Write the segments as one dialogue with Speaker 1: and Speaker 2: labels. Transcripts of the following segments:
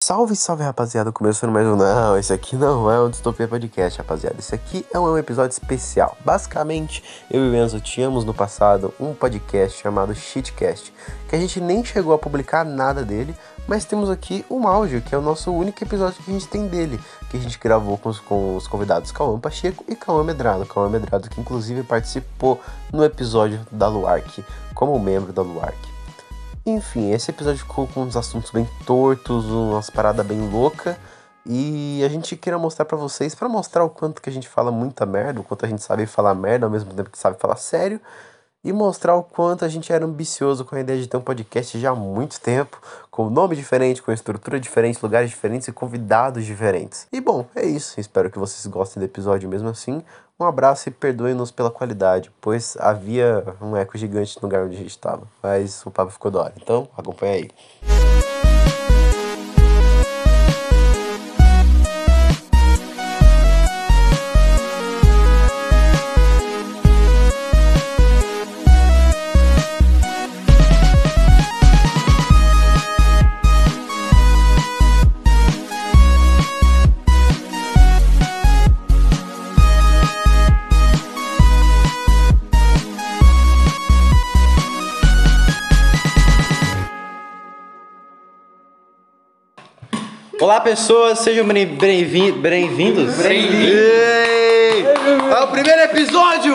Speaker 1: Salve, salve rapaziada, começando mais um. Não, esse aqui não é um Distopia Podcast, rapaziada. Esse aqui é um episódio especial. Basicamente, eu e o Enzo tínhamos no passado um podcast chamado Shitcast, que a gente nem chegou a publicar nada dele, mas temos aqui um áudio, que é o nosso único episódio que a gente tem dele, que a gente gravou com os, com os convidados Cauã Pacheco e Cauã Medrado. Cauã Medrado, que inclusive participou no episódio da Luark, como membro da Luark. Enfim, esse episódio ficou com uns assuntos bem tortos, umas paradas bem louca e a gente queria mostrar pra vocês, pra mostrar o quanto que a gente fala muita merda, o quanto a gente sabe falar merda ao mesmo tempo que sabe falar sério, e mostrar o quanto a gente era ambicioso com a ideia de ter um podcast já há muito tempo, com nome diferente, com estrutura diferente, lugares diferentes e convidados diferentes. E bom, é isso. Espero que vocês gostem do episódio mesmo assim. Um abraço e perdoem-nos pela qualidade, pois havia um eco gigante no lugar onde a gente estava. Mas o papo ficou da hora, então acompanha aí.
Speaker 2: Olá, pessoas, sejam bem- bem-vi- bem-vindos. Ei! É o primeiro episódio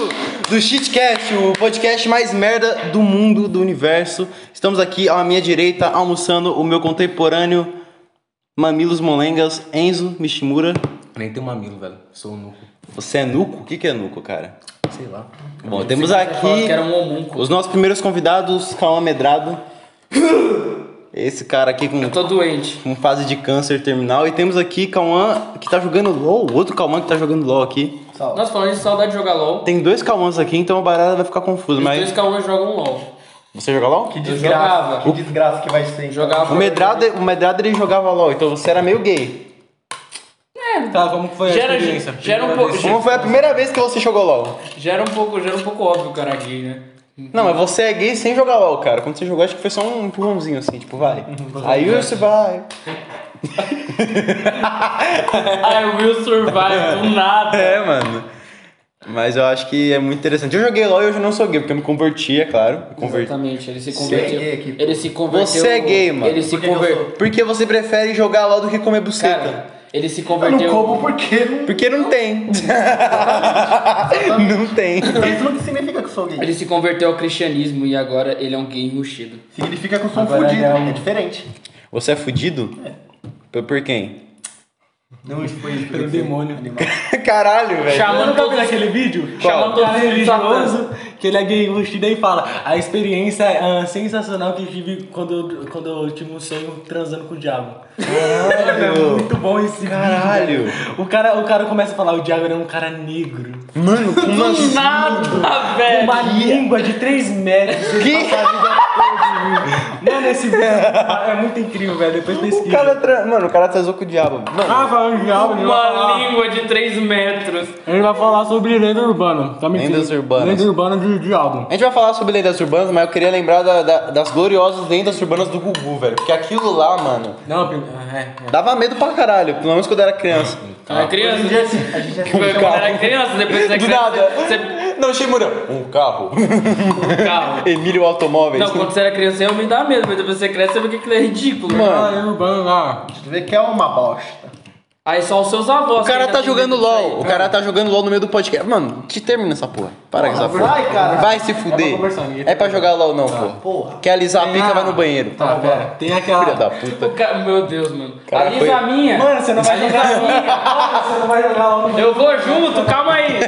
Speaker 2: do Shitcast, o podcast mais merda do mundo, do universo. Estamos aqui à minha direita, almoçando o meu contemporâneo Mamilos Molengas, Enzo Mishimura.
Speaker 3: Nem tem um mamilo, velho. Sou um nuco.
Speaker 2: Você é nuco? O que que é nuco, cara?
Speaker 3: Sei lá.
Speaker 2: Bom, temos
Speaker 3: Falaram
Speaker 2: aqui
Speaker 3: que era um homunco.
Speaker 2: os nossos primeiros convidados, Calma Medrado. Esse cara aqui com
Speaker 3: Eu tô doente.
Speaker 2: com fase de câncer terminal. E temos aqui Cauã que tá jogando LOL, outro Cauã que tá jogando LOL aqui.
Speaker 3: Nós falamos de saudade de jogar LOL.
Speaker 2: Tem dois Cauãs aqui, então a barada vai ficar confusa,
Speaker 3: Os
Speaker 2: mas.
Speaker 3: dois Cauã jogam LOL.
Speaker 2: Você joga LOL?
Speaker 3: Eu jogava.
Speaker 4: Que desgraça que vai ser.
Speaker 3: Jogava.
Speaker 2: O Medrado, o Medrado ele jogava LOL, então você era meio gay.
Speaker 4: Tá, como foi
Speaker 3: Gera,
Speaker 4: a experiência?
Speaker 3: gera, um pouco,
Speaker 2: Como foi a primeira vez que você jogou LOL?
Speaker 3: gera um pouco. Gera um pouco óbvio o cara aqui, né?
Speaker 2: Não, mas você é gay sem jogar LOL, cara. Quando você jogou, acho que foi só um empurrãozinho assim, tipo, vai.
Speaker 3: Uhum.
Speaker 2: Aí você vai.
Speaker 3: I Ah, will survive do nada.
Speaker 2: É, mano. Mas eu acho que é muito interessante. Eu joguei LOL e hoje eu não sou gay, porque eu me converti, é claro. Me converti.
Speaker 3: Exatamente, ele se
Speaker 4: é
Speaker 3: converteu.
Speaker 4: gay aqui, pô.
Speaker 3: ele se converteu.
Speaker 2: Você é gay, mano.
Speaker 3: Ele se
Speaker 4: Por que que eu
Speaker 3: converteu.
Speaker 4: sou?
Speaker 2: Porque você prefere jogar LOL do que comer buceta.
Speaker 3: Cara, ele se
Speaker 4: Eu
Speaker 3: converteu.
Speaker 4: não como porque não.
Speaker 2: Porque não tem. não tem.
Speaker 5: é.
Speaker 4: Isso não significa que eu sou gay.
Speaker 3: Ele se converteu ao cristianismo e agora ele é um gay enrustido.
Speaker 4: Significa que eu sou um
Speaker 5: Agora
Speaker 4: fudido.
Speaker 5: ele é um-
Speaker 4: É diferente.
Speaker 2: Você é fudido? Por, por quem?
Speaker 4: Não foi isso.
Speaker 5: Pelo demônio.
Speaker 2: Caralho, velho.
Speaker 5: Eu
Speaker 3: um Chamando
Speaker 5: nunca vi
Speaker 3: todos,
Speaker 5: tá aquele vídeo?
Speaker 3: Qual?
Speaker 5: Chamando todo
Speaker 3: Cara é
Speaker 5: religioso, que ele é gay enrustido e fala A experiência ah, sensacional que eu tive quando, eu- quando eu tive um sonho transando com o diabo É muito bom esse
Speaker 2: Caralho.
Speaker 5: vídeo. O cara, o cara começa a falar, o diabo era um cara negro
Speaker 2: Mano, como assim?
Speaker 3: nada,
Speaker 5: Com
Speaker 3: velho.
Speaker 5: uma língua de 3 metros ele passa a vida toda em mim. Mano, esse vídeo é muito incrível, velho Depois
Speaker 2: O
Speaker 5: pesquisa
Speaker 2: cara tra... Mano, o cara transou com o diabo. Mano,
Speaker 5: Ah, fala o diabo, ele vai
Speaker 3: Uma
Speaker 5: falar-
Speaker 3: língua de 3 metros.
Speaker 5: A gente vai falar sobre lenda urbana. Tá mentindo.
Speaker 2: Lendas urbanas.
Speaker 5: Lenda urbana de diabo.
Speaker 2: a gente vai falar sobre lendas urbanas, mas eu queria lembrar da- da- das gloriosas lendas urbanas do Gugu, velho. Porque aquilo lá, mano,
Speaker 5: Não, é.
Speaker 2: dava medo pra caralho. Pelo menos quando eu era criança.
Speaker 3: Quando era criança.
Speaker 4: A gente já
Speaker 3: Quando era criança, depois você
Speaker 2: Do nada. Não, Shimura. Um carro.
Speaker 3: Você carro.
Speaker 2: Emílio Automóveis.
Speaker 3: Não, quando você era criança, eu me dá medo, mas depois você cresce, você vê que aquilo é ridículo.
Speaker 2: Mano.
Speaker 5: Lenda urbana lá.
Speaker 4: vê que é uma bosta.
Speaker 3: Aí só os seus avós.
Speaker 2: O cara tá jogando LOL. O cara tá jogando LOL no meio do podcast. Mano, te termina essa porra. Para com essa porra.
Speaker 4: vai, cara.
Speaker 2: Vai se
Speaker 5: É pra
Speaker 2: fuder.
Speaker 5: conversar, ninguém tá
Speaker 2: É pra jogar LOL não, porra.
Speaker 4: porra.
Speaker 2: Quer alisar a
Speaker 5: Tem
Speaker 2: pica,
Speaker 5: a-
Speaker 2: vai no banheiro.
Speaker 5: Tá, pera. Tem aquela.
Speaker 2: Filha da puta.
Speaker 3: O ca- Meu Deus, mano.
Speaker 2: Cara,
Speaker 3: Alisa
Speaker 2: foi-
Speaker 3: a minha.
Speaker 5: Mano, você não vai
Speaker 3: Alisa
Speaker 5: jogar.
Speaker 3: a minha.
Speaker 5: Mano, Ah, você não vai jogar lá no.
Speaker 3: Eu vou junto, calma aí.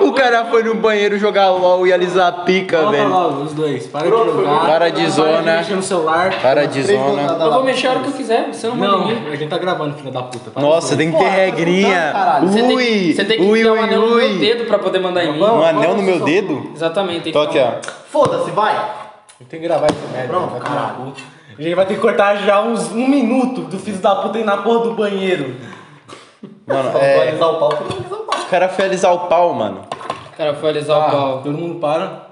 Speaker 2: O cara foi no banheiro jogar LOL e alisar a pica,
Speaker 5: Volta
Speaker 2: velho.
Speaker 5: lá, os dois. Para de né? Tá. jogar.
Speaker 2: Para de zona.
Speaker 5: Para de mexer no celular.
Speaker 2: Para de
Speaker 4: Três
Speaker 2: é zona.
Speaker 4: botadas
Speaker 3: Eu
Speaker 4: lá.
Speaker 3: vou mexer a hora que eu quiser, você não manda
Speaker 5: Não,
Speaker 3: ninguém.
Speaker 5: a gente tá gravando, filha da puta. Para
Speaker 2: Nossa,
Speaker 5: de-
Speaker 2: tem que ter regrinha.
Speaker 3: tá Você tem que-
Speaker 2: Ui,
Speaker 3: Você tem que
Speaker 2: ui,
Speaker 3: dar um
Speaker 2: ui,
Speaker 3: anel no meu
Speaker 2: ui.
Speaker 3: dedo pra poder mandar em mim.
Speaker 2: Um anel no meu dedo?
Speaker 3: Exatamente. tem que
Speaker 2: Tô
Speaker 3: dar
Speaker 2: aqui,
Speaker 3: um-
Speaker 2: ó.
Speaker 4: Foda-se, vai.
Speaker 5: Tem que gravar essa merda.
Speaker 4: Pronto,
Speaker 5: vai
Speaker 4: caralho.
Speaker 5: tomar no cu. A gente vai ter que cortar já uns um minuto do filho da puta ir na porra do banheiro.
Speaker 2: Mano,
Speaker 4: Só
Speaker 2: é,
Speaker 4: vai alisar o pau, você não alisar o pau.
Speaker 2: o cara foi alisar o pau, mano.
Speaker 3: Cara, foi alisar
Speaker 2: Ah.
Speaker 5: Ah.
Speaker 3: o pau.
Speaker 5: Todo mundo para.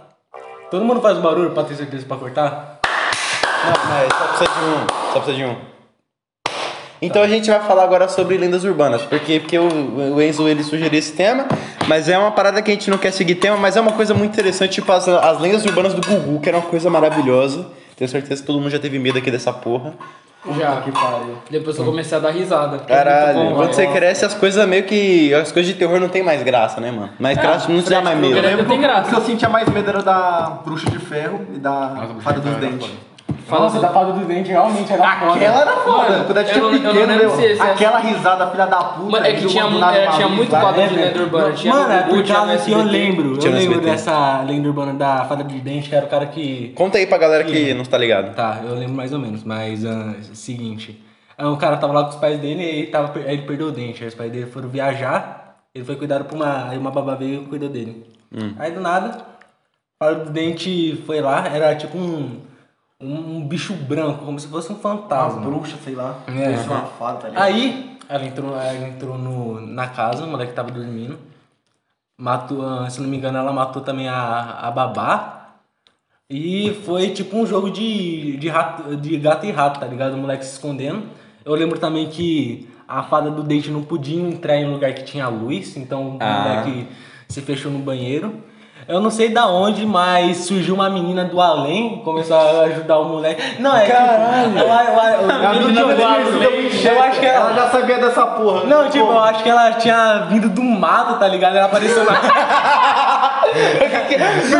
Speaker 5: Todo mundo faz barulho pra ter certeza pra cortar.
Speaker 2: Não, mas só precisa de um. Só precisa de um. Então a gente vai falar agora sobre lendas urbanas, porque, porque o, o Enzo ele sugeriu esse tema, mas é uma parada que a gente não quer seguir tema, mas é uma coisa muito interessante, tipo as, as lendas urbanas do Gugu, que era uma coisa maravilhosa. Tenho certeza que todo mundo já teve medo aqui dessa porra.
Speaker 3: Já.
Speaker 5: Que pariu.
Speaker 3: Depois eu comecei a dar risada.
Speaker 2: Caralho,
Speaker 3: É Muito bom,
Speaker 2: quando
Speaker 3: ó.
Speaker 2: você cresce, as coisas meio que. As coisas de terror não tem mais graça, né, mano? Mas graça não te dá mais medo.
Speaker 3: É, Fred Krueger tem graça.
Speaker 4: O que eu sentia mais medo era da bruxa de ferro e da fada dos dentes.
Speaker 3: Fala
Speaker 5: Nossa, da fada do dente realmente é era
Speaker 4: Aquela
Speaker 5: foda.
Speaker 4: era foda.
Speaker 3: Mano,
Speaker 4: quando a gente
Speaker 3: eu não- eu não
Speaker 4: pequeno,
Speaker 3: lembro se esse-
Speaker 4: aquela risada, filha da puta.
Speaker 3: Mano, é que
Speaker 4: do-
Speaker 3: tinha
Speaker 4: do
Speaker 3: mu-
Speaker 4: nada
Speaker 3: é,
Speaker 4: maluco,
Speaker 3: tinha muito
Speaker 4: vai.
Speaker 3: quadro de lenda urbana. Tinha
Speaker 5: Mano, é
Speaker 3: Gugu,
Speaker 5: por
Speaker 3: tinha no
Speaker 5: causa que eu
Speaker 3: SBT.
Speaker 5: lembro.
Speaker 2: Tinha
Speaker 5: Eu
Speaker 2: no
Speaker 5: lembro
Speaker 2: SBT.
Speaker 5: dessa lenda urbana da fada do dente, que era o cara que
Speaker 2: Conta aí pra galera que não tá ligado.
Speaker 5: Tá, eu lembro mais ou menos, mas ah, seguinte. ah, o cara tava lá com os pais dele e ele, tava, per- aí ele perdeu o dente. Aí os pais dele foram viajar, ele foi cuidado por uma. Aí uma babá veio e cuidou dele. Aí do nada, o cara do dente foi lá, era tipo um. Um, um bicho branco, como se fosse um
Speaker 4: Uma
Speaker 5: fantasma.
Speaker 4: bruxa, sei lá.
Speaker 5: É.
Speaker 4: Isso, Uma fada, tá ligado?
Speaker 5: Aí ela entrou, ela entrou no, na casa, o moleque tava dormindo. Matou, ah, se não me engano, ela matou também a, a babá. E foi tipo um jogo de, de, rato, de gato e rato, tá ligado? O moleque se escondendo. Eu lembro também que a fada do dente não podia entrar em um lugar que tinha luz, então o
Speaker 2: Ah.
Speaker 5: moleque se fechou no banheiro. Eu não sei da onde, mas surgiu uma menina do além, começou a ajudar o moleque. Não, é Caralho! Eu, eu- eu-
Speaker 4: A
Speaker 5: eu-
Speaker 4: menina
Speaker 5: eu-
Speaker 4: do
Speaker 5: eu-
Speaker 4: Além,
Speaker 5: eu acho que
Speaker 4: ela
Speaker 5: ela.
Speaker 4: já sabia dessa porra.
Speaker 5: Não, tipo, eu acho que ela tinha vindo do mato, tá ligado? Ela apareceu lá.
Speaker 2: Por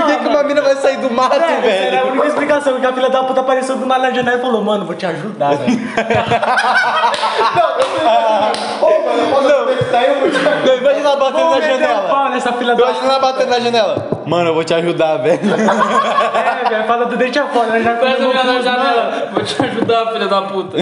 Speaker 2: que, que uma mina vai sair do mato,
Speaker 5: Essa era a
Speaker 2: É, velho?
Speaker 5: única explicação, porque a filha da puta apareceu do nada na janela e falou, mano, vou te ajudar, velho.
Speaker 4: um-
Speaker 2: Não, Imagina ela batendo na janela.
Speaker 5: pau nessa filha da
Speaker 2: Imagina ela batendo na janela. Mano, eu vou te ajudar, velho.
Speaker 5: É, velho, fala do dente é foda, né? Já
Speaker 3: Faz a
Speaker 5: comeu
Speaker 3: minha na
Speaker 5: tudo, mano.
Speaker 3: janela. Vou te ajudar, filha da puta.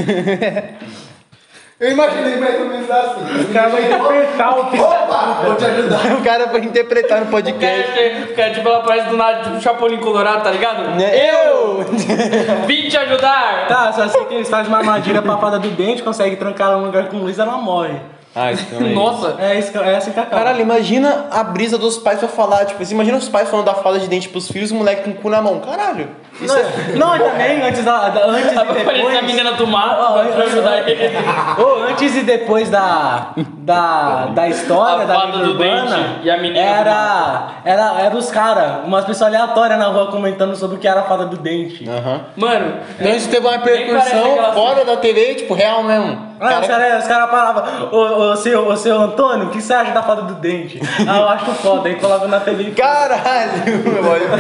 Speaker 4: Eu imaginei mais ou menos assim.
Speaker 5: O cara vai interpretar o que...
Speaker 4: Opa, vou te ajudar.
Speaker 2: O cara foi interpretar no podcast.
Speaker 3: Quer, quer, tipo, ela aparece do nada, tipo, Chapolin Colorado, tá ligado?
Speaker 2: Né? Eu!
Speaker 3: Vim te ajudar!
Speaker 5: Tá, só sei que eles fazem uma armadilha pra fada do dente, consegue trancar ela num lugar com luz, ela morre.
Speaker 2: Ah, então é isso.
Speaker 3: Nossa!
Speaker 5: É, isso, que- é assim que acaba.
Speaker 2: Caralho, imagina a brisa dos pais pra falar, tipo, assim, imagina os pais falando da fala de dente pros filhos, o moleque com o cu na mão. Caralho. é
Speaker 5: Não, não, e também, antes da. da- antes e
Speaker 3: Aparece a
Speaker 5: depois.
Speaker 3: menina do mato pra te ajudar ele.
Speaker 5: Ô, antes e depois da. Da, da história
Speaker 3: A
Speaker 5: da
Speaker 3: fada
Speaker 5: vida
Speaker 3: do
Speaker 5: urbana,
Speaker 3: dente e a menina do
Speaker 5: era, era, era os caras, umas pessoas aleatórias na rua comentando sobre o que era a fada do dente.
Speaker 2: Aham.
Speaker 3: Mano,
Speaker 2: Então isso teve uma
Speaker 3: parece aquela
Speaker 2: repercussão fora da TV, tipo, real mesmo.
Speaker 5: Ah, os caras os cara falavam, ô, ô, seu, ô seu Antônio, o que você acha da fada do dente? ah, eu acho foda, aí colava na TV e
Speaker 2: Caralho!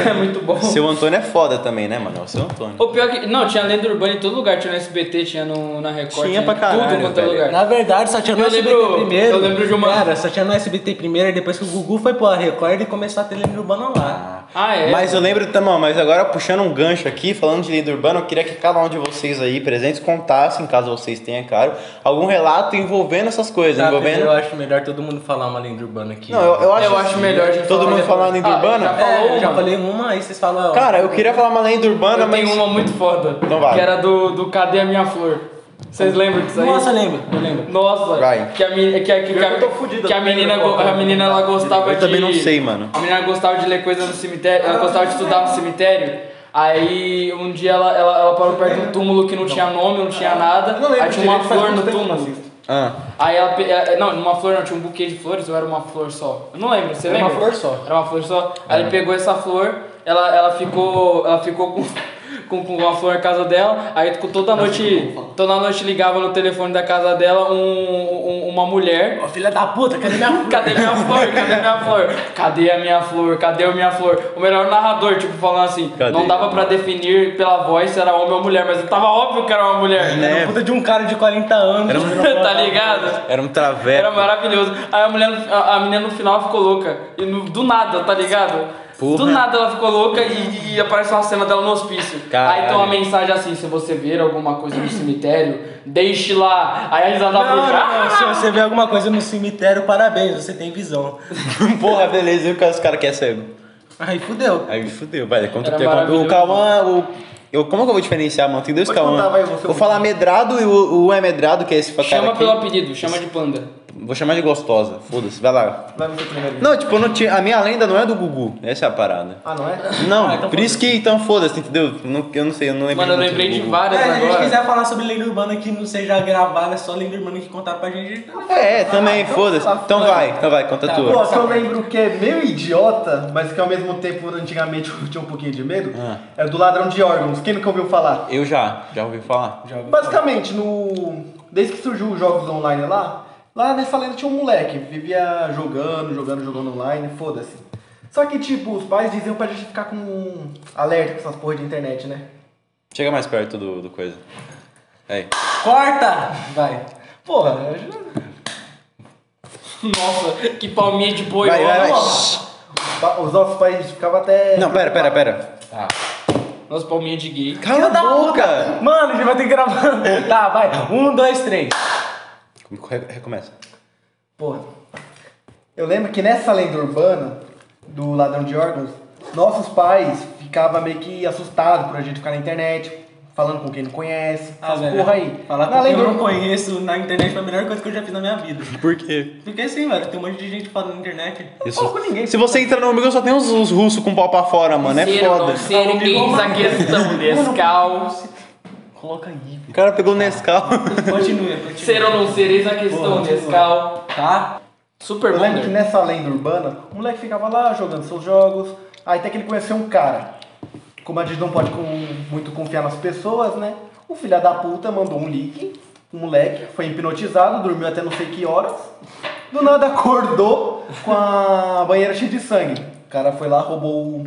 Speaker 3: é muito bom.
Speaker 2: Seu Antônio é foda também, né, mano? É o seu Antônio.
Speaker 3: O pior que. Não, tinha lenda urbana em todo lugar, tinha no SBT, tinha no, na Record.
Speaker 2: Tinha pra caralho,
Speaker 3: Tudo quanto é
Speaker 2: velho.
Speaker 3: lugar.
Speaker 5: Na verdade, só tinha no
Speaker 3: Eu
Speaker 5: SBT
Speaker 3: lembro-
Speaker 5: primeiro.
Speaker 3: eu lembro de uma-
Speaker 5: Era, só tinha no SBT primeiro, e depois que o Gugu foi pra Record, ele começou a ter lenda urbana
Speaker 2: tá
Speaker 5: lá.
Speaker 3: Ah, é?
Speaker 2: Mas eu lembro também, mas agora puxando um gancho aqui, falando de lenda urbana, eu queria que cada um de vocês aí presentes contassem, caso vocês tenham, é claro, algum relato envolvendo essas coisas,
Speaker 5: Tá, eu
Speaker 2: envolvendo.
Speaker 5: acho melhor todo mundo falar uma lenda urbana aqui.
Speaker 2: Não, eu, eu acho, assim,
Speaker 3: Eu acho melhor a gente
Speaker 2: todo
Speaker 3: falar
Speaker 2: mundo
Speaker 3: depois.
Speaker 2: falar lenda
Speaker 3: Ah, eu
Speaker 2: urbana.
Speaker 3: já
Speaker 5: É,
Speaker 3: falou
Speaker 5: eu já
Speaker 3: uma.
Speaker 5: falei uma, aí vocês falam. ó.
Speaker 2: Cara, eu queria falar uma lenda urbana,
Speaker 3: Eu
Speaker 2: mas.
Speaker 3: tenho uma muito foda.
Speaker 2: Então vai.
Speaker 3: Que era do, do Cadê a Minha Flor?
Speaker 4: Hum.
Speaker 3: Vocês lembram disso aí?
Speaker 5: Nossa, eu lembro, eu lembro.
Speaker 3: Nossa,
Speaker 2: Vai.
Speaker 3: que a, meni- que, a- que, que,
Speaker 4: Eu tô
Speaker 3: a,
Speaker 4: fudido,
Speaker 3: que a
Speaker 4: eu
Speaker 3: menina,
Speaker 4: lembro.
Speaker 3: go- a menina ela gostava
Speaker 2: Eu
Speaker 3: de.
Speaker 2: também não sei, mano.
Speaker 3: A menina gostava de ler coisa no cemitério, ela gostava de estudar no cemitério. Aí um dia ela, ela, ela parou perto de um túmulo que não tinha nome, não tinha nada.
Speaker 4: não lembro
Speaker 3: Aí tinha uma
Speaker 4: direito, faz
Speaker 3: flor no
Speaker 4: muito tempo que eu
Speaker 3: túmulo.
Speaker 4: assisto.
Speaker 2: Ah,
Speaker 3: Aí ela. pe- eh, Não, uma flor não, tinha um buquê de flores ou era uma flor só? Eu não lembro, você
Speaker 5: Era
Speaker 3: lembra?
Speaker 5: uma flor só. É.
Speaker 3: Era uma flor só. Aí ele pegou essa flor, ela, ela ficou. Ela ficou com. Com, com a flor na casa dela, aí com toda noite, toda noite ligava no telefone da casa dela um, um- uma mulher.
Speaker 5: Ô, filha da puta, cadê minha puta?
Speaker 3: Cadê minha flor? Cadê minha flor? Cadê a minha flor? Cadê a minha flor? O melhor narrador, tipo, falando assim,
Speaker 2: Cadê?
Speaker 3: não dava pra definir pela voz se era homem ou mulher, mas tava óbvio que era uma mulher.
Speaker 5: Era uma puta de um cara de 40 anos.
Speaker 2: Era um-
Speaker 3: tá ligado?
Speaker 2: era um traveco.
Speaker 3: Era maravilhoso. Aí a mulher, no- a, a menina no final ficou louca. E no- do nada, tá ligado?
Speaker 2: Porra.
Speaker 3: Do nada ela ficou louca e, e aparece uma cena dela no hospício.
Speaker 2: Caralho.
Speaker 3: Aí tem uma mensagem assim: se você ver alguma coisa no cemitério, deixe lá. Aí a risada
Speaker 5: Não, não,
Speaker 3: puxa.
Speaker 5: não, se você vê alguma coisa no cemitério, parabéns, você tem visão.
Speaker 2: Porra, beleza, e o cara- os caras querem cego?
Speaker 5: Aí fudeu.
Speaker 2: Aí fudeu, vai. Conta
Speaker 3: Era
Speaker 2: o teu- conta-
Speaker 3: maravilhoso.
Speaker 2: O Cauã, o. Eu, como que eu vou diferenciar, mano? Tem dois
Speaker 4: Pode
Speaker 2: Cauã.
Speaker 4: contar, vai, você
Speaker 2: Vou falar medrado e o, o é medrado, que é esse pra cara
Speaker 3: Chama
Speaker 2: aqui.
Speaker 3: pelo apelido, chama de panda.
Speaker 2: Vou chamar de gostosa. Foda-se, vai lá.
Speaker 4: Vai você primeiro.
Speaker 2: Não, tipo, eu não tinha, a minha lenda não é do Gugu. Essa é a parada.
Speaker 4: Ah, não é?
Speaker 2: Não, por isso que então foda-se, entendeu? Não- eu não sei, eu não lembro.
Speaker 3: Mano, eu
Speaker 2: muito
Speaker 3: lembrei
Speaker 2: do
Speaker 3: de
Speaker 2: Gugu.
Speaker 3: várias
Speaker 5: É, se a gente
Speaker 3: agora.
Speaker 5: quiser falar sobre lenda urbana que não seja gravada, é só lenda urbana que contar pra gente. tá
Speaker 2: É, também, foda-se. Então vai, então vai, conta a
Speaker 4: Pô,
Speaker 2: tua.
Speaker 4: que eu lembro que é meio idiota, mas que ao mesmo tempo antigamente eu tinha um pouquinho de medo, é do ladrão de órgãos. Quem nunca ouviu falar?
Speaker 2: Eu já, já ouvi falar.
Speaker 4: Basicamente, no desde que surgiu os jogos online lá, lá nessa lenda tinha um moleque, vivia jogando, jogando, jogando online, foda-se. Só que, tipo, os pais diziam pra gente ficar com alerta com essas porra de internet, né?
Speaker 2: Chega mais perto do, do coisa. Aí.
Speaker 5: Corta! Vai.
Speaker 4: Porra, eu já-
Speaker 3: Nossa, que palminha de boi.
Speaker 2: Vai, vai, vai.
Speaker 3: ó.
Speaker 2: Shhh.
Speaker 4: pa- os nossos pais ficavam até.
Speaker 2: Não, pera, pera, pera.
Speaker 3: Nossa, palminha de gay.
Speaker 2: Cala a boca!
Speaker 5: Mano, a gente vai ter que gravar. Tá, vai. Um, dois, três.
Speaker 2: Re- Recomeça.
Speaker 4: Porra. Eu lembro que nessa lenda urbana do ladrão de órgãos, nossos pais ficavam meio que assustados por a gente ficar na internet, falando com quem não conhece,
Speaker 5: Ah,
Speaker 4: essas
Speaker 5: velho,
Speaker 4: porra aí. na
Speaker 5: Falar com quem
Speaker 4: lenda
Speaker 5: eu não
Speaker 4: urbana.
Speaker 5: conheço na internet foi a melhor coisa que eu já fiz na minha vida.
Speaker 2: Por quê?
Speaker 5: Porque assim, velho, tem um monte de gente falando na internet.
Speaker 2: Isso. Se você entra no amigo, só tem uns, uns russos com pau pra fora, mano. É
Speaker 3: Ser ou não
Speaker 2: foda.
Speaker 3: ser, eis a questão descal.
Speaker 5: Coloca aí,
Speaker 2: O cara pegou o Nescau.
Speaker 5: velho. Continua, continua.
Speaker 3: Ser ou não ser, eis a questão
Speaker 5: Porra,
Speaker 3: descal.
Speaker 5: Tá?
Speaker 3: Super
Speaker 4: Eu lembro que
Speaker 3: bom. né?
Speaker 4: nessa lenda urbana, o moleque ficava lá jogando seus jogos, aí até que ele conheceu um cara. Como a gente não pode com- muito confiar nas pessoas, né? O filho da puta mandou um link, o moleque foi hipnotizado, dormiu até não sei que horas. Do nada acordou com a banheira cheia de sangue. O cara foi lá, roubou o,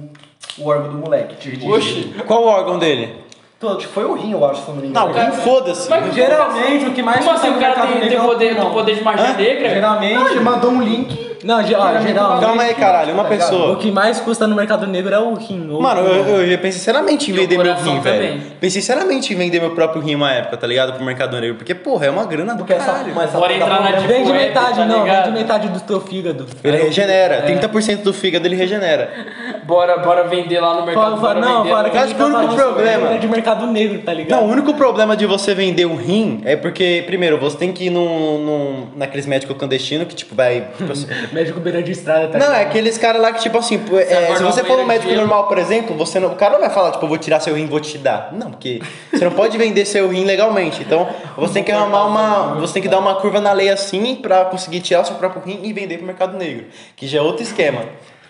Speaker 4: o órgão do moleque. Tira
Speaker 5: né,
Speaker 4: de-
Speaker 3: Oxi.
Speaker 2: Qual o órgão dele?
Speaker 4: Todo, tipo, foi o rim, eu acho, se eu não me engano.
Speaker 2: Não, cara, foda-se.
Speaker 3: Mas
Speaker 5: Geralmente, o que mais
Speaker 3: Como assim
Speaker 5: funciona
Speaker 3: o
Speaker 4: tá
Speaker 5: no
Speaker 3: cara
Speaker 5: mercado
Speaker 3: tem, tem
Speaker 5: negro é o
Speaker 3: poder,
Speaker 5: pulmão.
Speaker 3: tem poder de magia negra?
Speaker 4: Não, ele
Speaker 5: Geralmente.
Speaker 4: mandou um link.
Speaker 5: Não, ge- ó,
Speaker 4: Geralmente-
Speaker 5: geralmente.
Speaker 2: Calma aí, caralho. Uma
Speaker 4: Tá ligado?
Speaker 5: O
Speaker 2: pessoa.
Speaker 5: que mais custa no mercado negro é o rim. ou o
Speaker 2: Mano,
Speaker 5: pulmão.
Speaker 2: eu, eu já pensei sinceramente em
Speaker 3: E o
Speaker 2: vender meu
Speaker 3: coração
Speaker 2: rim, velho.
Speaker 3: também.
Speaker 2: Pensei sinceramente em vender meu próprio rim uma época, tá ligado? Pro mercado negro. Porque, porra, é uma grana do
Speaker 4: Porque essa,
Speaker 2: caralho.
Speaker 4: mas essa
Speaker 3: Bora
Speaker 4: puta
Speaker 3: entrar na
Speaker 4: mulher-
Speaker 3: de-
Speaker 5: Vende
Speaker 3: Tipo, é,
Speaker 5: metade,
Speaker 3: tá
Speaker 5: não,
Speaker 3: ligado?
Speaker 5: vende metade do teu fígado.
Speaker 2: Ele regenera. 30% do fígado ele
Speaker 3: É.
Speaker 2: regenera.
Speaker 3: Bora, bora vender lá no mercado.
Speaker 5: Fala, fala,
Speaker 3: Bora
Speaker 5: não,
Speaker 3: vender.
Speaker 5: fala que a
Speaker 2: Acho
Speaker 5: gente
Speaker 2: que o
Speaker 5: tá
Speaker 2: único
Speaker 5: falando sobre
Speaker 2: problema-
Speaker 5: lenda de mercado negro, tá ligado?
Speaker 2: Não, o único problema de você vender um rim é porque, primeiro, você tem que ir num, num, naqueles médicos clandestinos que, tipo, vai. tipo assim-
Speaker 5: Médico beira de estrada, tá
Speaker 2: Não,
Speaker 5: ligado?
Speaker 2: é aqueles caras lá que, tipo assim, pô, é,
Speaker 3: acorda
Speaker 2: se você
Speaker 3: uma
Speaker 2: for um
Speaker 3: manhã
Speaker 2: médico
Speaker 3: de gelo.
Speaker 2: normal, por exemplo, você não, o cara não vai falar, tipo, eu vou tirar seu rim e vou te dar. Não, porque você não pode vender seu rim legalmente. Então, você tem que arrumar uma. Você tem que dar uma curva na lei assim pra conseguir tirar seu próprio rim e vender pro mercado negro. Que já é outro esquema.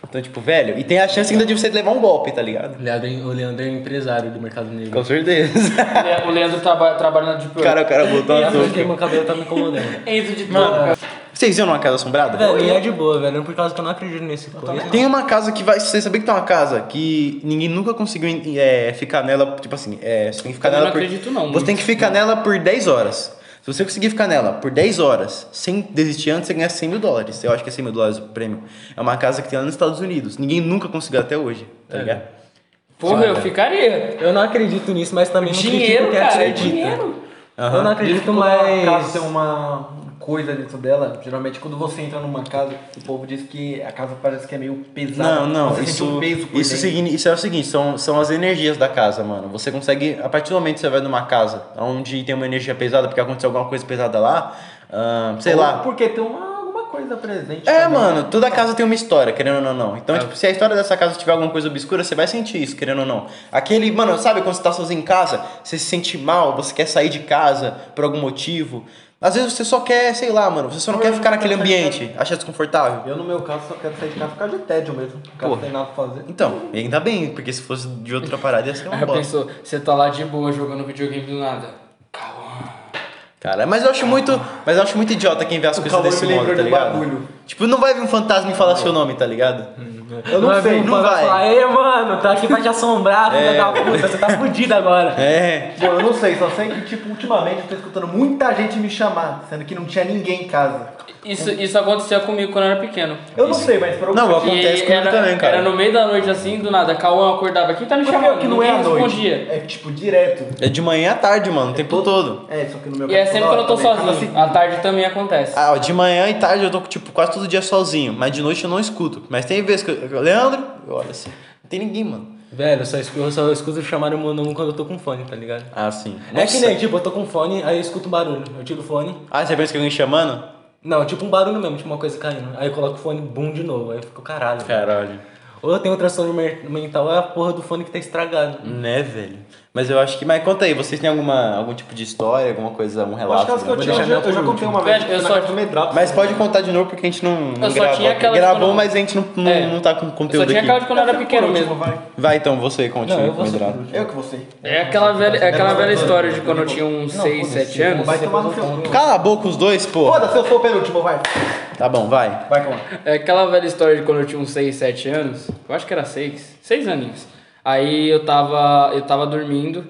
Speaker 2: Então, tipo, velho, e tem a chance ainda de você levar um golpe, tá ligado?
Speaker 5: O Leandro, é- o Leandro é empresário do mercado negro.
Speaker 2: Com certeza.
Speaker 3: O Le- O Leandro traba, trabalha na Deep Web.
Speaker 2: cara, o cara botou uma
Speaker 5: Eu acho
Speaker 2: touca.
Speaker 5: que meu cabelo tá me incomodando.
Speaker 3: Enzo de Mano,
Speaker 2: Vocês viram uma casa assombrada?
Speaker 5: velho, e é de boa, velho. Por causa que eu não acredito nesse coisa.
Speaker 2: Tem uma casa que vai. Você sabia que tem uma casa que ninguém nunca conseguiu é, ficar nela, tipo assim, é, você tem que ficar
Speaker 3: Eu
Speaker 2: nela
Speaker 3: não
Speaker 2: por.
Speaker 3: acredito, não,
Speaker 2: Você
Speaker 3: muito.
Speaker 2: tem que ficar nela por 10 horas. Se você conseguir ficar nela por 10 horas, sem desistir antes, você ganha 100 mil dólares. Eu acho que é 100 mil dólares o prêmio. É uma casa que tem lá nos Estados Unidos. Ninguém nunca conseguiu até hoje,
Speaker 4: É.
Speaker 2: tá ligado?
Speaker 3: porra, eu ficaria.
Speaker 5: Eu não acredito nisso, mas também não
Speaker 3: Dinheiro,
Speaker 5: critico quem
Speaker 3: cara, é
Speaker 5: acredita.
Speaker 3: dinheiro.
Speaker 5: Eu não acredito
Speaker 4: Quando a
Speaker 5: mais.
Speaker 4: casa
Speaker 2: é um-
Speaker 4: tem uma coisa dentro dela, geralmente quando você entra numa casa, o povo diz que a casa parece que é meio pesada.
Speaker 2: Não, não,
Speaker 4: você sente
Speaker 2: isso,
Speaker 4: um peso por
Speaker 2: isso,
Speaker 4: dentro.
Speaker 2: signi- isso é o seguinte, são, são as energias da casa, mano. Você consegue, a partir do momento que você vai numa casa onde tem uma energia pesada, porque aconteceu alguma coisa pesada lá, ah, sei
Speaker 4: Ou
Speaker 2: lá,
Speaker 4: Porque tem uma, alguma coisa presente.
Speaker 2: É,
Speaker 4: também. né?
Speaker 2: mano, toda casa tem uma história, querendo ou não.
Speaker 4: Tá
Speaker 2: Então, tipo, se a história dessa casa tiver alguma coisa obscura, você vai sentir isso, querendo ou não. Aquele, mano, sabe quando você tá sozinho em casa, você se sente mal, você quer sair de casa por algum motivo. Às vezes você só quer, sei lá, mano, você só não quer ficar naquele ambiente, acha desconfortável.
Speaker 4: Eu, no meu caso, só quero sair de casa por causa de tédio mesmo. Por causa
Speaker 2: Porra.
Speaker 4: que tem nada pra fazer.
Speaker 2: Então, e ainda bem, porque se fosse de outra parada ia ser
Speaker 3: Aí
Speaker 4: É,
Speaker 2: uma
Speaker 3: eu
Speaker 2: bosta.
Speaker 3: penso, você tá lá de boa jogando videogame do nada. Calma.
Speaker 2: Cara, mas eu acho muito, mas eu acho muito idiota quem vê as coisas
Speaker 4: Cauã me
Speaker 2: desse
Speaker 4: lembrou
Speaker 2: modo, tá
Speaker 4: de um
Speaker 2: ligado?
Speaker 4: bagulho. Uhum.
Speaker 2: Tipo, não vai vir um fantasma e falar seu nome, tá ligado?
Speaker 4: Eu não
Speaker 5: Vai
Speaker 4: sei,
Speaker 5: vir um
Speaker 4: não
Speaker 5: fã
Speaker 2: vai.
Speaker 5: falar, Ei, mano, tá aqui pra te assombrar, filha da puta. Você tá fudido agora.
Speaker 2: É.
Speaker 4: Bom, eu não sei, só sei que, tipo, ultimamente eu tô escutando muita gente me chamar, sendo que não tinha ninguém em casa.
Speaker 3: Isso, isso acontecia comigo quando eu era pequeno.
Speaker 4: Eu não sei, mas por algum
Speaker 2: Não,
Speaker 4: motivo-
Speaker 2: acontece
Speaker 3: E
Speaker 2: comigo
Speaker 3: era,
Speaker 2: também, cara.
Speaker 3: Era no meio da noite assim, do nada, Cauã acordava. Quem tá me
Speaker 4: Por que
Speaker 3: chamando?
Speaker 4: que não é à
Speaker 3: Ninguém
Speaker 4: noite.
Speaker 3: respondia.
Speaker 4: É tipo direto.
Speaker 2: É de manhã à tarde, mano, o tempo todo.
Speaker 4: É, só que no meu
Speaker 3: E é
Speaker 4: caso,
Speaker 3: sempre
Speaker 4: toda
Speaker 3: quando eu tô
Speaker 4: hora também. Cada
Speaker 3: sozinho. À tarde também acontece.
Speaker 2: Ah, ó, de manhã e tarde eu tô, tipo, quase todo dia sozinho, mas de noite eu não escuto. Mas tem vezes que eu. eu- Leandro, eu olho assim, não tem ninguém, mano.
Speaker 5: Velho, eu só escuto, eu só escuto chamarem o meu nome quando eu tô com fone, tá ligado?
Speaker 2: Ah, sim.
Speaker 5: É que nem, tipo, eu tô com fone, aí eu escuto um barulho. Eu tiro o fone.
Speaker 2: Ah, você pensa que alguém chamando?
Speaker 5: Não, tipo um barulho mesmo, tipo uma coisa caindo. Aí coloca o fone, boom, de novo. Aí eu fico,
Speaker 4: É.
Speaker 5: caralho. velho.
Speaker 2: Caralho.
Speaker 5: Ou eu tenho transtorno mer- mental, ou é a porra do fone que tá estragado.
Speaker 2: Né, velho? Mas eu acho que. Mas conta aí, vocês têm alguma, algum tipo de história, alguma coisa, algum
Speaker 4: Eu acho que
Speaker 2: relato?
Speaker 4: as que eu
Speaker 2: né?
Speaker 4: tinha, eu já, eu já contei uma vez.
Speaker 3: Velho, eu
Speaker 4: na
Speaker 3: só-
Speaker 4: casa do Medrado.
Speaker 2: Mas pode contar de novo porque a gente não, não
Speaker 3: Eu só
Speaker 2: gravou.
Speaker 3: tinha aquela de
Speaker 2: Gravou,
Speaker 3: quando-
Speaker 2: mas a gente não, não,
Speaker 3: É.
Speaker 2: não tá com
Speaker 3: Só
Speaker 2: conteúdo
Speaker 3: tinha
Speaker 2: aqui.
Speaker 3: aquela de quando eu era pequeno
Speaker 4: Por último,
Speaker 3: mesmo.
Speaker 4: vai.
Speaker 2: Vai então, você continua
Speaker 5: Não, eu
Speaker 2: com
Speaker 5: vou
Speaker 2: o
Speaker 5: ser
Speaker 2: Medrado.
Speaker 5: por último.
Speaker 4: Eu que você.
Speaker 3: É aquela velha, é aquela velha história de quando eu tinha uns
Speaker 5: Não,
Speaker 3: 6,
Speaker 5: foda-se,
Speaker 3: 7 anos.
Speaker 4: Vai tomar no seu.
Speaker 2: Cala a boca os dois, pô.
Speaker 4: Foda-se, eu sou o penúltimo, vai.
Speaker 2: Tá bom, vai.
Speaker 4: Vai, calma.
Speaker 3: É aquela velha história de quando eu tinha uns 6, 7 anos. Eu acho que era 6. 6 aninhos. Aí eu tava, eu tava dormindo.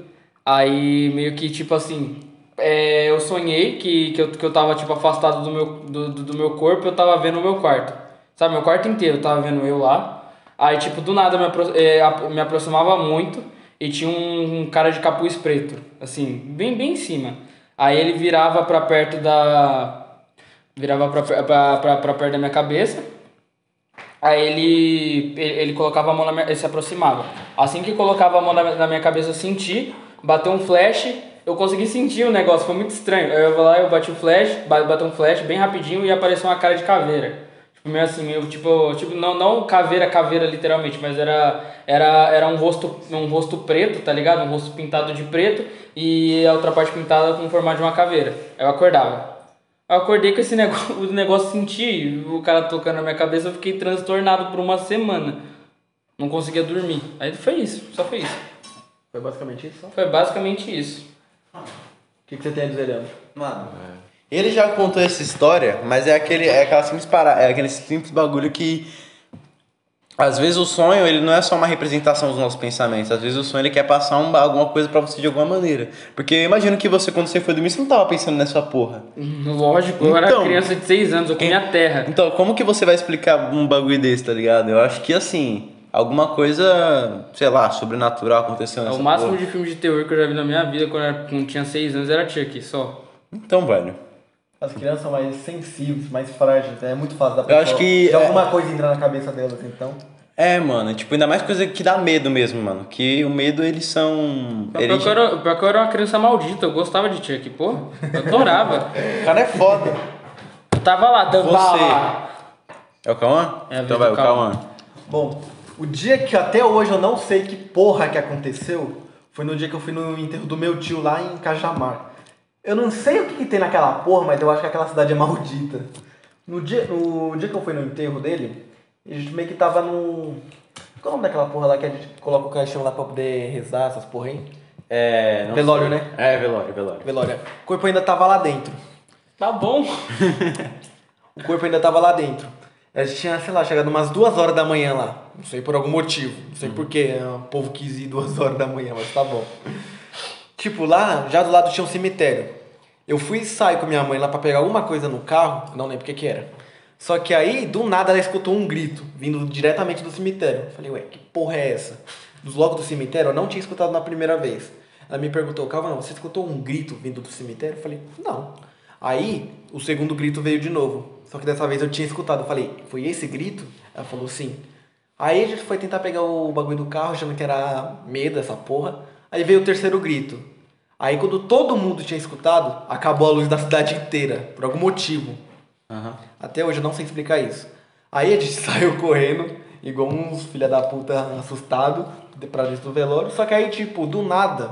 Speaker 3: Aí meio que tipo assim. é, eu sonhei que, que, eu, que eu tava tipo afastado do meu, do, do- do meu corpo. Eu tava vendo o meu quarto. Sabe, meu quarto inteiro. Eu tava vendo eu lá. Aí tipo do nada eu me, apro- é, ap- me aproximava muito. E tinha um, um cara de capuz preto. Assim, bem, bem em cima. Aí ele virava pra perto da virava pra, per- pra, pra, pra perto da minha cabeça. Aí ele, ele, ele colocava a mão na minha, ele se aproximava. Assim que colocava a mão na, minha- na minha cabeça, eu senti, bateu um flash, eu consegui sentir o negócio, foi muito estranho. Aí eu vou lá, eu bati o flash, ba- bateu um flash bem rapidinho e apareceu uma cara de caveira. Tipo, meio assim, meio tipo, tipo não, não caveira, caveira literalmente, mas era, era, era um, rosto, um rosto preto, tá ligado? Um rosto pintado de preto e a outra parte pintada com o formato de uma caveira. Aí eu acordava. Eu acordei com esse negócio, o negócio senti, o cara tocando na minha cabeça, eu fiquei transtornado por uma semana. Não conseguia dormir. Aí foi isso, só foi isso.
Speaker 4: Foi basicamente
Speaker 2: então?
Speaker 4: isso. só. O
Speaker 3: Foi basicamente isso.
Speaker 4: que, que você tem a dizer, Leandro?
Speaker 2: Mano, É. ele já contou essa história, mas é aquele, é aquela simples para, é aquele simples bagulho que às vezes o sonho ele não é só uma representação dos nossos pensamentos, às vezes o sonho ele quer passar um, alguma coisa pra você de alguma maneira. Porque eu imagino que você quando você foi dormir você não tava pensando nessa porra.
Speaker 3: Hum, Lógico, eu era
Speaker 2: Então.
Speaker 3: criança de 6 anos, eu comia terra.
Speaker 2: Então, como que você vai explicar um bagulho desse, tá ligado? Eu acho que assim, alguma coisa, sei lá, sobrenatural aconteceu
Speaker 3: É
Speaker 2: nessa
Speaker 3: O máximo
Speaker 2: porra.
Speaker 3: de filme de terror que eu já vi na minha vida quando, eu era- quando tinha 6 anos era Chucky, só.
Speaker 2: Então, velho.
Speaker 4: As crianças são mais sensíveis, mais frágeis. É muito fácil da pessoa.
Speaker 2: acho que
Speaker 4: Se
Speaker 2: é-
Speaker 4: alguma coisa entrar na cabeça delas, então.
Speaker 2: É, mano, tipo, ainda mais coisa que dá medo mesmo, mano. Que o medo, eles são.
Speaker 3: Mas pior, que eu era, pior que eu era uma criança maldita, eu gostava de Chucky, pô. Eu adorava.
Speaker 2: O cara é foda.
Speaker 3: Eu tava lá, dando
Speaker 2: Você.
Speaker 3: bala.
Speaker 2: É o Cauã?
Speaker 3: É a
Speaker 2: então
Speaker 3: vez
Speaker 2: vai,
Speaker 3: do
Speaker 2: o Cauã.
Speaker 4: Bom, o dia que até hoje eu não sei que porra que aconteceu foi no dia que eu fui no enterro do meu tio lá em Cajamar. Eu não sei o que, que tem naquela porra, mas eu acho que aquela cidade é maldita. No dia, no dia que eu fui no enterro dele, a gente meio que tava no. Qual é o nome daquela porra lá que a gente coloca o caixão lá pra poder rezar, essas porra aí?
Speaker 2: É. não
Speaker 4: Velório,
Speaker 2: sei.
Speaker 4: né?
Speaker 2: É, velório, velório.
Speaker 4: Velória. O corpo ainda tava lá dentro.
Speaker 3: Tá bom.
Speaker 4: O corpo ainda tava lá dentro. A gente tinha, sei lá, chegado umas duas horas da manhã lá. Não sei por algum motivo. Não sei por porquê. O povo quis ir duas horas da manhã, mas tá bom. tipo, lá, já do lado tinha um cemitério. Eu fui e saí com minha mãe lá pra pegar alguma coisa no carro, não lembro o que que era. Só que aí, do nada, ela escutou um grito, vindo diretamente do cemitério. Eu falei, ué, que porra é essa? Dos logo do cemitério, eu não tinha escutado na primeira vez. Ela me perguntou, Calma, você escutou um grito vindo do cemitério? Eu falei, não. Aí, o segundo grito veio de novo. Só que dessa vez eu tinha escutado. Eu falei, foi esse grito? Ela falou, sim. Aí a gente foi tentar pegar o bagulho do carro, achando que era medo essa porra. Aí veio o terceiro grito. Aí quando todo mundo tinha escutado, acabou a luz da cidade inteira, por algum motivo. Até hoje eu não sei explicar isso. Aí a gente saiu correndo, igual uns filha da puta assustado, pra dentro do velório. Só que aí, tipo, do nada,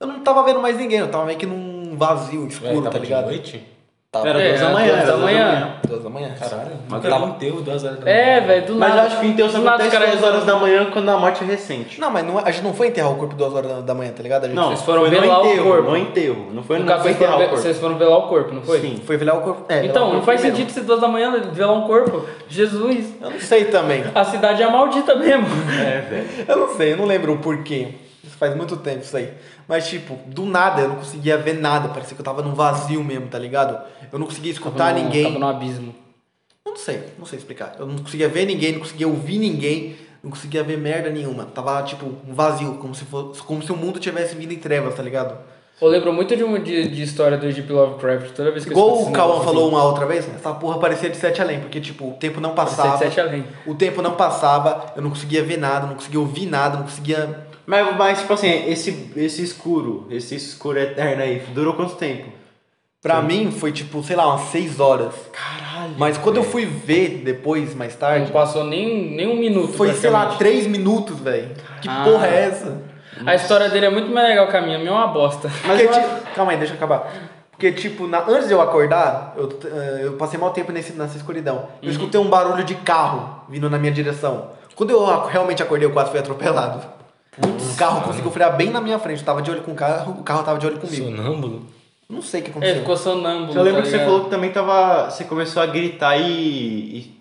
Speaker 4: eu não tava vendo mais ninguém, eu tava meio que num vazio
Speaker 5: Ué,
Speaker 4: escuro,
Speaker 5: tava
Speaker 4: tá ligado?
Speaker 5: De noite?
Speaker 4: Tava
Speaker 5: Era
Speaker 3: É,
Speaker 5: duas da manhã.
Speaker 3: duas da
Speaker 5: era
Speaker 3: manhã.
Speaker 4: duas da manhã.
Speaker 5: Caralho, mas
Speaker 4: Tava-
Speaker 5: tava um teu, duas horas da manhã.
Speaker 3: É, velho, do
Speaker 2: Mas
Speaker 3: nada.
Speaker 2: eu acho que o enterro só
Speaker 3: do nada os
Speaker 2: acontece
Speaker 3: caras
Speaker 2: 2 horas da manhã quando a morte é recente.
Speaker 4: Não, mas não- a gente não foi enterrar o corpo duas horas da- da manhã, tá ligado? A gente
Speaker 2: Não,
Speaker 3: Vocês foram
Speaker 2: foi no
Speaker 3: velar o
Speaker 2: enterro,
Speaker 3: corpo.
Speaker 2: No enterro. Não foi,
Speaker 3: No
Speaker 2: não
Speaker 3: caso,
Speaker 2: foi
Speaker 3: vocês foram,
Speaker 2: enterrar
Speaker 3: ve-
Speaker 2: o corpo.
Speaker 3: vocês foram velar o corpo, não foi?
Speaker 2: Sim.
Speaker 4: Foi velar o corpo. É, velar o
Speaker 3: Então, não
Speaker 4: corpo
Speaker 3: faz
Speaker 4: primeiro.
Speaker 3: sentido ser duas da manhã velar um corpo. Jesus,
Speaker 4: Eu não sei também.
Speaker 3: a cidade é maldita mesmo.
Speaker 2: É, velho.
Speaker 4: Eu não sei, eu não lembro o porquê. Isso faz muito tempo isso aí. Mas, tipo, do nada eu não conseguia ver nada. Parecia que eu tava num vazio mesmo, tá ligado? Eu não conseguia escutar
Speaker 3: Tava num-
Speaker 4: ninguém.
Speaker 3: Tava no abismo.
Speaker 4: Eu não sei, não sei explicar. Eu não conseguia ver ninguém, não conseguia ouvir ninguém, não conseguia ver merda nenhuma. Tava, tipo, um vazio, como se, fosse, como se o mundo tivesse vindo em trevas, tá ligado?
Speaker 3: Eu lembro muito de uma de, de história do Deep Lovecraft, toda vez que eu
Speaker 4: Igual
Speaker 3: escuto
Speaker 4: o
Speaker 3: esse
Speaker 4: Cauã
Speaker 3: negócio,
Speaker 4: falou uma outra vez, essa porra parecia de sete além, porque, tipo, o tempo não
Speaker 3: assim,
Speaker 4: passava.
Speaker 3: de sete além.
Speaker 4: O tempo não passava, eu não conseguia ver nada, não conseguia ouvir nada, não conseguia.
Speaker 2: Mas, mas, tipo assim, esse, esse escuro, esse escuro eterno aí, durou quanto tempo?
Speaker 6: Pra mim foi tipo, sei lá, umas 6 horas.
Speaker 4: Caralho.
Speaker 6: Mas quando eu fui ver depois, mais tarde,
Speaker 3: Não passou nem, nem um minuto.
Speaker 6: foi, sei lá,
Speaker 3: praticamente.
Speaker 6: 3 minutos, velho. Que
Speaker 3: Ah.
Speaker 6: porra é essa?
Speaker 3: A história dele é muito mais legal que a minha. A minha é uma bosta.
Speaker 6: Porque,
Speaker 4: eu
Speaker 6: ti- Calma aí, deixa eu acabar. Porque, tipo, na- antes de eu acordar, eu, t- eh, eu passei mau tempo nesse, nessa escuridão. Eu
Speaker 3: Uhum.
Speaker 6: escutei um barulho de carro vindo na minha direção. Quando eu ac- realmente acordei, eu quase fui atropelado. o carro conseguiu frear bem na minha frente. Eu tava de olho com o carro, o carro tava de olho comigo.
Speaker 5: Sonâmbulo?
Speaker 6: Não sei o que aconteceu.
Speaker 3: Ele É, ficou sonâmbulo.
Speaker 2: Eu lembro
Speaker 3: tá
Speaker 2: que você
Speaker 3: ligado?
Speaker 2: falou que também tava. Você começou a gritar e, e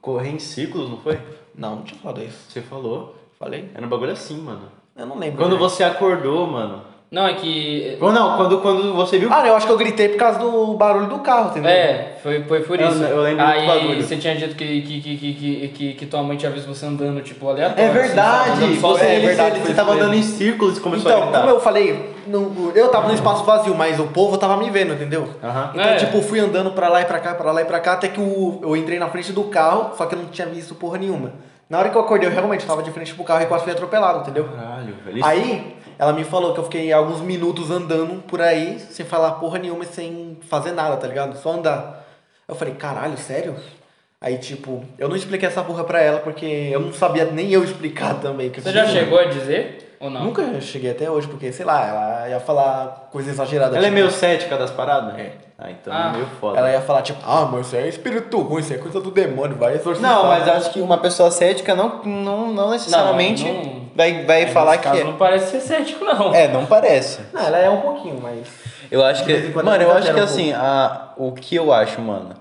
Speaker 2: correr em círculos, não foi?
Speaker 6: Não, não tinha falado isso.
Speaker 2: Você falou.
Speaker 6: Falei?
Speaker 2: Era um bagulho assim, mano.
Speaker 6: Eu não lembro. né?
Speaker 2: Quando você acordou, mano.
Speaker 3: Não, é que.
Speaker 2: Ou não, quando, quando você viu.
Speaker 6: Ah, eu acho que eu gritei por causa do barulho do carro, entendeu?
Speaker 3: É, foi, foi por
Speaker 2: Eu-
Speaker 3: isso.
Speaker 2: eu lembro do
Speaker 3: Aí
Speaker 2: bagulho.
Speaker 3: você tinha dito que, que, que, que, que, que, que tua mãe tinha visto você andando, tipo, aleatório.
Speaker 2: É
Speaker 3: assim,
Speaker 2: verdade!
Speaker 3: andando
Speaker 2: Você,
Speaker 3: sozinho.
Speaker 6: é
Speaker 2: ele-
Speaker 6: verdade,
Speaker 2: você
Speaker 6: foi isso
Speaker 2: tava
Speaker 6: mesmo.
Speaker 2: andando em círculos e começou a
Speaker 6: Então,
Speaker 2: gritar.
Speaker 6: como eu falei, não- eu tava num espaço vazio, mas o povo tava me vendo, entendeu?
Speaker 2: Aham.
Speaker 6: Então,
Speaker 3: É.
Speaker 6: tipo, eu fui andando pra lá e pra cá, pra lá e pra cá, até que o- eu entrei na frente do carro, só que eu não tinha visto porra nenhuma. Na hora que eu acordei, eu realmente tava de frente pro carro e quase fui atropelado, entendeu?
Speaker 2: Caralho, velho.
Speaker 6: Aí, ela me falou que eu fiquei alguns minutos andando por aí, sem falar porra nenhuma e sem fazer nada, tá ligado? Só andar. Eu falei, caralho, sério? Aí, tipo, eu não expliquei essa porra pra ela, porque eu não sabia nem eu explicar também. que eu
Speaker 3: Você já
Speaker 6: tinha-
Speaker 3: chegou a dizer? Ou não?
Speaker 6: Nunca cheguei até hoje, porque, sei lá, ela ia falar coisa exagerada.
Speaker 2: Ela é
Speaker 6: tipo,
Speaker 2: meio cética das paradas?
Speaker 6: É.
Speaker 2: Ah, então
Speaker 3: Ah.
Speaker 2: é meio foda.
Speaker 6: Ela ia falar, tipo, ah, amor, isso é espírito ruim, isso é coisa do demônio, vai exorcizar.
Speaker 2: Não, mas acho que uma pessoa cética não, não, não necessariamente
Speaker 3: Não, não-
Speaker 2: vai, vai
Speaker 3: Nesse
Speaker 2: falar que
Speaker 3: caso
Speaker 2: é.
Speaker 3: não parece ser cético, não.
Speaker 2: É, não parece.
Speaker 6: Não, ela é um pouquinho, mas...
Speaker 2: Eu acho que.
Speaker 6: De vez em quando
Speaker 2: Mano, eu
Speaker 6: ela
Speaker 2: acho que
Speaker 6: altera um
Speaker 2: assim, a, o que eu acho, mano.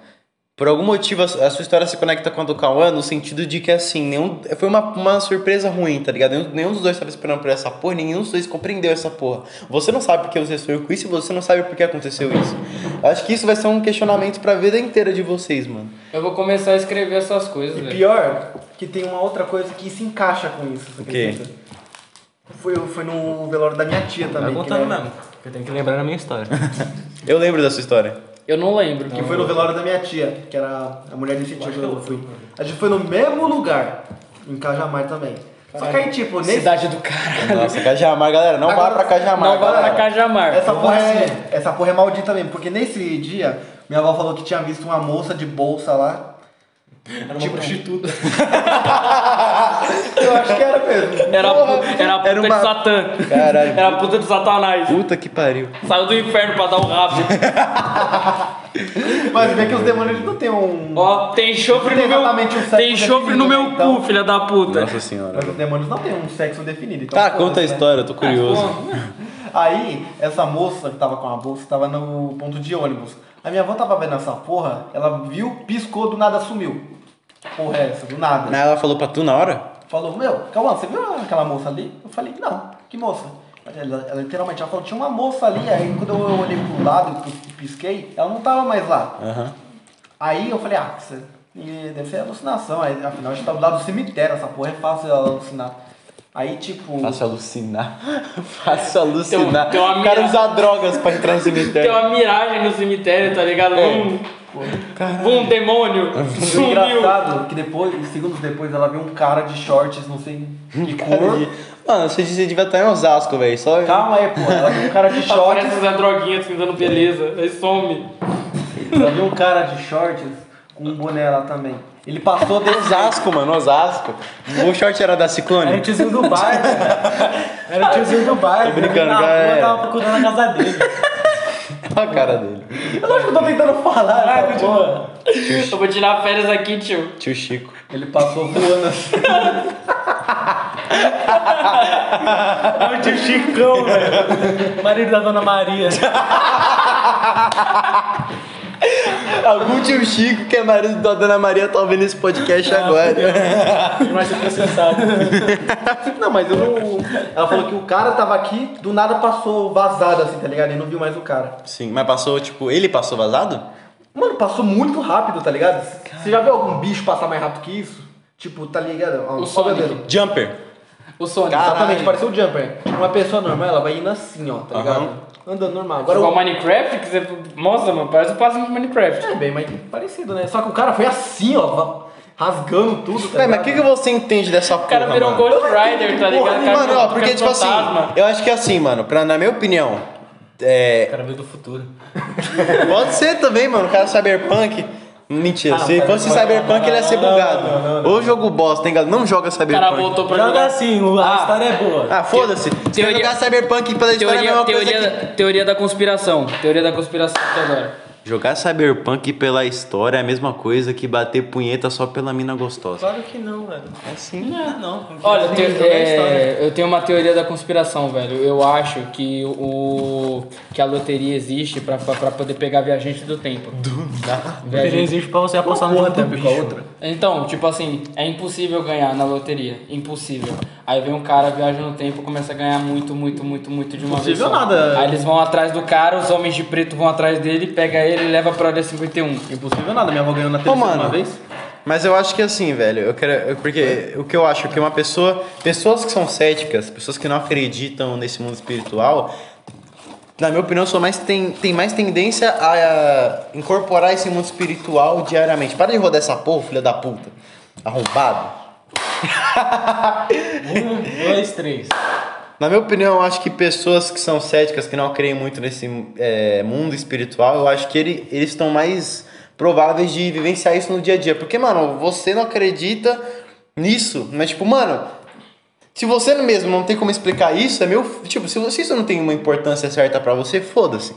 Speaker 2: Por algum motivo, a, su- a sua história se conecta com a do Cauã no sentido de que, assim, nenhum, foi uma, uma surpresa ruim, tá ligado? Nenhum, nenhum dos dois estava esperando por essa porra, nenhum dos dois compreendeu essa porra. Você não sabe porque você sonhou com isso e você não sabe por que aconteceu isso. Eu acho que isso vai ser um questionamento pra vida inteira de vocês, mano.
Speaker 3: Eu vou começar a escrever essas coisas,
Speaker 4: E
Speaker 3: velho.
Speaker 4: pior, que tem uma outra coisa que se encaixa com isso. você
Speaker 2: O quê?
Speaker 4: acredita? Foi, foi no velório da minha
Speaker 3: Tá
Speaker 4: tia
Speaker 5: Vai
Speaker 4: também. que,
Speaker 5: contando
Speaker 4: né,
Speaker 5: mesmo. porque Eu tenho que lembrar da minha história.
Speaker 2: Eu lembro da sua história.
Speaker 3: Eu não lembro.
Speaker 4: Que foi no velório da minha tia, que era a mulher desse tio que eu fui. A gente foi no mesmo lugar, em Cajamar também. Só que aí, tipo, nesse.
Speaker 3: Cidade do caralho.
Speaker 2: Nossa, Cajamar, galera, não
Speaker 4: Agora-
Speaker 2: vá pra Cajamar.
Speaker 3: Não vá
Speaker 2: galera.
Speaker 3: pra Cajamar.
Speaker 4: Essa
Speaker 3: Não
Speaker 4: porra,
Speaker 3: vá assim.
Speaker 4: é, essa porra é maldita mesmo, porque nesse dia minha avó falou que tinha visto uma moça de bolsa lá. Tipo prostituta. Eu acho que era mesmo.
Speaker 3: Era, a pu- era a puta
Speaker 2: Era uma-
Speaker 3: de Satã.
Speaker 2: Caralho.
Speaker 3: Era a puta de Satanás.
Speaker 2: Puta que pariu.
Speaker 3: Saiu do inferno pra dar um rabo.
Speaker 4: Mas vê que os demônios eles não têm um.
Speaker 3: Ó, tem chofre no
Speaker 4: Tem
Speaker 3: meu.
Speaker 4: exatamente o sexo
Speaker 3: Tem chofre no meu
Speaker 2: então.
Speaker 4: definido,
Speaker 3: cu, filha da puta.
Speaker 2: Nossa senhora.
Speaker 4: Mas os demônios não têm um sexo definido. Então,
Speaker 2: Tá,
Speaker 4: foda-se,
Speaker 2: conta a
Speaker 4: né?
Speaker 2: história, eu tô curioso.
Speaker 4: Aí, essa moça que tava com a bolsa tava no ponto de ônibus. A minha avó tava vendo essa porra, ela viu, piscou, do nada sumiu. Porra, é essa, do nada.
Speaker 2: Ela falou pra tu na hora?
Speaker 4: Falou, meu, calma, você viu aquela moça ali? Eu falei, não, que moça? Ela, ela literalmente ela falou, tinha uma moça ali, aí quando eu olhei pro lado e pisquei, ela não tava mais lá.
Speaker 2: Aham.
Speaker 4: Aí eu falei, ah, você, e deve ser alucinação, aí, afinal a gente tá do lado do cemitério, essa porra é fácil ela alucinar. Aí tipo.
Speaker 2: Faço alucinar. Faço alucinar.
Speaker 3: Tem um- tem uma
Speaker 2: o cara
Speaker 3: mira-
Speaker 2: usa drogas pra entrar no
Speaker 3: Tem
Speaker 2: cemitério.
Speaker 3: uma miragem no cemitério, tá ligado? Vum, vum, demônio.
Speaker 4: O
Speaker 3: Sumiu.
Speaker 4: engraçado é que depois, segundos depois, ela viu um cara de shorts, não sei que
Speaker 2: Cara
Speaker 4: cor.
Speaker 2: de- Mano, você disse que devia estar em Osasco, velho. Só.
Speaker 4: Calma aí, pô. Ela viu um cara de shorts.
Speaker 3: Aparece essa droguinha assim, dando beleza. Aí some.
Speaker 4: Ela viu um cara de shorts com um boné lá também. Ele passou desse.
Speaker 2: Osasco, mano, Osasco. O short era da Ciclone?
Speaker 5: Era o tiozinho do bar, cara. Era o tiozinho do bar.
Speaker 2: Tô brincando,
Speaker 5: na rua,
Speaker 4: é.
Speaker 2: galera.
Speaker 5: tava procurando a casa dele.
Speaker 3: É.
Speaker 2: Olha a cara dele.
Speaker 4: Eu não acho que eu tô tentando falar,
Speaker 5: Ah,
Speaker 4: essa porra.
Speaker 5: continua.
Speaker 3: Eu vou tirar férias aqui, tio.
Speaker 2: Tio Chico.
Speaker 4: Ele passou voando assim.
Speaker 5: É o tio Chicão, velho. Marido da Dona Maria.
Speaker 2: Algum tio Chico, que é marido da Dona Maria, tá ouvindo esse podcast
Speaker 3: Ah,
Speaker 2: agora.
Speaker 5: Ele vai ser processado.
Speaker 4: Não, mas eu não. Ela falou que o cara tava aqui, do nada passou vazado assim, tá ligado? E não viu mais o cara.
Speaker 2: Sim, mas passou, tipo, ele passou vazado?
Speaker 4: Mano, passou muito rápido, tá ligado? Você já viu algum bicho passar mais rápido que isso? Tipo, tá ligado? Ó,
Speaker 3: O
Speaker 4: só
Speaker 3: Sonic.
Speaker 4: olhando.
Speaker 3: Tá
Speaker 2: Jumper.
Speaker 3: O Sonic.
Speaker 4: Exatamente, pareceu o Jumper. Uma pessoa normal, ela vai indo assim, ó, tá ligado? Andando normal. Agora
Speaker 3: Agora o
Speaker 4: o...
Speaker 3: Minecraft, que você... Nossa, mano, parece o passinho de Minecraft.
Speaker 4: É bem mais parecido, né? Só que o cara foi assim, ó, va- rasgando tudo, tá
Speaker 2: Ué, mas
Speaker 4: ligado?
Speaker 2: o que, que você entende dessa
Speaker 3: O cara virou um Ghost Rider, tá ligado?
Speaker 2: Mano, ó, porque, tipo assim,
Speaker 3: fantasma.
Speaker 2: eu acho que assim, mano, pra, na minha opinião, É,
Speaker 5: Cara veio do futuro.
Speaker 2: pode ser também, mano. O cara Cyberpunk. Mentira,
Speaker 3: Ah,
Speaker 2: se fosse Cyberpunk, ele ia ser bugado. Ou jogo bosta, hein, galera? Não joga
Speaker 3: O cara
Speaker 2: Cyberpunk.
Speaker 3: voltou pra
Speaker 5: Joga
Speaker 3: jogar.
Speaker 5: assim, o- a
Speaker 3: Ah.
Speaker 5: história é boa.
Speaker 2: Ah, foda-se. Se eu
Speaker 3: Teoria-
Speaker 2: jogar Cyberpunk pela história, é a
Speaker 3: Teoria,
Speaker 2: mesma coisa que-
Speaker 3: teoria, teoria da conspiração. Teoria da conspiração até agora.
Speaker 2: Jogar Cyberpunk pela história é a mesma coisa que bater punheta só pela mina gostosa.
Speaker 5: Claro que não, velho. É
Speaker 2: assim.
Speaker 5: sim. Não, não.
Speaker 3: Olha, eu
Speaker 5: Tem
Speaker 3: tenho,
Speaker 5: que jogar a história.
Speaker 3: é, eu tenho uma teoria da conspiração, velho. Eu acho que o que a loteria existe pra, pra, pra poder pegar viajante do tempo. Do
Speaker 5: Ele existe pra você apostar no
Speaker 4: Porra
Speaker 5: jogo
Speaker 4: do
Speaker 5: Um tempo com a
Speaker 4: bicho.
Speaker 5: outra.
Speaker 3: Então, tipo assim, é impossível ganhar na loteria. Impossível. Aí vem um cara, viaja no tempo, começa a ganhar muito, muito, muito, muito de uma vez.
Speaker 5: Impossível
Speaker 3: só.
Speaker 5: nada.
Speaker 3: Aí eles vão atrás do cara, os homens de preto vão atrás dele, pega ele e um. leva pra área 51.
Speaker 4: Impossível nada, minha avó ganhou na televisão
Speaker 2: mano.
Speaker 4: uma vez.
Speaker 2: Mas eu acho que assim, velho, eu quero. eu- porque o que eu acho é que uma pessoa. Pessoas que são céticas, pessoas que não acreditam nesse mundo espiritual, na minha opinião, são mais tem, tem mais tendência a, incorporar esse mundo espiritual diariamente. Para de rodar essa porra, filha da puta. Arrombado.
Speaker 5: Um, dois, três.
Speaker 2: Na minha opinião, eu acho que pessoas que são céticas, que não creem muito nesse é, mundo espiritual, eu acho que ele- eles estão mais prováveis de vivenciar isso no dia a dia. Porque, mano, você não acredita nisso, mas, tipo, mano, se você mesmo não tem como explicar isso, é meu. Tipo, se, você- se isso não tem uma importância certa pra você, foda-se.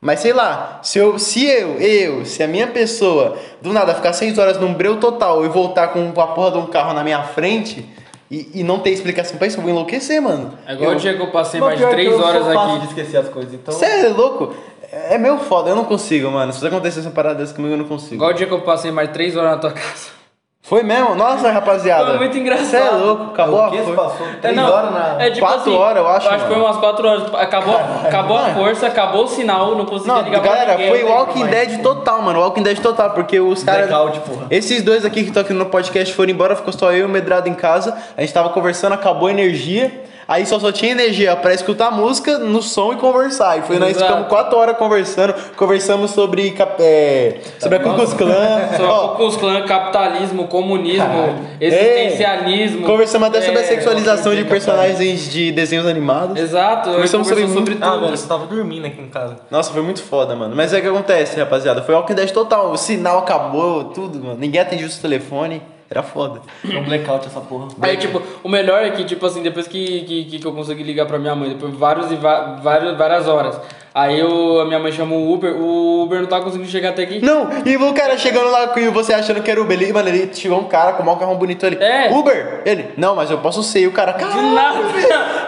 Speaker 2: Mas sei lá, se eu, se eu, eu, se a minha pessoa do nada ficar seis horas num breu total e voltar com a porra de um carro na minha frente e, e não ter explicação pra isso, eu vou enlouquecer, mano.
Speaker 3: É igual
Speaker 2: Eu-
Speaker 3: o dia que eu passei mais
Speaker 4: Mas
Speaker 3: de
Speaker 4: pior que eu
Speaker 3: três
Speaker 4: sou
Speaker 3: horas
Speaker 4: fácil
Speaker 3: aqui.
Speaker 4: de esquecer as coisas, então.
Speaker 2: Você é louco? É é meu foda, eu não consigo, mano. Se acontecer essa parada dessa comigo, eu não consigo.
Speaker 3: Igual o dia que eu passei mais de três horas na tua casa.
Speaker 2: Foi mesmo? Nossa, rapaziada.
Speaker 3: Foi muito engraçado.
Speaker 2: Você é louco, acabou
Speaker 4: O
Speaker 2: a
Speaker 4: que se
Speaker 2: força.
Speaker 4: passou? Três
Speaker 3: não,
Speaker 4: horas na.
Speaker 3: é tipo
Speaker 2: quatro
Speaker 3: assim,
Speaker 2: horas, eu acho,
Speaker 3: que foi
Speaker 2: mano. é.
Speaker 3: umas quatro horas. tipo, Acabou, acabou a força, acabou o sinal, não consegui
Speaker 2: Não,
Speaker 3: ligar pra
Speaker 2: galera,
Speaker 3: ninguém.
Speaker 2: foi Walking Dead total, mano. Walking Dead total, porque os caras.
Speaker 4: Blackout, porra.
Speaker 2: Esses dois aqui que estão aqui no podcast foram embora, ficou só eu e o Medrado em casa. A gente tava conversando, acabou a energia. Aí só só tinha energia pra escutar música no som e conversar. E foi nós
Speaker 3: Exato.
Speaker 2: ficamos quatro horas conversando. Conversamos sobre. cap- É, sobre a Ku Klux Klan.
Speaker 3: Sobre
Speaker 2: Ó,
Speaker 3: os clãs, capitalismo, comunismo, existencialismo.
Speaker 2: Conversamos até sobre
Speaker 3: é,
Speaker 2: a sexualização de personagens de desenhos animados.
Speaker 3: Exato,
Speaker 2: Conversamos sobre muito-
Speaker 3: tudo.
Speaker 5: Ah, velho, você
Speaker 4: tá
Speaker 5: tava dormindo aqui em casa.
Speaker 2: Nossa, foi muito foda, mano. Mas é o que acontece, rapaziada. Foi Walking Dead total. O sinal acabou, tudo, mano. Ninguém atendia o seu telefone. Era foda.
Speaker 4: Foi um blackout essa porra.
Speaker 3: Aí, tipo, o melhor é que, tipo assim, depois que, que, que- que eu consegui ligar pra minha mãe, depois de vários e va- vários, várias horas. Aí eu, a minha mãe chamou o Uber, o Uber não tava conseguindo chegar até aqui.
Speaker 2: Não, e o cara chegando lá com e você achando que era Uber. Ele, mano, ele chegou um cara com um carrão bonito ali.
Speaker 3: É.
Speaker 2: Uber! Ele, não, mas eu posso ser. E o cara,
Speaker 3: De
Speaker 2: caralho.
Speaker 3: nada!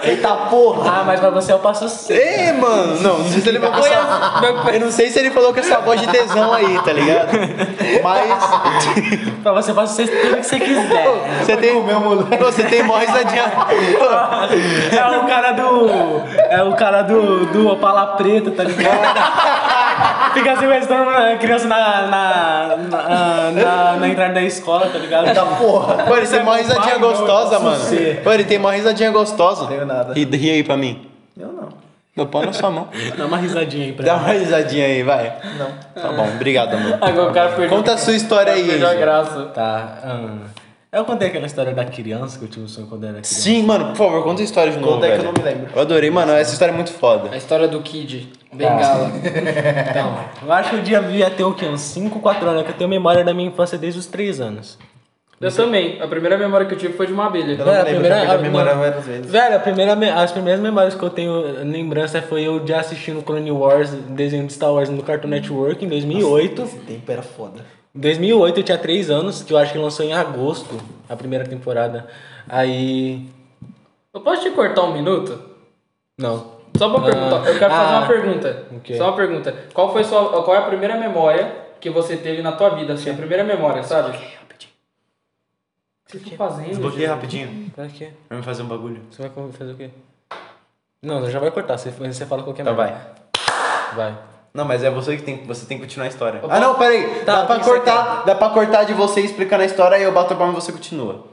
Speaker 2: Eita porra!
Speaker 5: Ah, mas pra você eu passo assim.
Speaker 2: Ei, é, mano! Não, não sei se ele falou
Speaker 3: Foi assim,
Speaker 2: essa...
Speaker 3: a-
Speaker 2: Eu não sei se ele falou com essa voz de tesão aí, tá ligado? Mas.
Speaker 5: Pra você eu passo tudo que você quiser.
Speaker 2: Você tem. Ô, Você tem mó risadinha.
Speaker 5: É o cara do. É o cara do, do Opala Preta, tá ligado? Fica assim sequestrando a é, criança na na, na, na- na entrada da escola, tá ligado? Tá porra.
Speaker 2: Pô, ele tem mó risadinha gostosa, mano.
Speaker 5: Ser.
Speaker 2: Pô, ele tem mó risadinha gostosa.
Speaker 4: Tenho nada.
Speaker 2: Ri, ri aí pra mim.
Speaker 4: Eu não.
Speaker 2: Meu pau na sua mão.
Speaker 5: Dá uma risadinha aí pra
Speaker 2: Dá
Speaker 5: ela.
Speaker 2: uma risadinha aí, vai.
Speaker 4: Não.
Speaker 2: Tá bom, obrigado, amor.
Speaker 3: Agora o cara perdeu.
Speaker 2: Conta a sua história aí,
Speaker 3: perdeu a
Speaker 2: Enzo.
Speaker 3: graça.
Speaker 5: Tá. hum. eu contei aquela história da criança que eu tive um sonho quando eu era criança.
Speaker 2: Sim, mano, por favor, conta a história de novo.
Speaker 4: Conta aí que
Speaker 2: velho.
Speaker 4: eu não me lembro.
Speaker 2: Eu adorei, mano, essa história é muito foda.
Speaker 3: A história do Kid, Bengala.
Speaker 5: Então, eu acho que o dia devia ter o quê? Uns 5, 4 anos, né? que eu tenho memória da minha infância desde os 3 anos.
Speaker 3: Eu também. A primeira memória que eu tive foi de uma abelha.
Speaker 4: Eu não
Speaker 5: Velho,
Speaker 4: lembro, já perdi a memória várias vezes.
Speaker 5: Velho, a primeira, me- as primeiras memórias que eu tenho lembrança foi eu já assistindo Clone Wars, desenho de Star Wars no Cartoon Network em 2008.
Speaker 4: Esse tempo era foda.
Speaker 5: Em 2008 eu tinha 3 anos, que eu acho que lançou em agosto a primeira temporada. Aí.
Speaker 3: Eu posso te cortar um minuto?
Speaker 5: Não.
Speaker 3: Só pra perguntar, eu quero fazer
Speaker 5: ah,
Speaker 3: uma pergunta.
Speaker 5: o quê?
Speaker 3: Só uma pergunta. Qual foi sua, qual é a primeira memória que você teve na tua vida, assim, a primeira memória, sabe? O que você tá fazendo? Jesus?
Speaker 2: rapidinho.
Speaker 5: Pra quê?
Speaker 2: Vamos fazer um bagulho.
Speaker 5: Você vai co- fazer o quê? Não, já vai cortar, você, você fala qualquer
Speaker 4: Então
Speaker 2: Tá,
Speaker 5: merda.
Speaker 2: vai.
Speaker 5: Vai.
Speaker 2: Não, mas é você que tem, você tem que continuar a história.
Speaker 3: Eu
Speaker 2: Ah, não, peraí.
Speaker 5: Tá,
Speaker 2: dá
Speaker 5: o
Speaker 2: pra
Speaker 5: que que você
Speaker 2: cortar, dá pra cortar de você explicando a história e eu bato a palma e você continua.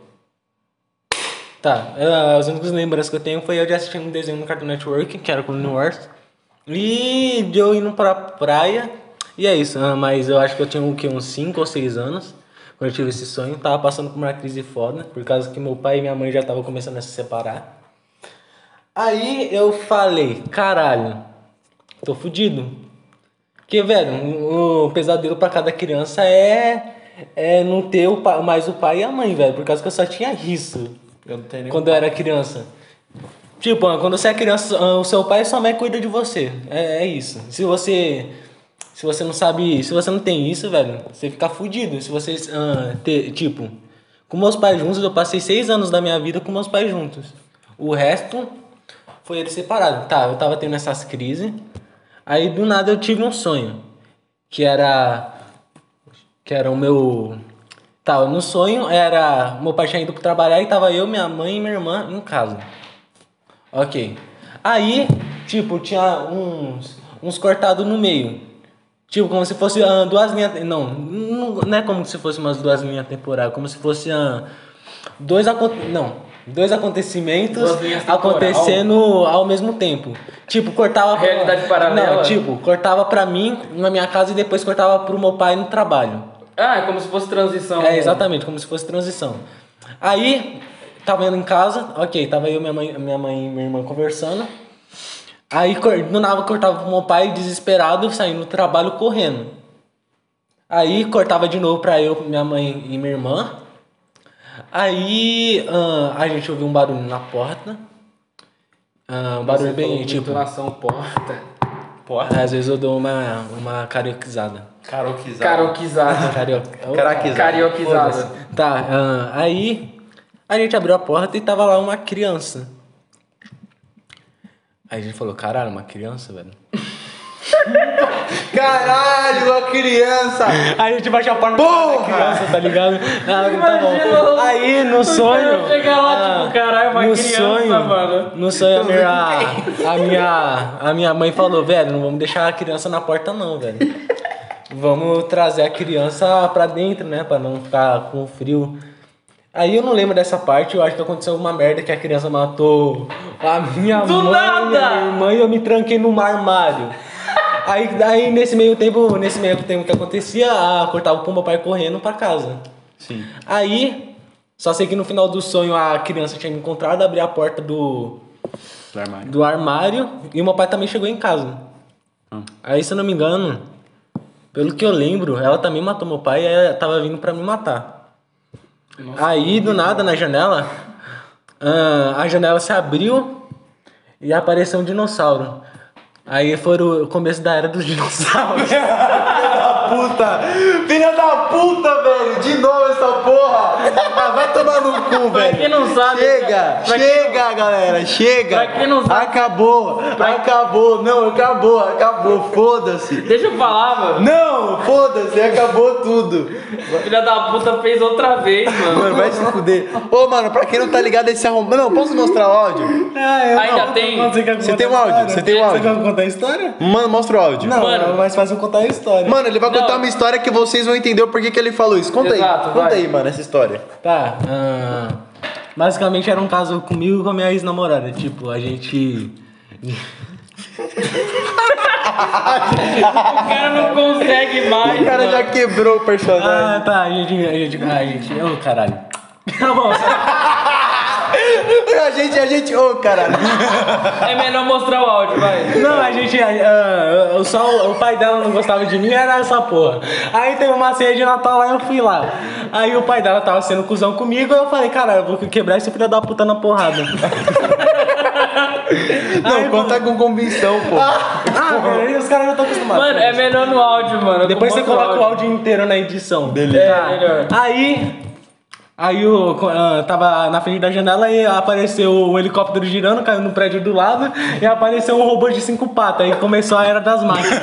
Speaker 5: Tá, ah, as únicas lembranças que eu tenho foi eu de assistir um desenho no Cartoon Network, que era o Clone Wars, e de eu indo pra praia, e é isso, ah, mas eu acho que eu tinha o quê, uns 5 ou 6 anos, quando eu tive esse sonho, tava passando por uma crise foda, por causa que meu pai e minha mãe já estavam começando a se separar. Aí eu falei, caralho, tô fudido. Porque, velho, um, um pesadelo pra cada criança é. É não ter o pa- mais o pai e a mãe, velho. Por causa que eu só tinha isso
Speaker 4: Eu não tenho nem.
Speaker 5: quando eu era criança. Tipo, ah, quando você é criança, ah, o seu pai e sua mãe cuidam de você. É, é isso. Se você. Se você não sabe. Se você não tem isso, velho, você fica fudido. Se você. ah, ter, tipo, com meus pais juntos, eu passei seis anos da minha vida com meus pais juntos. O resto foi eles separados. Tá, eu tava tendo essas crises. Aí do nada eu tive um sonho. Que era. Que era o meu. Tava no sonho, era. Meu pai tinha ido pra trabalhar e tava eu, minha mãe e minha irmã em casa. Ok. Aí, tipo, tinha uns, uns cortados no meio. Tipo, como se fosse ah, duas linhas. Não, não, não é como se fosse umas duas linhas temporais. Como se fosse ah, dois acon- Não. Dois acontecimentos
Speaker 3: Duas linhas temporal.
Speaker 5: acontecendo ao mesmo tempo. Tipo, cortava.
Speaker 3: Realidade paralela.
Speaker 5: Não, tipo, cortava pra mim na minha casa e depois cortava pro meu pai no trabalho.
Speaker 3: Ah, é como se fosse transição.
Speaker 5: É, exatamente, como se fosse transição. Aí, tava indo em casa, ok, tava eu, minha mãe, minha mãe e minha irmã conversando. Aí, cor- do nada, cortava pro meu pai, desesperado, saindo do trabalho, correndo. Aí, cortava de novo pra eu, minha mãe e minha irmã. Aí, ah, a gente ouviu um barulho na porta. Ah, um barulho bem, tipo...
Speaker 3: Titulação porta.
Speaker 5: Às vezes eu dou uma, uma carioquizada.
Speaker 3: Caroquizada.
Speaker 5: Carioca.
Speaker 2: Caraquizada.
Speaker 3: Carioquizada.
Speaker 5: Tá, ah, aí a gente abriu a porta e tava lá uma criança. Aí a gente falou, caralho, uma criança, velho.
Speaker 2: Caralho, a criança!
Speaker 5: Aí a gente baixou a porta Porra! criança, tá ligado? Ah, tá bom. Aí no sonho.
Speaker 3: chegar lá,
Speaker 5: ah,
Speaker 3: tipo, caralho, uma
Speaker 5: no
Speaker 3: criança,
Speaker 5: sonho,
Speaker 3: mano.
Speaker 5: No sonho, a minha, a, minha, a minha mãe falou, velho, não vamos deixar a criança na porta, não, velho. Vamos trazer a criança pra dentro, né? Pra não ficar com frio. Aí eu não lembro dessa parte, eu acho que aconteceu alguma merda que a criança matou a minha
Speaker 3: Do
Speaker 5: mãe,
Speaker 3: nada!
Speaker 5: a minha irmã e eu me tranquei num armário. Aí daí nesse meio tempo, nesse meio tempo que acontecia, a, cortava o meu pai correndo pra casa. Sim. Aí, só sei que no final do sonho a criança tinha me encontrado, abri a porta do,
Speaker 2: Do armário.
Speaker 5: do armário e o meu pai também chegou em casa. Aí, se eu não me engano, pelo que eu lembro, ela também matou meu pai e ela tava vindo pra me matar. Aí, do nada, na janela, ah, a janela se abriu e apareceu um dinossauro. Aí foi o começo da era dos dinossauros.
Speaker 2: Puta! Filha da puta, velho! De novo essa porra! Ah, vai tomar no cu,
Speaker 3: Pra
Speaker 2: velho!
Speaker 3: quem não sabe.
Speaker 2: Chega!
Speaker 3: pra quem-
Speaker 2: chega, galera! Chega!
Speaker 3: pra quem não sabe-
Speaker 2: Acabou! Acabou! Não, acabou! Acabou! Foda-se!
Speaker 3: Deixa eu falar, mano.
Speaker 2: Não! Foda-se! Acabou tudo!
Speaker 3: Filha da puta fez outra vez, mano.
Speaker 2: Mano, vai se fuder! Ô, mano, pra quem não tá ligado, esse arrombado... Não, posso mostrar o áudio?
Speaker 3: Ainda tem.
Speaker 2: Você tem um áudio? Você tem um
Speaker 5: Você
Speaker 2: áudio?
Speaker 5: quer contar a história?
Speaker 2: Mano, mostra o áudio.
Speaker 5: Não,
Speaker 3: Mano.
Speaker 5: é mais fácil eu contar a história.
Speaker 2: Mano, ele vai
Speaker 3: Não.
Speaker 2: contar uma história que vocês vão entender o porquê que ele falou isso. Conta
Speaker 3: Exato,
Speaker 2: aí, conta
Speaker 3: vai.
Speaker 2: aí, mano, essa história.
Speaker 5: Tá. ah, basicamente era um caso comigo e com a minha ex-namorada. Tipo, a gente.
Speaker 3: O cara não consegue mais.
Speaker 2: O cara
Speaker 3: mano.
Speaker 2: já quebrou o personagem.
Speaker 5: Ah, tá. A gente. A gente. A gente. Ô, caralho. Tá bom.
Speaker 2: A gente, a gente. Ô, caralho.
Speaker 3: É melhor mostrar o áudio, vai.
Speaker 5: Não, a gente. ah, eu só, o pai dela não gostava de mim, era essa porra. Aí teve uma ceia de Natal lá eu fui lá. Aí o pai dela tava sendo cuzão comigo, eu falei, caralho, eu vou quebrar esse filho da puta na porrada.
Speaker 2: Não,
Speaker 5: Ai,
Speaker 2: conta com convicção, pô.
Speaker 5: ah, velho, os caras já estão acostumados.
Speaker 3: Mano, é melhor no áudio, mano.
Speaker 5: Depois você
Speaker 3: Mostra
Speaker 5: coloca o áudio inteiro na edição.
Speaker 2: Beleza.
Speaker 5: É,
Speaker 3: Tá. melhor.
Speaker 5: Aí. Aí eu ah, tava na frente da janela e apareceu o helicóptero girando, caiu no prédio do lado, e apareceu um robô de cinco patas. Aí começou a era das máquinas.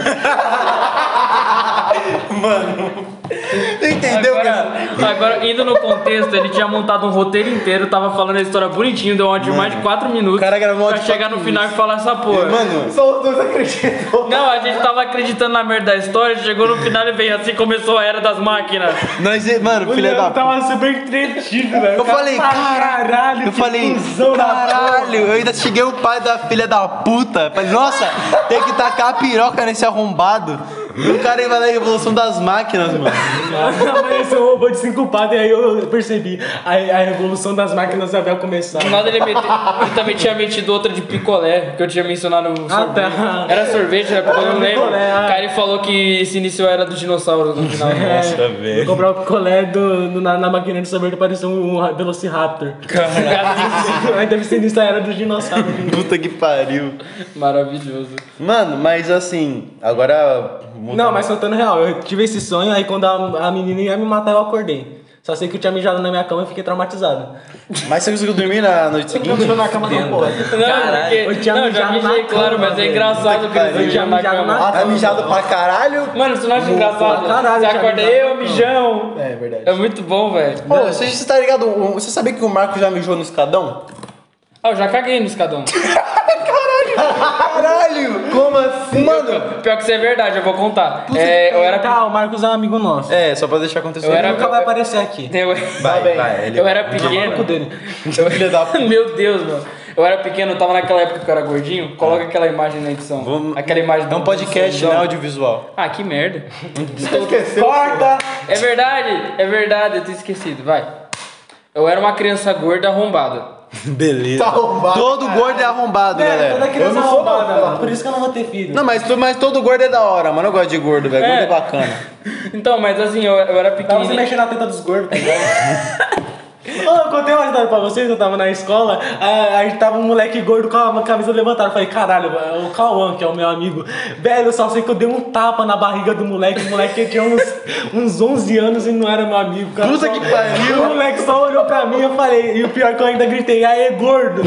Speaker 2: Entendeu, cara?
Speaker 3: Agora, agora, indo no contexto, ele tinha montado um roteiro inteiro, tava falando a história bonitinho, deu um áudio de mais de 4 minutos. O
Speaker 2: cara gravou um
Speaker 3: Pra
Speaker 2: áudio de
Speaker 3: chegar no final e falar essa porra.
Speaker 2: Mano,
Speaker 4: Só os dois acreditam.
Speaker 3: Não, a gente tava acreditando na merda da história, chegou no final e veio assim, começou a era das máquinas.
Speaker 2: nós. é, Mano, filha da.
Speaker 5: Eu
Speaker 2: p-
Speaker 5: tava super entretido, velho. tá
Speaker 2: Eu falei,
Speaker 5: caralho,
Speaker 2: Eu
Speaker 5: que
Speaker 2: falei,
Speaker 5: cuzão da porra."
Speaker 2: caralho, eu ainda cheguei o pai da filha da puta. Falei, nossa, tem que tacar a piroca nesse arrombado. O cara aí vai na Revolução das Máquinas, mano.
Speaker 5: Apareceu um robô de cinco patas e aí eu percebi a, a revolução das máquinas havia começado.
Speaker 3: Do nada ele, meteu, ele também tinha metido outra de picolé, que eu tinha mencionado no
Speaker 5: Ah,
Speaker 3: sorvete.
Speaker 5: tá.
Speaker 3: Era sorvete, era picolé, eu não lembro.
Speaker 5: Picolé, ah.
Speaker 3: O cara falou que se iniciou era do dinossauro no final.
Speaker 5: Nossa, velho. Comprar o É, picolé do, do- na, na máquina de saber que apareceu um ra- Velociraptor. Aí deve ser nisso a era dos dinossauros.
Speaker 2: Puta que pariu.
Speaker 3: Maravilhoso.
Speaker 2: Mano, mas assim, agora.
Speaker 5: Não, mas contando real, eu tive esse sonho, aí quando a, a menina ia me matar, eu acordei. Só sei que eu tinha mijado na minha cama e fiquei traumatizado.
Speaker 2: Mas você conseguiu dormir na noite seguinte?
Speaker 4: Tô na cama não pode.
Speaker 3: Não,
Speaker 5: eu
Speaker 3: porque,
Speaker 5: tinha
Speaker 3: não, já
Speaker 5: mijado na
Speaker 3: mijei,
Speaker 5: cama,
Speaker 3: claro, mas é
Speaker 5: velho.
Speaker 3: engraçado que eles
Speaker 5: Eu
Speaker 3: mijam
Speaker 5: tinha
Speaker 3: na
Speaker 5: mijado na
Speaker 3: cama.
Speaker 5: cama.
Speaker 2: Tá mijado pra caralho?
Speaker 3: Mano, isso não acha engraçado?
Speaker 5: caralho,
Speaker 3: você
Speaker 5: eu tinha
Speaker 3: acorda,
Speaker 5: mijado na
Speaker 3: eu,
Speaker 5: cama."
Speaker 3: mijão.
Speaker 4: É verdade.
Speaker 3: É muito bom, velho.
Speaker 2: Pô, você, você tá ligado? O- Você sabia que o Marco já mijou no escadão?
Speaker 3: Ah, eu já caguei no escadão.
Speaker 2: Caralho! Como assim? Mano!
Speaker 3: Pior que isso é verdade, eu vou contar. É, eu era. pe-
Speaker 5: Tá, o Marcos é um amigo nosso.
Speaker 2: É, só pra deixar acontecer.
Speaker 3: Eu era-
Speaker 5: Nunca vai aparecer aqui.
Speaker 3: Eu,
Speaker 2: Vai, vai. Ele...
Speaker 3: eu era pequeno.
Speaker 5: Cu dele.
Speaker 3: Eu-
Speaker 2: Então, Filha da puta.
Speaker 3: Meu Deus, mano. Eu era pequeno, eu tava naquela época que eu era gordinho. Coloca aquela imagem na edição.
Speaker 2: É. Vamos-
Speaker 3: Aquela imagem
Speaker 2: É um podcast, né? Audiovisual.
Speaker 3: Ah, que merda.
Speaker 4: Esqueceu.
Speaker 3: Corta! É verdade, é verdade, eu tinha esquecido. Vai. Eu era uma criança gorda arrombada.
Speaker 2: Beleza.
Speaker 4: Tá arrombado.
Speaker 2: Todo gordo é arrombado,
Speaker 5: É, toda
Speaker 2: galera.
Speaker 5: criança
Speaker 4: Eu não sou
Speaker 5: roubada,
Speaker 4: mal,
Speaker 5: mano. Por isso que eu não vou ter filho.
Speaker 2: Não, mas, tu- mas todo gordo é da hora, mano. Eu gosto de gordo, velho. Gordo é
Speaker 3: É.
Speaker 2: bacana.
Speaker 3: Então, mas assim, eu, eu era
Speaker 5: Dá pra você
Speaker 3: pequeno.
Speaker 5: mexer na teta dos gordos, tá ligado? Ô, eu contei uma história pra vocês, eu tava na escola, aí, aí tava um moleque gordo com a camisa levantada. Eu falei, caralho, é o Cauã, que é o meu amigo. Velho, eu só sei que eu dei um tapa na barriga do moleque, o moleque tinha uns, uns 11 anos e não era meu amigo. Cara.
Speaker 2: Puta
Speaker 5: Só-
Speaker 2: que pariu!
Speaker 5: O moleque só olhou pra mim e eu falei, e o pior é que eu ainda gritei, aê, gordo!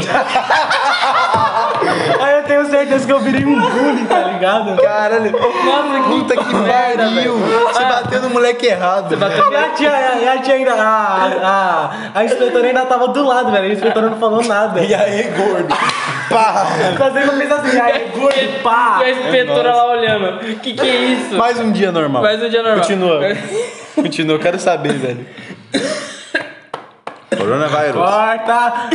Speaker 5: aí eu tenho certeza que eu virei um bullying, tá ligado?
Speaker 2: Caralho.
Speaker 3: Nossa, que
Speaker 2: Puta que
Speaker 3: merda,
Speaker 2: pariu. Ah.
Speaker 3: velho.
Speaker 2: Você bateu no moleque errado.
Speaker 5: E a tia, a, a tia ainda. A, a, a inspetora ainda tava do lado, velho. A inspetora não falou nada.
Speaker 2: E aí, gordo? Pá.
Speaker 5: Fazendo fez assim, aí, gordo, pá!
Speaker 3: E a
Speaker 2: É
Speaker 3: inspetora lá olhando. Que que é isso?
Speaker 2: Mais um dia normal.
Speaker 3: Mais um dia normal.
Speaker 2: Continua. Continua, eu quero saber, velho. Coronavírus.
Speaker 5: Corta!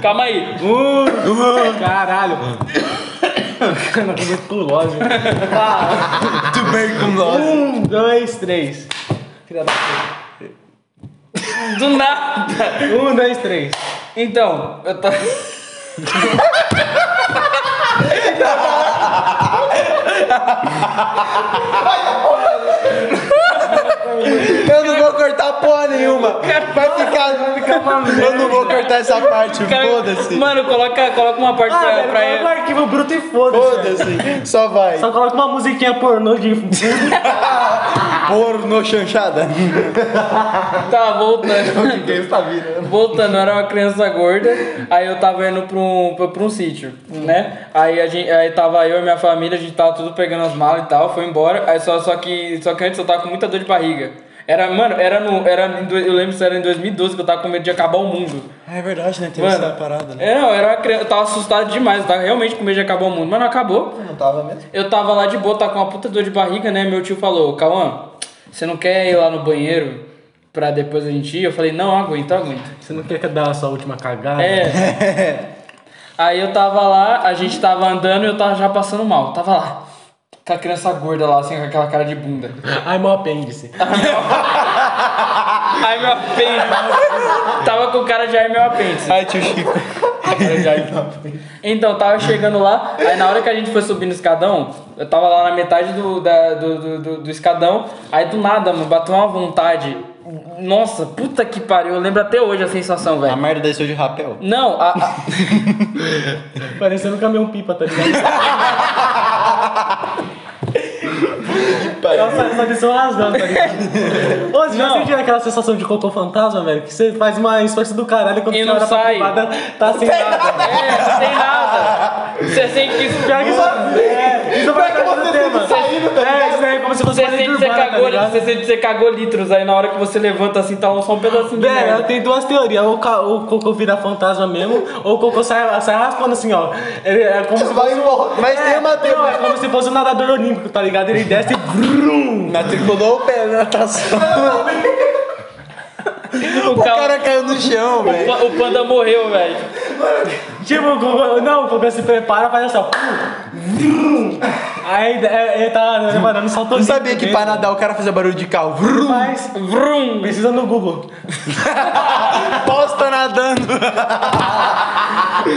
Speaker 3: Calma aí.
Speaker 5: um, um, caralho! Cara, tuberculose.
Speaker 2: Tuberculose.
Speaker 5: Um, dois, três. Filha da puta.
Speaker 3: Um Do nada.
Speaker 5: Um, dois, três.
Speaker 3: Então, eu tava.
Speaker 2: Eu não vou cortar porra nenhuma. Vai ficar. Eu não vou cortar essa parte,
Speaker 3: Cara,
Speaker 2: foda-se.
Speaker 3: Mano, coloca, coloca uma parte
Speaker 5: Ah,
Speaker 3: pra,
Speaker 5: velho,
Speaker 3: pra
Speaker 5: coloca o arquivo bruto e foda-se. velho.
Speaker 2: Foda-se. Só vai.
Speaker 5: Só coloca uma musiquinha pornô de.
Speaker 2: Porno chanchada.
Speaker 3: Tá, voltando.
Speaker 4: O que isso tá virando?
Speaker 3: Voltando, eu era uma criança gorda, aí eu tava indo pra um, pra, pra um sítio, né? Aí, a gente, aí tava eu e minha família, a gente tava tudo pegando as malas e tal, foi embora. Aí só, só, que, só que antes eu tava com muita dor de barriga. Era, mano, era no. Era em do- eu lembro se era em 2012 que eu tava com medo de acabar o mundo.
Speaker 2: É verdade, né? Teve
Speaker 3: Mano,
Speaker 2: essa parada, né?
Speaker 3: É, não, eu era uma criança, eu tava assustado demais, eu tava realmente com medo de acabar o mundo, mas não acabou.
Speaker 4: Não tava mesmo?
Speaker 3: Eu tava lá de boa, tá com uma puta dor de barriga, né? Meu tio falou, Cauã, você não quer ir lá no banheiro pra depois a gente ir? Eu falei, não, aguenta, aguenta.
Speaker 5: Você não quer dar a sua última cagada?
Speaker 3: É. Aí eu tava lá, a gente tava andando e eu tava já passando mal. Eu Tava lá. Com a criança gorda lá, assim, com aquela cara de bunda.
Speaker 5: Ai, meu apêndice.
Speaker 3: Aí meu apêndice. tava com cara de ai meu apêndice.
Speaker 2: Ai, tio Chico.
Speaker 3: Então, tava chegando lá, aí na hora que a gente foi subir no escadão, eu tava lá na metade do, da- do, do, do- do escadão, aí do nada, mano, bateu uma vontade. Nossa, puta que pariu, eu lembro até hoje a sensação,
Speaker 2: A
Speaker 3: velho.
Speaker 2: merda desceu de é rapel.
Speaker 3: Não, a- a,
Speaker 5: Parecendo um caminhão pipa, tá ligado? Nossa, só que são rasgando, tá ligado? Ô, você já
Speaker 3: Não.
Speaker 5: sentiu aquela sensação de cocô fantasma, velho? Que você faz uma esforço do caralho e quando
Speaker 3: E
Speaker 5: você
Speaker 3: não
Speaker 5: olha pra
Speaker 3: sai.
Speaker 5: privada, tá sem nada.
Speaker 3: É, sem nada. Você sente que isso
Speaker 5: Pior que isso é, isso vai ficar no tema. É, isso daí é como se fosse
Speaker 3: Você
Speaker 5: uma
Speaker 3: sente,
Speaker 5: lenda
Speaker 3: que você,
Speaker 5: urbana, tá
Speaker 3: cagou, né?
Speaker 5: ligado?
Speaker 3: você sente que você cagou litros, aí na hora que você levanta assim, tá só um pedacinho de
Speaker 5: Velho, É, eu
Speaker 3: merda.
Speaker 5: tenho duas teorias. Ou ca- ou o cocô vira fantasma mesmo, ou o cocô sai, sai raspando assim, ó. Ele é como se
Speaker 2: Vai
Speaker 5: fosse.
Speaker 2: embora. Mas tem uma
Speaker 5: Não, é
Speaker 2: teoria.
Speaker 5: como se fosse um nadador olímpico, tá ligado? Ele desce e brum,
Speaker 2: Matriculou o pé na natação.
Speaker 3: O,
Speaker 2: O
Speaker 3: cal-
Speaker 2: cara caiu no chão,
Speaker 3: o
Speaker 2: velho.
Speaker 3: pa- o panda morreu, velho.
Speaker 5: Tipo, o Gugu- não, o Gugu se prepara, faz assim, ó. Aí é, ele tá reparando só
Speaker 2: Não sabia que pra nadar o cara fazia barulho de carro. Vrum,
Speaker 5: Mas
Speaker 3: Vrum!
Speaker 5: precisa no Google.
Speaker 2: Posta nadando.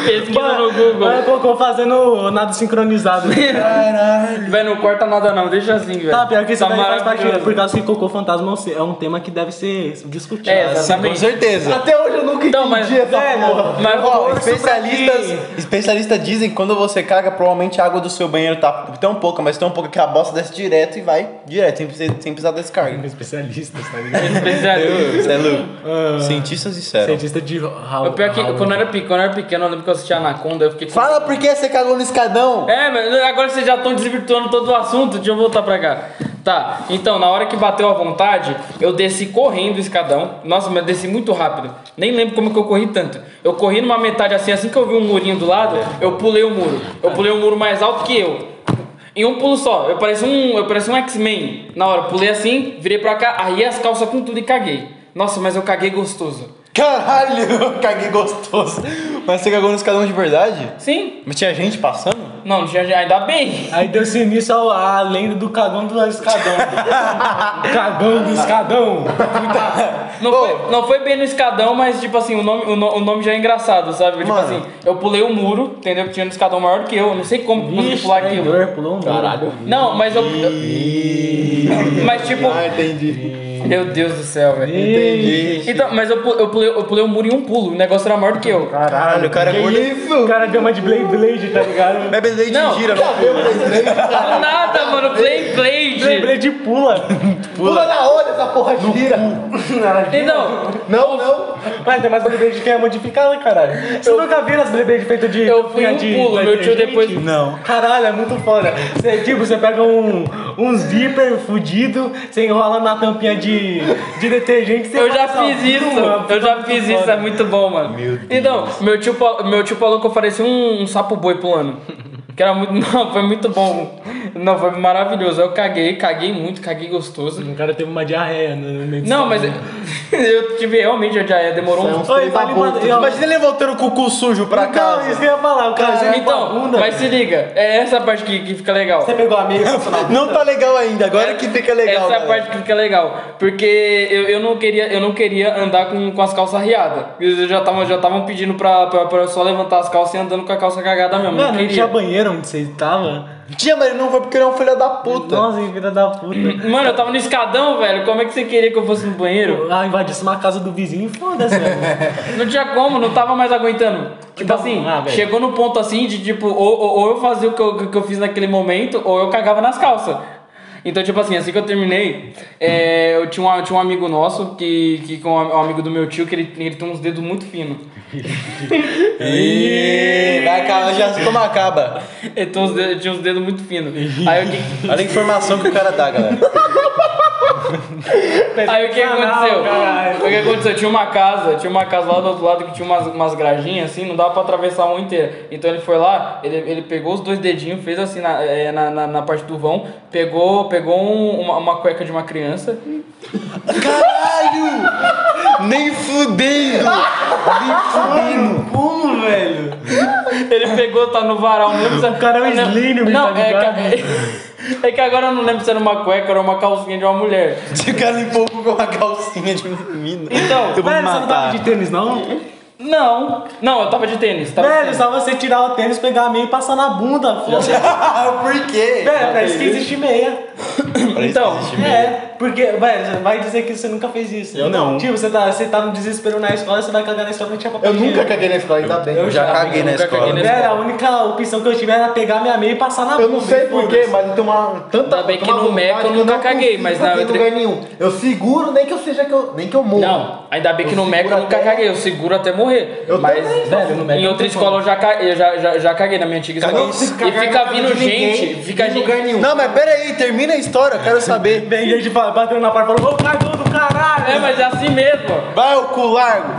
Speaker 3: Pesquisa no Google.
Speaker 5: Aí colocou fazendo nada sincronizado.
Speaker 3: Véi, não corta nada não, deixa assim, velho.
Speaker 5: Tá, pior que isso
Speaker 3: tá
Speaker 5: daí faz parte, por
Speaker 3: maravilhoso.
Speaker 5: causa que Cocô Fantasma é um se- é um tema que deve ser discutido.
Speaker 3: É,
Speaker 5: Assim.
Speaker 2: Com
Speaker 3: exatamente.
Speaker 2: certeza.
Speaker 4: Até hoje eu nunca
Speaker 3: Não,
Speaker 4: entendi
Speaker 3: mas- É,
Speaker 4: essa
Speaker 5: velho,
Speaker 4: porra.
Speaker 3: Mas
Speaker 2: Ó,
Speaker 3: vou-
Speaker 2: especialistas, especialistas dizem que quando você caga, provavelmente a água do seu banheiro tá tão pouca, mas tão pouca que a bosta desce direto e vai direto, sem, precisar- sem precisar da descarga.
Speaker 5: Especialistas, tá
Speaker 3: Então.
Speaker 5: ligado?
Speaker 3: especialista.
Speaker 2: Você é louco. Cientistas disseram.
Speaker 5: Cientista de Howard.
Speaker 3: O pior é que quando eu, era, pe- quando eu era pequeno, eu lembro que eu assistia Anaconda, eu fiquei com...
Speaker 2: Fala por que você cagou no escadão.
Speaker 3: É, mas agora vocês já estão desvirtuando todo o assunto, deixa eu voltar pra cá. Tá, então, na hora que bateu a vontade, eu desci correndo o escadão. Nossa, mas eu desci muito rápido. Nem lembro como que eu corri tanto. Eu corri numa metade assim, assim que eu vi um murinho do lado, eu pulei o muro. Eu pulei o muro mais alto que eu. Em um pulo só, eu pareci um, eu pareci um X-Men. Na hora, pulei assim, virei pra cá, arrei as calças com tudo e caguei. Nossa, mas eu caguei gostoso.
Speaker 2: Caralho, caguei gostoso. Mas você cagou no escadão de verdade?
Speaker 3: Sim?
Speaker 2: Mas tinha gente passando?
Speaker 3: Não, não tinha. Ainda bem.
Speaker 5: Aí deu-se início ao- à lenda do cagão do escadão. cagão do escadão.
Speaker 3: Não, foi, não foi bem no escadão, mas tipo assim, o nome, o no- o nome já é engraçado, sabe? Tipo
Speaker 2: Mano.
Speaker 3: assim, eu pulei o muro, entendeu? Que tinha um escadão maior do que eu, eu não sei como que eu consegui
Speaker 5: Ixi,
Speaker 3: pular aquilo.
Speaker 5: traidor, pulou um muro.
Speaker 3: Não, mas eu. eu- mas tipo.
Speaker 4: Ah,
Speaker 3: Meu Deus do céu, velho.
Speaker 5: Entendi.
Speaker 3: Então, mas eu, pu- eu, pulei, eu pulei o muro em um pulo, o negócio era maior do que eu.
Speaker 2: Caralho, o cara é gordo.
Speaker 5: O cara deu uma de Blade Blade, tá ligado?
Speaker 2: Bebe leite
Speaker 3: Não.
Speaker 2: e gira, não.
Speaker 3: Nada, mano, play, play.
Speaker 5: Blade de pula.
Speaker 4: Pula na hora essa porra gira.
Speaker 3: Então,
Speaker 4: Não, não.
Speaker 5: Mas tem mais Blade que é modificada, caralho. Você nunca viu as Blade feito de.
Speaker 3: Eu fui um
Speaker 5: de-
Speaker 3: pulo,
Speaker 5: de-
Speaker 3: meu tio
Speaker 5: gente?
Speaker 3: depois-
Speaker 2: Não.
Speaker 5: Caralho, é muito foda. Você, tipo, você pega um, um zíper fudido, você enrola na tampinha de, de detergente. Você
Speaker 3: Eu já
Speaker 5: faz
Speaker 3: fiz
Speaker 5: uma-
Speaker 3: isso,
Speaker 5: uma-
Speaker 3: eu já
Speaker 5: muito
Speaker 3: fiz
Speaker 5: foda.
Speaker 3: isso, é muito bom, mano. Então, meu tio, fa- meu tio falou que eu parecia um, um sapo boi pulando. Que era muito. Não, foi muito bom. Não, foi maravilhoso. Eu caguei, caguei muito, caguei gostoso.
Speaker 5: O cara teve uma diarreia no meio do
Speaker 3: Não,
Speaker 5: salão.
Speaker 3: mas eu tive realmente já já demorou um.
Speaker 5: Oi, tá limpando. eu-
Speaker 2: Imagina ele voltando com o cu sujo pra
Speaker 5: Não,
Speaker 2: casa.
Speaker 5: Então, isso que eu ia falar, o cara já com a
Speaker 3: Então,
Speaker 5: bunda.
Speaker 3: mas se liga, é essa parte que, que fica legal.
Speaker 5: Você pegou a meia e funcionou.
Speaker 2: Não tá legal ainda, agora que fica legal.
Speaker 3: Essa é a
Speaker 2: galera.
Speaker 3: parte que fica legal. Porque eu, eu, não, queria, eu não queria andar com, com as calças riadas. Eles já estavam já tavam pedindo pra, pra, pra eu só levantar as calças e andando com a calça cagada mesmo.
Speaker 5: Mano,
Speaker 3: não
Speaker 5: não
Speaker 3: queria.
Speaker 5: tinha banheiro onde você tava?
Speaker 2: Tinha, mas ele não foi porque ele é um filho da puta.
Speaker 5: Nossa, que filha da puta.
Speaker 3: Mano, eu tava no escadão, velho. Como é que você queria que eu fosse no banheiro?
Speaker 5: Ah, invadisse uma casa do vizinho, foda-se. velho.
Speaker 3: Não tinha como, não tava mais aguentando. Tipo
Speaker 5: Não,
Speaker 3: assim,
Speaker 5: ah, velho.
Speaker 3: chegou no ponto assim de tipo, ou, ou, ou eu fazia o que eu, que eu fiz naquele momento, ou eu cagava nas calças. Então, tipo assim, assim que eu terminei, é, eu tinha um, eu tinha um amigo nosso, que, que com um amigo do meu tio, que ele, ele tem uns dedos muito finos.
Speaker 2: Ih, vai, cara, já como acaba.
Speaker 3: Ele tem uns dedos- tinha uns dedos muito finos. Aí o que,
Speaker 2: Olha a informação que o cara dá, galera.
Speaker 3: Aí o que
Speaker 5: Canal,
Speaker 3: aconteceu?
Speaker 5: caralho.
Speaker 3: O que aconteceu? Tinha uma casa, tinha uma casa lá do outro lado que tinha umas, umas grajinhas assim, não dava pra atravessar uma inteira. Então ele foi lá, ele, ele pegou os dois dedinhos, fez assim na, eh, na, na, na parte do vão, pegou, pegou um- uma, uma cueca de uma criança.
Speaker 2: Caralho! Nem fudendo!
Speaker 5: Como, velho?
Speaker 3: Ele pegou, tá no varal, não lembro se
Speaker 5: O cara é um
Speaker 3: eu não-
Speaker 5: Slim,
Speaker 3: Não,
Speaker 5: tá
Speaker 3: é,
Speaker 5: ligado?
Speaker 3: que- é que agora eu não lembro se era uma cueca ou uma calcinha de uma mulher.
Speaker 2: O cara limpou com uma calcinha de menina.
Speaker 3: Então,
Speaker 2: eu vou me
Speaker 5: Velho, você não tá tava
Speaker 2: matar.
Speaker 5: de tênis, não?
Speaker 3: Não, não, eu tava de tênis. Tava de
Speaker 5: Velho,
Speaker 3: tênis.
Speaker 5: só você tirar o tênis, pegar a meia e passar na bunda, foda-se.
Speaker 2: Ah, Por quê?
Speaker 5: Velho, parece que existe meia.
Speaker 3: Então,
Speaker 5: É, porque, velho, você vai dizer que você nunca fez isso.
Speaker 2: Eu não.
Speaker 5: Tipo, você tá, você tá no desespero na escola, você vai cagar na escola e não tinha papel
Speaker 4: Eu nunca
Speaker 5: higiênico.
Speaker 4: caguei na escola, ainda bem.
Speaker 2: Eu já caguei na
Speaker 3: nunca
Speaker 2: escola.
Speaker 3: caguei na
Speaker 5: Velho, a única opção que eu tive era pegar minha meia e passar na bunda.
Speaker 4: Eu não sei
Speaker 5: e foda-se.
Speaker 4: porquê, mas eu tenho uma tanta.
Speaker 3: Ainda bem que
Speaker 4: uma
Speaker 3: no Meca eu
Speaker 4: vontade que
Speaker 3: nunca
Speaker 4: não
Speaker 3: caguei,
Speaker 4: consigo
Speaker 3: mas na
Speaker 4: fazer em
Speaker 3: outra-
Speaker 4: lugar nenhum. Eu seguro, nem que eu seja que eu. Nem que eu morra.
Speaker 3: Não, ainda bem que
Speaker 4: Eu
Speaker 3: no MEC eu
Speaker 4: seguro
Speaker 3: nunca
Speaker 4: até-
Speaker 3: caguei, eu seguro até morrer.
Speaker 4: Eu
Speaker 3: mas
Speaker 4: também,
Speaker 5: velho, no Mac
Speaker 3: em
Speaker 5: não
Speaker 3: outra
Speaker 5: tem
Speaker 3: escola eu já, ca... eu já, já, já caguei na minha antiga
Speaker 2: Cagou?
Speaker 3: escola. E fica vindo gente, fica
Speaker 4: em lugar
Speaker 3: gente.
Speaker 4: nenhum.
Speaker 2: Não, mas pera aí, termina a história, eu quero saber.
Speaker 5: Vem gente fa- batendo na porta e falou, ô cagão do caralho!
Speaker 3: É, mas é assim mesmo. ó.
Speaker 2: Vai, o cu largo.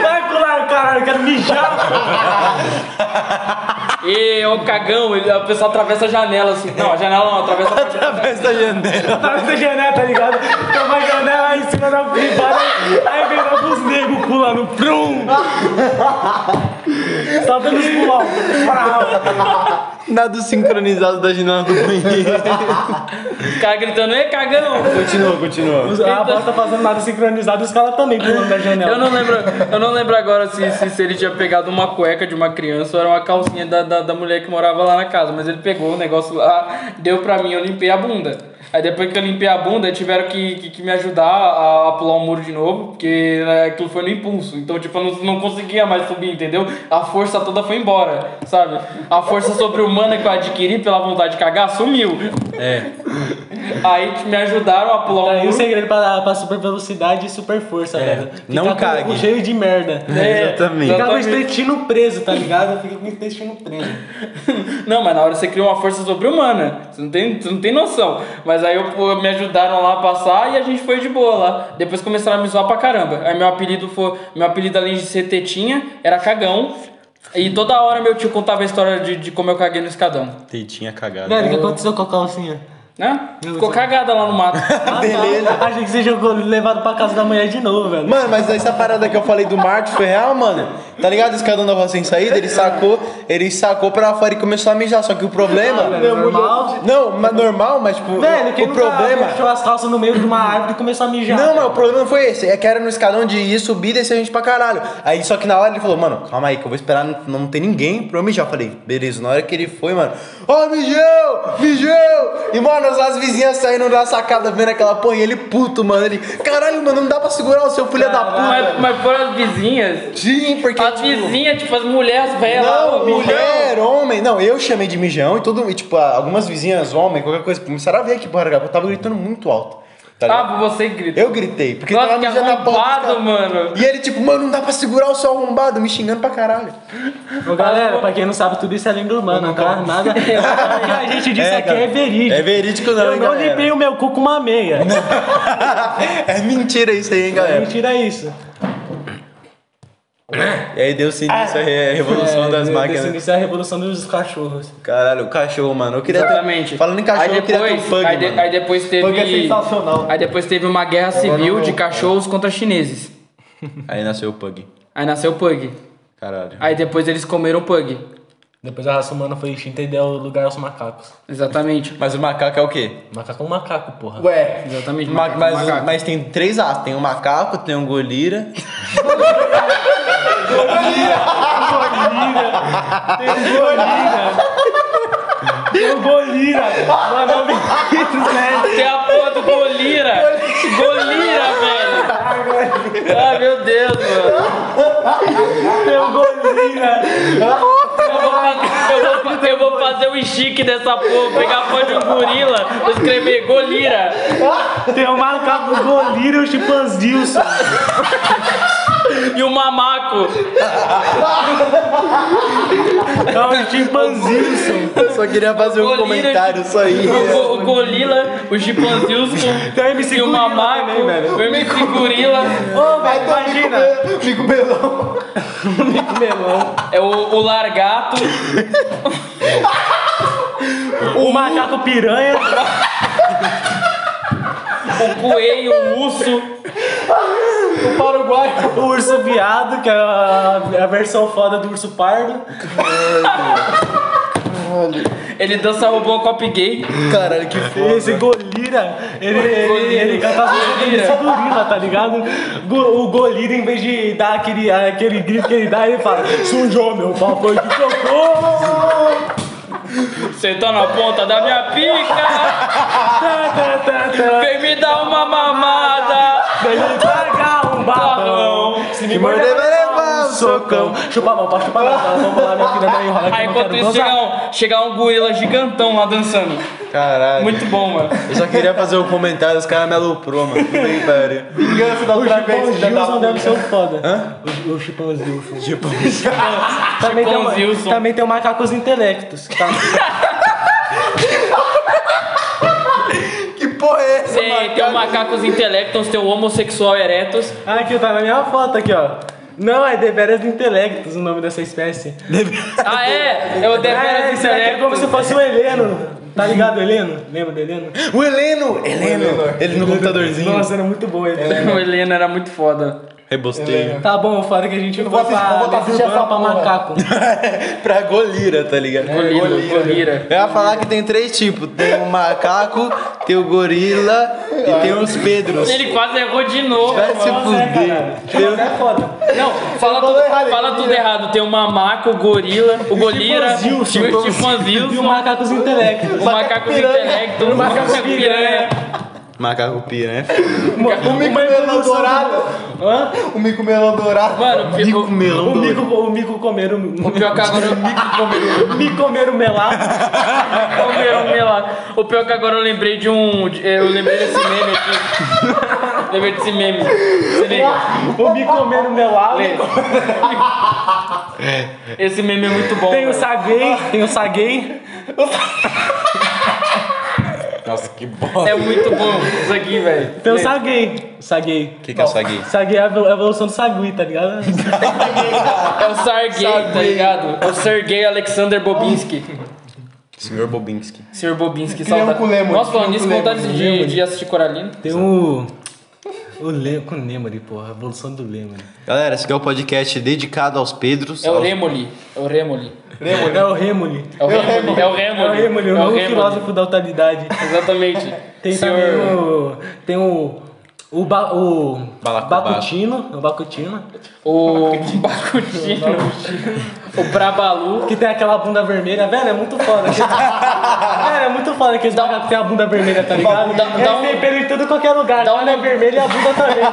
Speaker 5: Vai pular, caralho, eu quero mijar!
Speaker 3: E o cagão, ele- a pessoa atravessa a janela assim. Não, a janela não, atravessa a parte da janela.
Speaker 2: Através da janela.
Speaker 5: Tá na janela, tá ligado? Tem uma janela aí em cima da né? privada, aí vem alguns negros pulando, prum!
Speaker 4: Você tava dando os pulão.
Speaker 2: Nada sincronizado da ginástica do banheiro.
Speaker 3: Os caras gritando, é cagão!
Speaker 2: continua, continua.
Speaker 5: Os- A bola tá fazendo nada sincronizado e os caras também pulando da janela.
Speaker 3: Eu não lembro, eu não lembro agora se, se, se ele tinha pegado uma cueca de uma criança ou era uma calcinha da, da, da mulher que morava lá na casa, mas ele pegou o negócio lá, deu pra mim, eu limpei a bunda. Aí depois que eu limpei a bunda, tiveram que, que, que me ajudar a, a pular o muro de novo, porque né, aquilo foi no impulso. Então, tipo, eu não, não conseguia mais subir, entendeu? A força toda foi embora, sabe? A força sobre-humana que eu adquiri pela vontade de cagar sumiu. É. Aí me ajudaram a pular o
Speaker 5: Aí o
Speaker 2: Uhum.
Speaker 3: muro.
Speaker 5: segredo pra, pra super velocidade e super força, velho. Ficar
Speaker 2: É, não
Speaker 5: com o cu
Speaker 2: cague.
Speaker 5: Cheio de merda.
Speaker 3: É,
Speaker 2: Exatamente.
Speaker 5: Fica com o
Speaker 3: exatamente.
Speaker 5: intestino preso, tá ligado? Fica com o intestino preso.
Speaker 3: Não, mas na hora você cria uma força sobre-humana. Você não tem, você não tem noção. Mas aí eu, pô, me ajudaram lá a passar e a gente foi de boa lá. Depois começaram a me zoar pra caramba. Aí meu apelido foi. Meu apelido, além de ser tetinha, era cagão. E toda hora meu tio contava a história de, de como eu caguei no escadão.
Speaker 2: Tetinha cagada.
Speaker 5: Velho, o que aconteceu com a calcinha?
Speaker 3: Né?
Speaker 2: Uhum.
Speaker 3: Ficou cagada lá no mato.
Speaker 5: Beleza. Achei que você jogou levado pra casa da mulher de novo, velho.
Speaker 2: Mano, mas essa parada que eu falei do Marte foi real, mano. Tá ligado? Esse cara da rua sem saída, ele sacou, ele sacou pra fora e começou a mijar. Só que o problema.
Speaker 5: Ah, Velho, normal.
Speaker 2: Não, mas normal, mas tipo,
Speaker 5: Velho, quem
Speaker 2: o
Speaker 5: nunca
Speaker 2: problema.
Speaker 5: fechou as calças no meio de uma árvore e começou a mijar?
Speaker 2: Não, mas o problema não foi esse. É que era no escalão de ir subir e descer a gente pra caralho. Aí só que na hora ele falou, mano, calma aí que eu vou esperar, não, não tem ninguém pra eu mijar. Eu Falei, beleza, na hora que ele foi, mano, ó, mijão, mijão. E, mano, as, as vizinhas saindo da sacada vendo aquela porra e ele puto, mano. Ele, caralho, mano, não dá pra segurar o seu filho da puta.
Speaker 3: mas, mas foram as vizinhas.
Speaker 2: Sim, porque.
Speaker 3: As
Speaker 2: tipo,
Speaker 3: vizinhas, tipo, as mulheres, as velhas lá,
Speaker 2: não,
Speaker 3: o bichão.
Speaker 2: mulher, homem. Não, eu chamei de mijão e todo. E, tipo, algumas vizinhas, homem, qualquer coisa, começaram a ver que porra, eu tava gritando muito alto. Tá ligado?
Speaker 3: Ah, você grita.
Speaker 2: Eu gritei, porque
Speaker 3: Nossa,
Speaker 2: tava
Speaker 3: que é
Speaker 2: mijando na porta. dos
Speaker 3: arrombado,
Speaker 2: caras.
Speaker 3: mano.
Speaker 2: E ele, tipo, mano, não dá pra segurar o seu arrombado, me xingando pra caralho.
Speaker 5: Ô, galera, pra quem não sabe, tudo isso é lindo humano, tá? Nada. O que a gente disse aqui é verídico.
Speaker 2: É verídico, não,
Speaker 5: Eu
Speaker 2: hein,
Speaker 5: não
Speaker 2: galera.
Speaker 5: limpei o meu cu com uma meia.
Speaker 2: É mentira isso aí, hein, galera.
Speaker 5: Mentira isso.
Speaker 2: E aí deu-se início a re- a revolução
Speaker 5: Ah, É,
Speaker 2: das
Speaker 5: desse
Speaker 2: máquinas.
Speaker 5: início é a revolução dos cachorros.
Speaker 2: Caralho, o cachorro, mano. Eu queria
Speaker 3: Exatamente.
Speaker 2: Ter... Falando em cachorro,
Speaker 3: aí
Speaker 2: eu queria ter
Speaker 3: depois,
Speaker 2: um funk,
Speaker 3: aí, de-
Speaker 2: mano.
Speaker 3: aí depois teve.
Speaker 4: Funk é sensacional.
Speaker 3: Aí depois teve uma guerra civil de cachorros contra chineses.
Speaker 2: Aí nasceu o Pug.
Speaker 3: Aí nasceu o Pug.
Speaker 2: Caralho.
Speaker 3: Aí depois eles comeram o Pug.
Speaker 5: Depois a raça humana foi extinta e deu lugar aos macacos.
Speaker 3: Exatamente.
Speaker 2: Mas o macaco é o quê?
Speaker 5: Macaco é um macaco, porra.
Speaker 4: Ué,
Speaker 3: Exatamente.
Speaker 2: Ma- mas, um, mas tem três As. Tem o macaco, tem um o golira.
Speaker 5: Eu bolira! Mano, eu me- velho.
Speaker 3: Tem a porra do Golira! Golira, velho! Ah, meu Deus, mano!
Speaker 5: Eu bolira!
Speaker 3: Eu vou, fa- eu vou fa- eu vou fazer o chique dessa porra, pegar a porra de um gorila, vou escrever Golira!
Speaker 5: Tem um macaco bolira e o chimpanzé. o seu-
Speaker 3: E o mamaco!
Speaker 5: É o chimpanzilson.
Speaker 2: Eu só queria fazer um
Speaker 3: Golira,
Speaker 2: comentário, só aí.
Speaker 3: O, go- o Golila, o Chimpanzilson
Speaker 5: Tem o MC
Speaker 3: e o
Speaker 5: Gorila
Speaker 3: Mamaco,
Speaker 5: também, velho.
Speaker 3: o MC Gorila,
Speaker 2: Vai, imagina. Fico belão.
Speaker 3: é o, o Largato,
Speaker 5: O macaco piranha.
Speaker 3: o Coelho, o Urso,
Speaker 5: O urso viado, que é a, a versão foda do urso pardo.
Speaker 3: ele dança Robocop gay,
Speaker 2: Caralho, que
Speaker 5: Tem Esse golira, ele, ele,
Speaker 3: Golira.
Speaker 5: ele canta as músicas
Speaker 3: Golira.
Speaker 5: desse gorila, tá ligado? Go- o golira, em vez de dar aquele, aquele grito que ele dá, ele fala: Sujou meu pau, foi de cocô!
Speaker 3: sentando na ponta da minha pica,
Speaker 5: Tá, tá, tá, tá.
Speaker 3: vem me dar uma mamada.
Speaker 5: Vem me pagar um babão. Se me morder, vai levar um socão. Chupa a mão, pá, chupa a mão. tá? Vamos lá, minha filha, não enrola. que
Speaker 3: Aí
Speaker 5: eu não
Speaker 3: enquanto
Speaker 5: quero
Speaker 3: isso
Speaker 5: gozar.
Speaker 3: chega um, chega um gorila gigantão lá dançando,
Speaker 2: Caralho.
Speaker 3: muito bom, mano.
Speaker 2: Eu só queria fazer um comentário, os caras me aloprou, mano. Tudo bem, velho.
Speaker 4: vingança da outra vez, filha da
Speaker 5: Gilson
Speaker 4: puta.
Speaker 5: deve ser um foda. O, o chimpanzil. é um também, tem
Speaker 3: Chimpanzilson.
Speaker 5: uma- também tem o macacos intelectos. Tá?
Speaker 2: Que porra é essa,
Speaker 3: Tem, tem o Macacos Intellectons, tem o Homossexual Erectus,
Speaker 5: aqui, tá na minha foto aqui, ó. Não, é deveras intelectos o nome dessa espécie.
Speaker 3: ah é, é o
Speaker 5: é,
Speaker 3: Deveras
Speaker 5: isso aqui é como se
Speaker 3: Intellectus.
Speaker 5: fosse o Heleno. Tá ligado, Heleno? Lembra do Heleno?
Speaker 2: O Heleno! Heleno! Ele no computadorzinho.
Speaker 5: Nossa, era muito bom ele.
Speaker 3: O Helena era muito foda.
Speaker 2: Rebosteio.
Speaker 5: Tá bom, fora que a gente
Speaker 4: Eu vou
Speaker 5: foi
Speaker 4: assistir- eu
Speaker 5: pra
Speaker 4: vou assistir
Speaker 5: Lisboa
Speaker 4: essa
Speaker 5: pra
Speaker 4: porra.
Speaker 5: macaco.
Speaker 2: pra golira, tá ligado?
Speaker 3: Golira, golira.
Speaker 2: Eu ia falar que tem três tipos. Tem o macaco, tem o gorila e tem os pedros.
Speaker 3: Ele quase errou de novo.
Speaker 2: Vai se fuder.
Speaker 4: Chimpanzé é foda.
Speaker 3: Não, fala,
Speaker 4: falou
Speaker 3: tudo
Speaker 4: errado,
Speaker 3: fala
Speaker 4: ele-
Speaker 3: tudo errado. Tem o mamaco, o gorila, o golira, o tipo
Speaker 5: E
Speaker 3: chimpanzilson,
Speaker 5: o macaco sem intelecto.
Speaker 3: o macaco do intelecto, o macaco piranha.
Speaker 2: Macaco piranha.
Speaker 4: O mico melão dourado. O mico melão dourado.
Speaker 3: Mano,
Speaker 2: Bico
Speaker 3: o,
Speaker 5: O
Speaker 2: melão
Speaker 5: mico,
Speaker 2: doido.
Speaker 5: o mico comer o
Speaker 3: o pior que agora eu
Speaker 5: me comer o melado.
Speaker 3: Comeram melado. O pior é que agora eu lembrei de um. de- Eu lembrei desse meme aqui. lembrei desse meme. Se liga.
Speaker 5: O me comer o melado.
Speaker 3: Lê. Esse meme é muito bom.
Speaker 5: Tem um o
Speaker 3: velho.
Speaker 5: saguei, tem o saguei.
Speaker 2: Nossa, que bosta.
Speaker 3: É muito bom isso aqui, velho.
Speaker 5: Tem o
Speaker 3: Lê.
Speaker 5: saguei. Saguei.
Speaker 2: O que, que é essa gay?
Speaker 5: Saguei é a evol- a evolução do sagui, tá ligado?
Speaker 3: É o Sargey, tá ligado? É o Sergei Alexander Bobinski.
Speaker 2: Senhor Bobinski.
Speaker 3: Senhor Bobinski,
Speaker 4: Criamos
Speaker 3: saudade.
Speaker 4: com Lemony,
Speaker 3: Nossa, falando
Speaker 4: criamos
Speaker 3: nisso,
Speaker 4: com
Speaker 3: vontade
Speaker 4: Lemony,
Speaker 3: de, de assistir É Coralino.
Speaker 5: Tem o. O Lem, com o Lemuri, porra. A evolução do Lemuri.
Speaker 2: Galera, esse aqui é o podcast dedicado aos Pedros.
Speaker 3: É o
Speaker 2: aos-
Speaker 3: Remoli. É o Remoli.
Speaker 5: É o Remuli.
Speaker 3: É o Remoli. É o
Speaker 5: É o Remuli,
Speaker 3: Remoli.
Speaker 5: o
Speaker 3: É o
Speaker 5: novo
Speaker 3: Remoli.
Speaker 5: filósofo da autoridade.
Speaker 3: Exatamente.
Speaker 5: Tem também
Speaker 3: Senhor.
Speaker 5: o. Tem o. O, ba, o
Speaker 2: Balacobaco.
Speaker 5: Bacutino, o Bacutino,
Speaker 3: O Bacutino. O Brabalu.
Speaker 5: que tem aquela bunda vermelha, velho, é muito foda. velho, é muito foda que eles macacos que tem a bunda vermelha, tá ligado?
Speaker 3: dá- dá um-
Speaker 5: Eles têm pelo em tudo qualquer lugar,
Speaker 3: dá
Speaker 5: dá uma
Speaker 3: uma-
Speaker 5: vermelha e a bunda também, velho.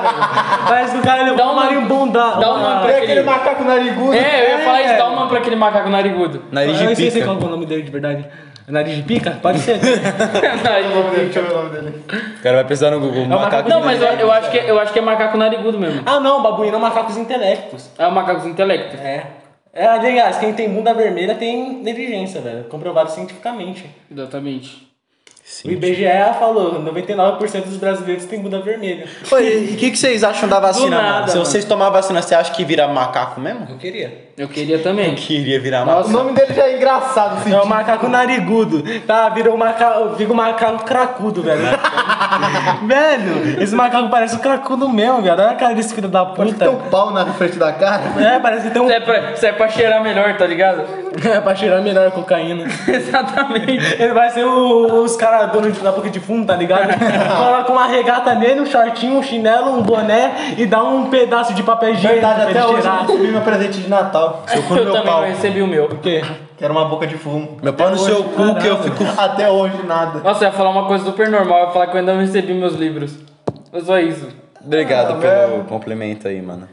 Speaker 5: Parece que o cara levou
Speaker 3: Dá
Speaker 5: um Ah,
Speaker 3: uma-
Speaker 5: marimbonda.
Speaker 3: dá uma
Speaker 4: É
Speaker 3: pra-
Speaker 4: aquele macaco narigudo.
Speaker 3: É, eu ia falar isso,
Speaker 5: É.
Speaker 3: dá uma pra aquele macaco narigudo.
Speaker 2: Nariz
Speaker 5: Eu não
Speaker 2: de
Speaker 5: sei se qual
Speaker 2: pica.
Speaker 5: que é o nome dele de verdade. Nariz de pica? Pode ser.
Speaker 4: Deixa eu ver o nome dele.
Speaker 2: O cara vai precisar no Google. Macaco.
Speaker 3: É um Não, mas eu, eu acho que, eu acho que é macaco narigudo mesmo.
Speaker 5: ah não, babuíno é macacos intelectos.
Speaker 3: É o macaco do intelecto.
Speaker 5: É. É, aliás, quem tem bunda vermelha tem inteligência, velho. Comprovado cientificamente.
Speaker 3: Exatamente.
Speaker 5: O IBGE falou, 99% dos brasileiros têm bunda vermelha.
Speaker 2: Pô, E o que, que vocês acham da vacina,
Speaker 5: Do nada,
Speaker 2: mano? Se
Speaker 5: mano.
Speaker 2: vocês tomar vacina, você acha que vira macaco mesmo?
Speaker 5: Eu queria.
Speaker 3: Eu queria também.
Speaker 2: Queria virar
Speaker 4: O
Speaker 2: macaco.
Speaker 4: nome dele já é engraçado. Assim.
Speaker 5: É o macaco narigudo, tá? Vira um macaco, fica um macaco cracudo, velho. velho, esse macaco parece um cracudo mesmo, velho. Olha a cara desse filho da
Speaker 4: Parece que tem
Speaker 5: puta.
Speaker 4: um pau na frente da cara.
Speaker 5: É, parece que tem um...
Speaker 3: Isso é, pra, isso é pra cheirar melhor, tá ligado?
Speaker 5: É, pra cheirar melhor a cocaína.
Speaker 3: Exatamente.
Speaker 5: Ele vai ser o- os caras donos da boca de fumo, tá ligado? Coloca uma regata nele, um shortinho, um chinelo, um boné e dá um pedaço de papel higiênico
Speaker 4: Verdade,
Speaker 5: pra ele
Speaker 4: até hoje eu não
Speaker 5: cheirar.
Speaker 4: recebi meu presente de Natal.
Speaker 3: Eu também não recebi o meu.
Speaker 5: O quê?
Speaker 4: Que era uma boca de fumo.
Speaker 2: Meu pau no seu cu que eu fico.
Speaker 4: Até hoje, nada.
Speaker 3: Nossa, eu ia falar uma coisa super normal, eu ia falar que eu ainda não recebi meus livros. É só isso.
Speaker 2: Obrigado pelo complemento aí, mano.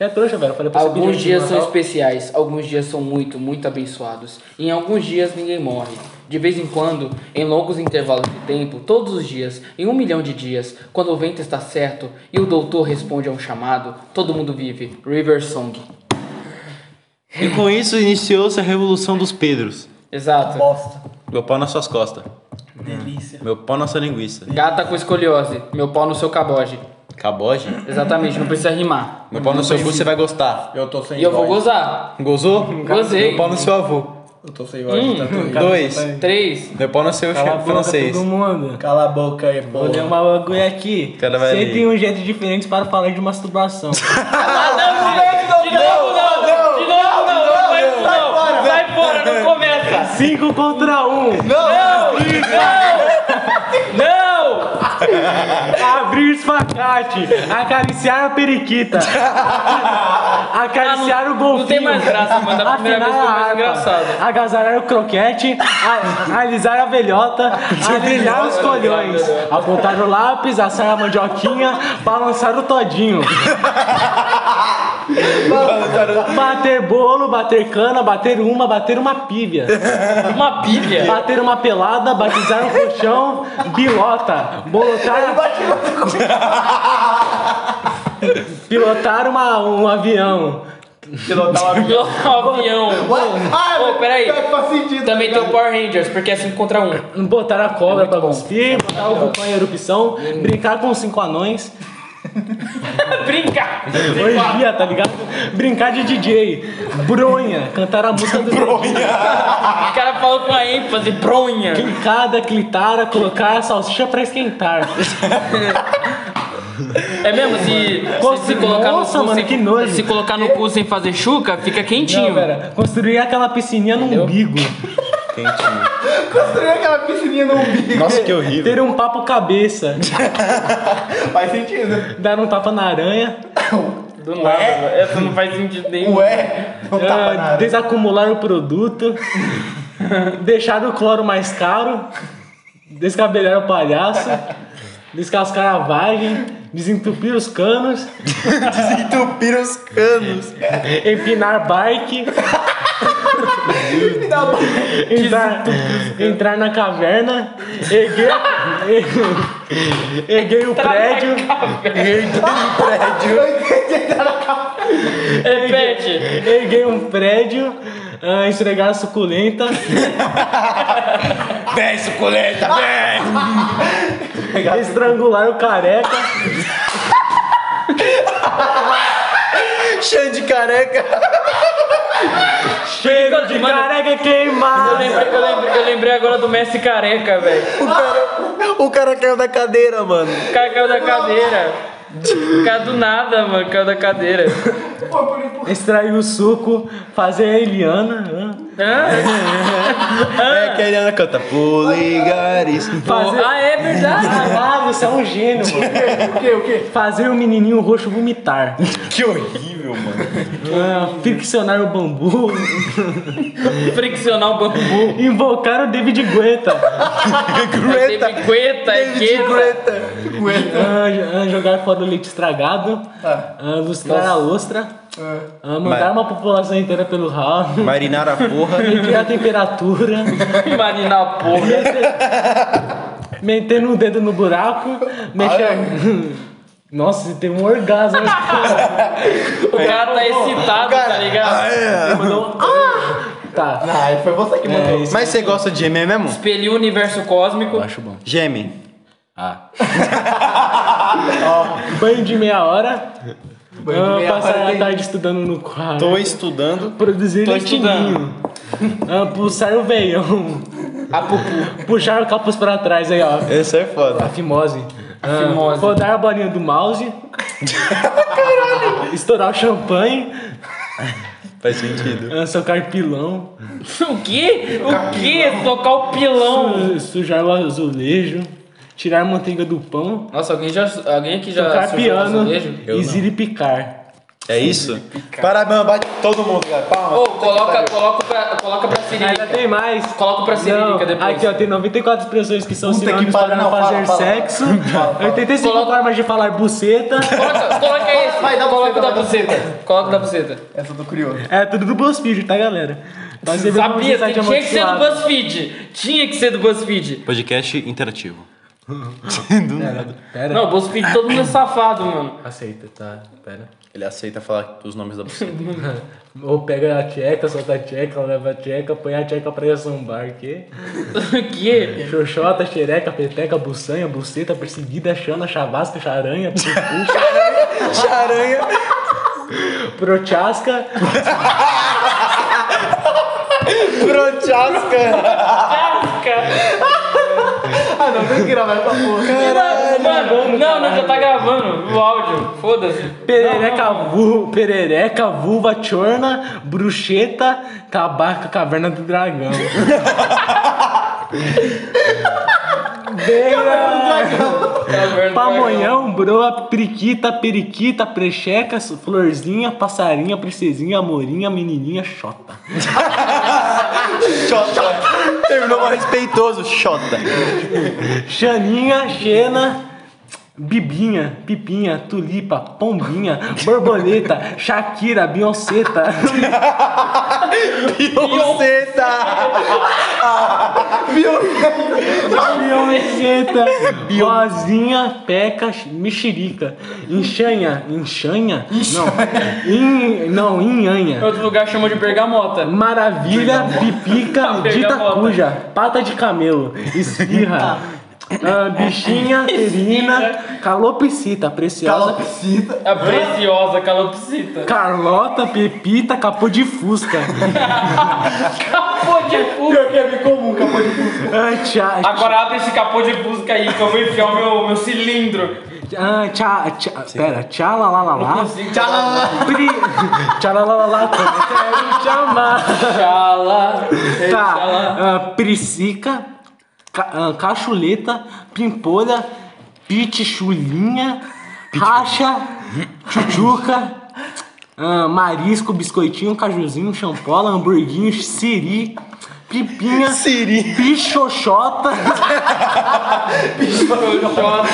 Speaker 5: É trouxa, velho. Eu Falei pra você pedir
Speaker 3: Alguns
Speaker 5: um
Speaker 3: dias
Speaker 5: de
Speaker 3: são
Speaker 5: Natal.
Speaker 3: especiais, alguns dias são muito, muito abençoados. Em alguns dias ninguém morre. De vez em quando, em longos intervalos de tempo, todos os dias, em um milhão de dias, quando o vento está certo e o doutor responde a um chamado, todo mundo vive. River Song.
Speaker 2: E com isso iniciou-se a revolução dos Pedros.
Speaker 3: Exato.
Speaker 2: Meu pau nas suas costas. Delícia. Meu pau na sua linguiça.
Speaker 3: Gata com escoliose, meu pau no seu caboge.
Speaker 2: Caboge?
Speaker 3: Exatamente, não precisa rimar.
Speaker 2: Meu pau no seu cu, você vai gostar.
Speaker 4: Eu tô sem
Speaker 3: E eu vou gozar.
Speaker 2: Gozou?
Speaker 3: Gozei.
Speaker 2: Meu pau no seu avô.
Speaker 4: Eu tô sem voz. de tatuagem.
Speaker 2: Dois.
Speaker 3: Três.
Speaker 2: Meu pau no seu
Speaker 5: Cala a
Speaker 2: chefe
Speaker 5: Hum, boca,
Speaker 2: francês.
Speaker 5: todo mundo.
Speaker 4: Cala a boca aí, pô.
Speaker 5: Vou ler uma bagulho aqui.
Speaker 2: Cara, vai ali.
Speaker 5: 101 jeitos diferentes para falar de masturbação.
Speaker 3: De novo, não! De novo, não! Vai fora, não! Vai fora, não começa!
Speaker 5: 5 contra 1. Um.
Speaker 3: Não!
Speaker 5: Abrir espacate. Acariciar a periquita. Acariciar
Speaker 3: Ah, não-
Speaker 5: o golfinho.
Speaker 3: não tem mais graça, mano. Da primeira vez
Speaker 5: Afinar
Speaker 3: foi
Speaker 5: a
Speaker 3: mais
Speaker 5: harpa,
Speaker 3: engraçado.
Speaker 5: Agasalhar o croquete. a- alisar a velhota. alinhar os colhões. Apontar o lápis. Assar a mandioquinha. Balançar o todinho. Bater bolo, bater cana, bater uma, bater uma pilha.
Speaker 3: Uma bíblia!
Speaker 5: Bater uma pelada, batizar um colchão, bilota, bolotar. Pilotar uma, um avião.
Speaker 4: Pilotar um avião.
Speaker 3: Pilotar um avião!
Speaker 4: Ah,
Speaker 3: Ô, peraí.
Speaker 4: Faz sentido.
Speaker 3: Também tem o Power Rangers, porque é 5 contra 1.
Speaker 5: Botar a cobra
Speaker 3: É muito
Speaker 5: pra
Speaker 3: bom. É.
Speaker 5: cuspir, botar o vulcão em erupção, brincar com os cinco anões,
Speaker 3: Brinca!
Speaker 5: orgia, tá ligado? Brincar de DJ, bronha, cantar a música do
Speaker 3: O cara falou com a ênfase, bronha!
Speaker 5: Clicada, clitara, colocar a salsicha pra esquentar.
Speaker 3: É mesmo? Se, se, se colocar
Speaker 5: Nossa,
Speaker 3: no cu,
Speaker 5: mano,
Speaker 3: sem,
Speaker 5: que nojo.
Speaker 3: se colocar no cu sem fazer chuca, fica quentinho.
Speaker 5: Não, pera, construir aquela piscininha no umbigo.
Speaker 4: Construir aquela piscininha no umbigo.
Speaker 2: Nossa, que horrível.
Speaker 5: Ter um papo cabeça.
Speaker 4: Faz sentido.
Speaker 5: dar um tapa na aranha.
Speaker 3: Do nada, velho. essa não faz sentido nenhum.
Speaker 4: Ué, não tapa
Speaker 5: ah,
Speaker 4: nada.
Speaker 5: desacumular o produto. deixar o cloro mais caro. Descabelhar o palhaço. Descascar a vagem. Desentupir os canos.
Speaker 2: Entupir os canos.
Speaker 5: Empinar bike.
Speaker 4: Me dá uma-
Speaker 5: Entrar, entrar na caverna. Erguer, erguer o prédio.
Speaker 4: Eu entendi.
Speaker 3: É, Repete.
Speaker 5: Erguei um prédio, ah, entregar a suculenta,
Speaker 2: Vem, suculenta, vem!
Speaker 5: estrangular o careca,
Speaker 2: Xande careca.
Speaker 5: cheiro de
Speaker 3: Mano,
Speaker 5: careca é
Speaker 3: Eu
Speaker 5: queimado.
Speaker 3: lembrei, eu, lembrei, eu lembrei agora do Messi careca, velho.
Speaker 2: O cara, o cara caiu da cadeira, mano.
Speaker 3: O cara caiu da cadeira. O cara do nada, mano, caiu da cadeira.
Speaker 5: Extrair o suco, fazer a Eliana, ah,
Speaker 3: Hã?
Speaker 2: É que a Eliana canta Poligaris.
Speaker 5: fazer.
Speaker 3: Ah, é verdade.
Speaker 5: Ah, você é um gênio, mano.
Speaker 4: O quê? O quê?
Speaker 5: Fazer o menininho roxo vomitar.
Speaker 2: Que horrível, mano.
Speaker 5: ah, Friccionar o bambu.
Speaker 3: Friccionar o bambu.
Speaker 5: Invocar o David Guetta.
Speaker 2: Greta.
Speaker 3: David Guetta, é
Speaker 2: David
Speaker 3: Guetta.
Speaker 2: Greta.
Speaker 5: ah, j- ah, jogar fora o leite estragado.
Speaker 4: Ah.
Speaker 5: ah, lustrar a ostra.
Speaker 4: Ah.
Speaker 5: ah, mandar uma população inteira pelo ralo.
Speaker 2: Marinar a porra.
Speaker 5: Medir a temperatura,
Speaker 3: Marina a porra.
Speaker 5: metendo o um dedo no buraco, mexer. Nossa, tem um orgasmo.
Speaker 3: O cara tá excitado, tá
Speaker 5: ah,
Speaker 3: ligado?
Speaker 5: é. tá.
Speaker 4: Ah, foi você que mandou.
Speaker 5: isso.
Speaker 2: Mas você gosta de gemer mesmo?
Speaker 3: Expeliu o universo cósmico.
Speaker 5: Acho bom.
Speaker 2: Geme.
Speaker 5: Banho de meia hora.
Speaker 4: Banho de
Speaker 5: ah,
Speaker 4: meia
Speaker 5: passar
Speaker 4: hora,
Speaker 5: a
Speaker 4: hein?
Speaker 5: tarde estudando no quarto.
Speaker 2: Tô estudando.
Speaker 5: Produzir
Speaker 3: tô
Speaker 5: leitinho. Ah, pulsar o veião.
Speaker 3: A pupu.
Speaker 5: Puxar o capuz pra trás aí, ó.
Speaker 2: Esse é foda.
Speaker 5: A fimose. Ah,
Speaker 3: fimose.
Speaker 5: Rodar a bolinha do mouse. Estourar o champanhe.
Speaker 2: Faz sentido.
Speaker 5: ah, Socar pilão.
Speaker 3: O quê? O quê? Tocar o pilão.
Speaker 5: Su- Ah, sujar o azulejo, tirar a manteiga do pão,
Speaker 3: Nossa, alguém, já, alguém aqui já um
Speaker 5: tocar
Speaker 3: sujou Ah, o
Speaker 5: piano
Speaker 3: azulejo?
Speaker 5: e ziripicar.
Speaker 2: É isso? Parabéns, bate todo mundo, cara. Palma.
Speaker 3: Ô, coloca, coloca pra, coloca pra cirílica.
Speaker 5: Ainda tem mais.
Speaker 3: Coloca pra cirílica
Speaker 5: Não,
Speaker 3: depois.
Speaker 5: Aqui, ó, tem 94 expressões que são
Speaker 4: Puta que
Speaker 5: sinônimos
Speaker 4: pariu,
Speaker 5: para
Speaker 4: não,
Speaker 5: não
Speaker 4: fala,
Speaker 5: fazer
Speaker 4: fala.
Speaker 5: sexo.
Speaker 4: Fala, fala.
Speaker 5: 85
Speaker 3: Coloca-
Speaker 5: formas de falar buceta.
Speaker 3: Coloca, coloca esse.
Speaker 4: vai, dá pra
Speaker 3: coloca
Speaker 4: você,
Speaker 3: o da
Speaker 4: vai, dá pra
Speaker 3: buceta. Coloca o da buceta.
Speaker 4: Essa eu tô curioso.
Speaker 5: É tudo do BuzzFeed, tá, galera? Mas você vê como
Speaker 3: Sabia,
Speaker 5: esse site é
Speaker 3: tinha que ser do
Speaker 5: amaldiçoado.
Speaker 3: BuzzFeed. Tinha que ser do BuzzFeed.
Speaker 2: Podcast interativo.
Speaker 5: Pera,
Speaker 3: Não, BuzzFeed todo mundo é safado, mano.
Speaker 5: aceita, tá, pera.
Speaker 2: Ele aceita falar os nomes da buceta.
Speaker 5: Ou pega a tcheca, solta a tcheca, leva a tcheca, põe a tcheca pra sambar aqui.
Speaker 3: O quê?
Speaker 5: Xoxota, xereca, peteca, buçanha, buceta, perseguida, xana, chavasca, charanha, pupu,
Speaker 2: Charanha.
Speaker 5: prochasca,
Speaker 2: Prochasca.
Speaker 4: Ah, não, tem que gravar essa porra.
Speaker 3: Mano, não, não, já tá gravando o áudio. Foda-se.
Speaker 5: perereca, vu, perereca, vulva, chorna, bruxeta, tabaca, caverna do dragão. Beira, pamonhão, broa, periquita, periquita, precheca, florzinha, passarinha, princesinha, amorinha, menininha, xota.
Speaker 2: Xota. Terminou mais respeitoso. Xota.
Speaker 5: Xaninha, Xena, Bibinha, Pipinha, Tulipa, Pombinha, Borboleta, Shakira, tá? Beyoncéta,
Speaker 2: Buceta.
Speaker 5: Beyoncéta, Rosinha, Peca, Mexerica, Enxanha, Enxanha, não, in, não, Inhanha,
Speaker 3: Outro lugar chamou de bergamota.
Speaker 5: Maravilha, Pipica, Dita
Speaker 3: Bergamota.
Speaker 5: Cuja, Pata de Camelo, Espirra, ah, Bichinha, Terina, Calopsita, preciosa.
Speaker 4: Calopsita.
Speaker 3: A preciosa calopsita.
Speaker 5: Carlota, Pepita, capô de Fusca.
Speaker 3: Capô de
Speaker 4: Pior
Speaker 3: fusca.
Speaker 4: que é bem comum, capô de fusca.
Speaker 5: Ah, tchá,
Speaker 3: Agora abre esse capô de fusca aí que eu vou enfiar o meu, meu cilindro.
Speaker 5: ah, tchá, tchá, pera, tchá, lá, lá, lá, lá.
Speaker 3: Tchala.
Speaker 5: Pri... Tchá, lá, lá, lá, lá, como quero te amar.
Speaker 3: Tchala. Tchala.
Speaker 5: Tá, ah, Prisica, ca- ah, Cachuleta, Pimpolha, Pite Chulinha, Racha, Chuchuca, ah, Marisco, Biscoitinho, Cajuzinho, Champola, Hamburguinho, Siri, Pipinha,
Speaker 2: Siri.
Speaker 5: Pichoxota,
Speaker 3: Bichoxota.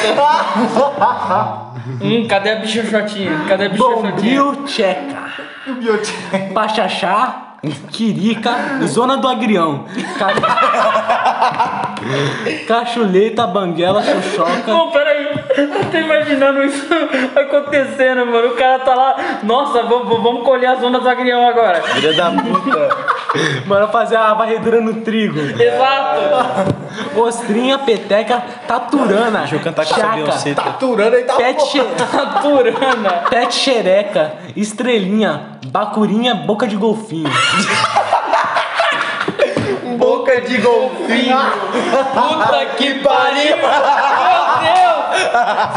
Speaker 3: Hum, cadê a bichoxotinha? Cadê a bichoxotinha?
Speaker 5: Bombril, Tcheca, Pachachá, Quirica, Zona do Agrião, Ca- Cachuleta, Banguela, Xoxoca,
Speaker 3: Pô, peraí, eu tô imaginando isso acontecendo, mano. O cara tá lá, nossa, vamos, vamos colher a zona do agrião agora.
Speaker 2: Filha da puta.
Speaker 5: Mano, fazer a varredura no trigo.
Speaker 3: Exato.
Speaker 5: Ostrinha, peteca, taturana.
Speaker 2: Deixa eu cantar com essa Beyoncé.
Speaker 5: chaca,
Speaker 2: tá?
Speaker 4: Turana e tal.
Speaker 5: pet, che,
Speaker 3: Turana.
Speaker 5: pet xereca, estrelinha, bacurinha, boca de golfinho.
Speaker 2: Boca de golfinho.
Speaker 3: Puta que pariu. Meu Deus.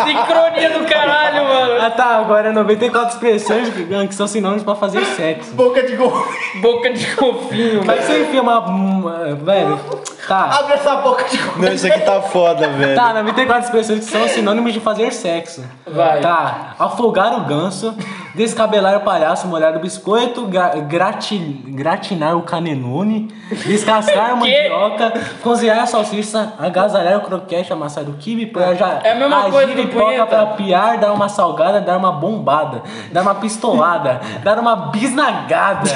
Speaker 3: Sincronia do caralho, mano.
Speaker 5: Ah tá, agora 94 expressões que que são sinônimos pra fazer sexo.
Speaker 4: Boca de gol.
Speaker 3: Boca de golfinho,
Speaker 5: Mas
Speaker 3: mano.
Speaker 5: você enfia uma. uma- Velho. Tá.
Speaker 4: Abre essa boca de gol.
Speaker 2: Não, isso aqui tá foda, velho.
Speaker 5: Tá, 94 expressões que são sinônimos de fazer sexo.
Speaker 3: Vai.
Speaker 5: Tá. Afogar o ganso, descabelar o palhaço, molhar o biscoito, gra- grati- gratinar o canenone, descascar a
Speaker 3: Quê?
Speaker 5: mandioca, cozinhar a salsicha, agasalhar o croquete, amassar o quibe, pôr já
Speaker 3: É a mesma coisa do punheta.
Speaker 5: pra piar, dar uma salgada, dar uma bombada, dar uma pistolada, dar uma bisnagada.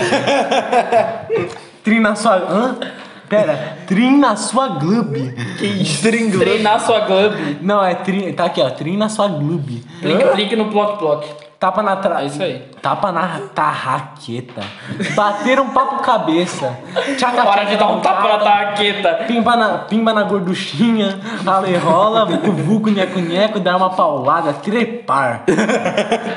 Speaker 5: Trim na sua... Hã? Pera, trim na sua glube.
Speaker 3: Treinar sua glub.
Speaker 5: Não, é trim... Tá aqui, ó. Trim na sua glube.
Speaker 3: Clique, clique no block block.
Speaker 5: Tapa na tra...
Speaker 3: É isso aí.
Speaker 5: Tapa na tarraqueta. Bater um papo cabeça. Tchaca,
Speaker 3: Para
Speaker 5: tchaca
Speaker 3: de dar um tapa na taqueta.
Speaker 5: Pimba na, pimba na gorduchinha, alerola, vucu nheco-nheco, dar uma paulada, trepar.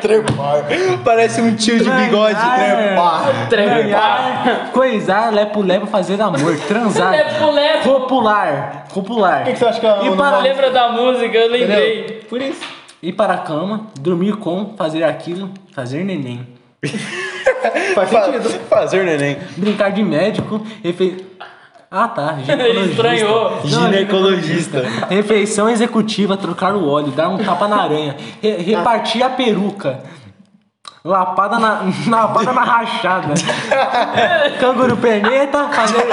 Speaker 2: Trepar. Parece um tio de bigode. né? Trepar.
Speaker 3: Trepar.
Speaker 5: Ganhar, coisar, lepo-lepo, fazer amor, transar.
Speaker 3: Lepo-lepo.
Speaker 5: Copular, copular. O
Speaker 4: que você acha que é
Speaker 5: e
Speaker 4: o
Speaker 5: para,
Speaker 3: Ah, Lembra da música? Eu lembrei.
Speaker 5: Entendeu? Por isso. Ir para a cama, dormir com, fazer aquilo, fazer neném.
Speaker 4: Faz sentido.
Speaker 2: Fa- Fazer neném.
Speaker 5: Brincar de médico, refe... Ah tá, ginecologista.
Speaker 3: estranhou.
Speaker 5: Não,
Speaker 2: Ginecologista.
Speaker 5: Refeição executiva, trocar o óleo, dar um tapa na aranha, re- repartir a peruca. Lapada na, lapada na rachada. Canguru perneta, fazer.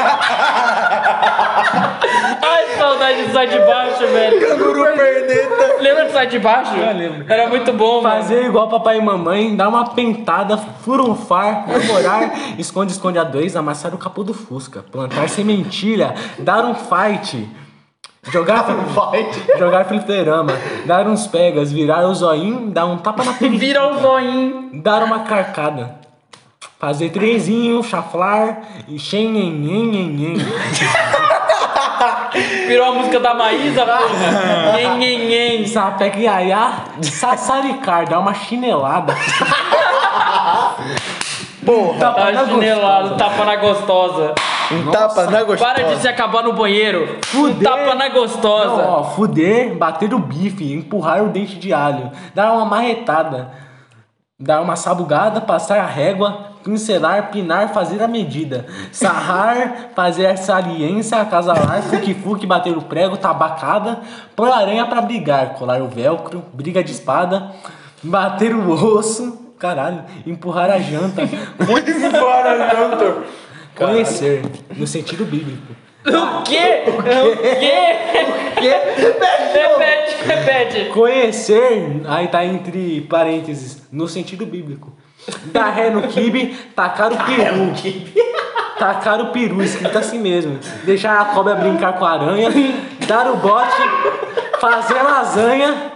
Speaker 3: Ai, saudade do Sai de Baixo, velho. Canguru perneta. Lembra do Sai de Baixo? Eu
Speaker 5: lembro.
Speaker 3: Era muito bom, mano.
Speaker 5: Fazer igual papai e mamãe, dar uma pentada, um furunfar, namorar, esconde-esconde a dois, amassar o capô do Fusca, plantar sementilha, dar um fight, jogar, jogar fliperama, dar uns pegas, virar o zoinho, dar um tapa na periquita,
Speaker 3: Vira o zoinho.
Speaker 5: dar uma carcada, fazer trezinho, chaflar, enxenhenhenhenhen.
Speaker 3: Virou a música da Maísa, porra. Nhen, nhen, nhen.
Speaker 5: Sapec iaiá, sassaricar, dar uma chinelada. Porra,
Speaker 3: Tá chinelado, tapa na gostosa.
Speaker 2: Um tapa na gostosa.
Speaker 3: Para de se acabar no banheiro. Um
Speaker 5: Fuder.
Speaker 3: tapa na
Speaker 5: Não,
Speaker 3: gostosa.
Speaker 5: ó, fuder, bater o bife, empurrar o dente de alho, dar uma marretada, dar uma sabugada, passar a régua, pincelar, pinar, fazer a medida, sarrar, fazer a saliência, acasalar, fuque-fuque, bater o prego, tabacada, pôr a aranha pra brigar, colar o velcro, briga de espada, bater o osso, caralho, empurrar a janta,
Speaker 2: Para, Dantor.
Speaker 5: conhecer, no sentido bíblico.
Speaker 3: O quê? O quê? Repete, repete.
Speaker 5: Conhecer, aí tá entre parênteses, no sentido bíblico. Dar ré no quibe, tacar o peru. Tacar o peru, escrito assim mesmo. Deixar a cobra brincar com a aranha. Dar o bote, fazer lasanha.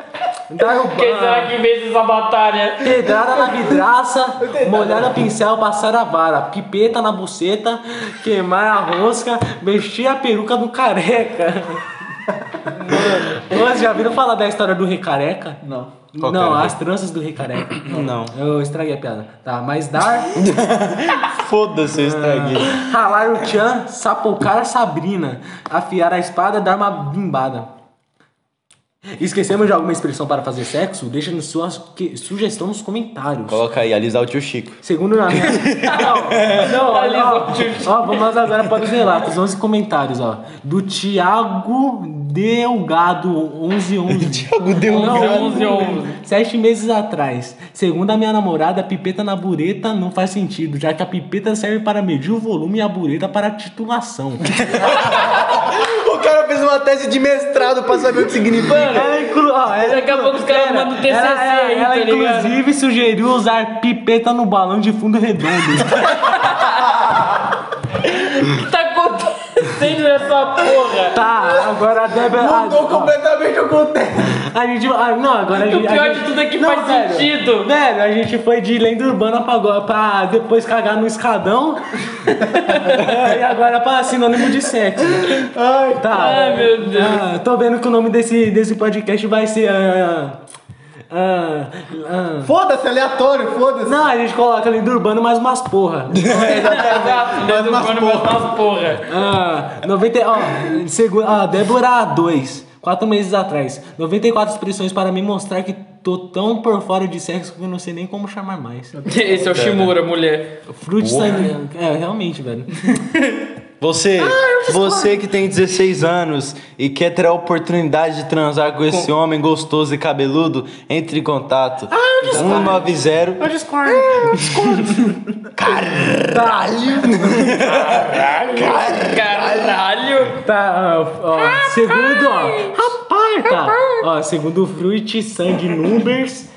Speaker 5: Dar o
Speaker 3: Quem será
Speaker 5: bote.
Speaker 3: que fez essa batalha?
Speaker 5: Pedrada na vidraça, molhar o pincel, passar a vara, pipeta na buceta, queimar a rosca, mexer a peruca do careca. Vocês já viram falar da história do Rei Careca?
Speaker 4: Não.
Speaker 2: Qual
Speaker 5: não,
Speaker 2: cara?
Speaker 5: as tranças do Rei Careca.
Speaker 2: Não.
Speaker 5: Eu estraguei a piada. Tá, mas dar,
Speaker 2: Foda-se, eu estraguei.
Speaker 5: Ah. ralar o tchan, sapucar Sabrina, afiar a espada, dar uma bimbada. Esquecemos de alguma expressão para fazer sexo? Deixa sua que- sugestão nos comentários.
Speaker 2: Coloca aí, alisar o tio Chico.
Speaker 5: Segundo na minha. Não, não, olha, ó, ó, vamos agora para os relatos, 11 comentários, ó. Do Thiago Delgado, 1111. Thiago
Speaker 3: Delgado. 1111.
Speaker 5: Sete meses atrás. Segundo a minha namorada, a pipeta na bureta não faz sentido, já que a pipeta serve para medir o volume e a bureta para titulação.
Speaker 2: O cara fez uma tese de mestrado pra saber o que significa.
Speaker 5: Ela inclu- ó, ela
Speaker 3: Daqui a
Speaker 5: inclu-
Speaker 3: pouco os caras
Speaker 5: pera,
Speaker 3: mandam TCC
Speaker 5: ela- ela-
Speaker 3: aí,
Speaker 5: ela
Speaker 3: tá ligado?
Speaker 5: inclusive sugeriu usar pipeta no balão de fundo redondo.
Speaker 3: O que tá acontecendo nessa porra?
Speaker 5: Tá, agora a Débora.
Speaker 2: Mudou
Speaker 5: a, ó,
Speaker 2: completamente o contexto.
Speaker 5: a gente. ah, não, agora a
Speaker 3: O
Speaker 5: gente. a
Speaker 3: pior
Speaker 5: gente-
Speaker 3: de tudo é que
Speaker 5: Não,
Speaker 3: faz
Speaker 5: velho.
Speaker 3: sentido.
Speaker 5: Velho, a gente foi de lenda urbana pra, agora- pra depois cagar no escadão. e agora pra sinônimo de sexo. Ai, tá.
Speaker 3: Ai, meu Deus.
Speaker 5: Ah, tô vendo que o nome desse, desse podcast vai ser. ah, ah, ah.
Speaker 4: Foda-se, aleatório, foda-se.
Speaker 5: Não, a gente coloca lenda urbana mais umas porra.
Speaker 2: tá
Speaker 3: Exato, né? Do mano, mas umas porra.
Speaker 5: Ah, 90, ó, segu- ah, Débora 2, quatro meses atrás. 94 expressões para me mostrar que tô tão por fora de sexo que eu não sei nem como chamar mais.
Speaker 3: Esse é o Shimura, mulher.
Speaker 5: Fruit sangue. É, realmente, velho.
Speaker 2: Você, você que tem 16 anos e quer ter a oportunidade de transar com esse homem gostoso e cabeludo, entre em contato. Ah, eu 190.
Speaker 5: Eu discordo. eu discordo.
Speaker 3: Caralho.
Speaker 5: Tá, tá, ó, ó, segundo, ó. Rapaz, tá. Ó, segundo o Fruit Sangue Numbers.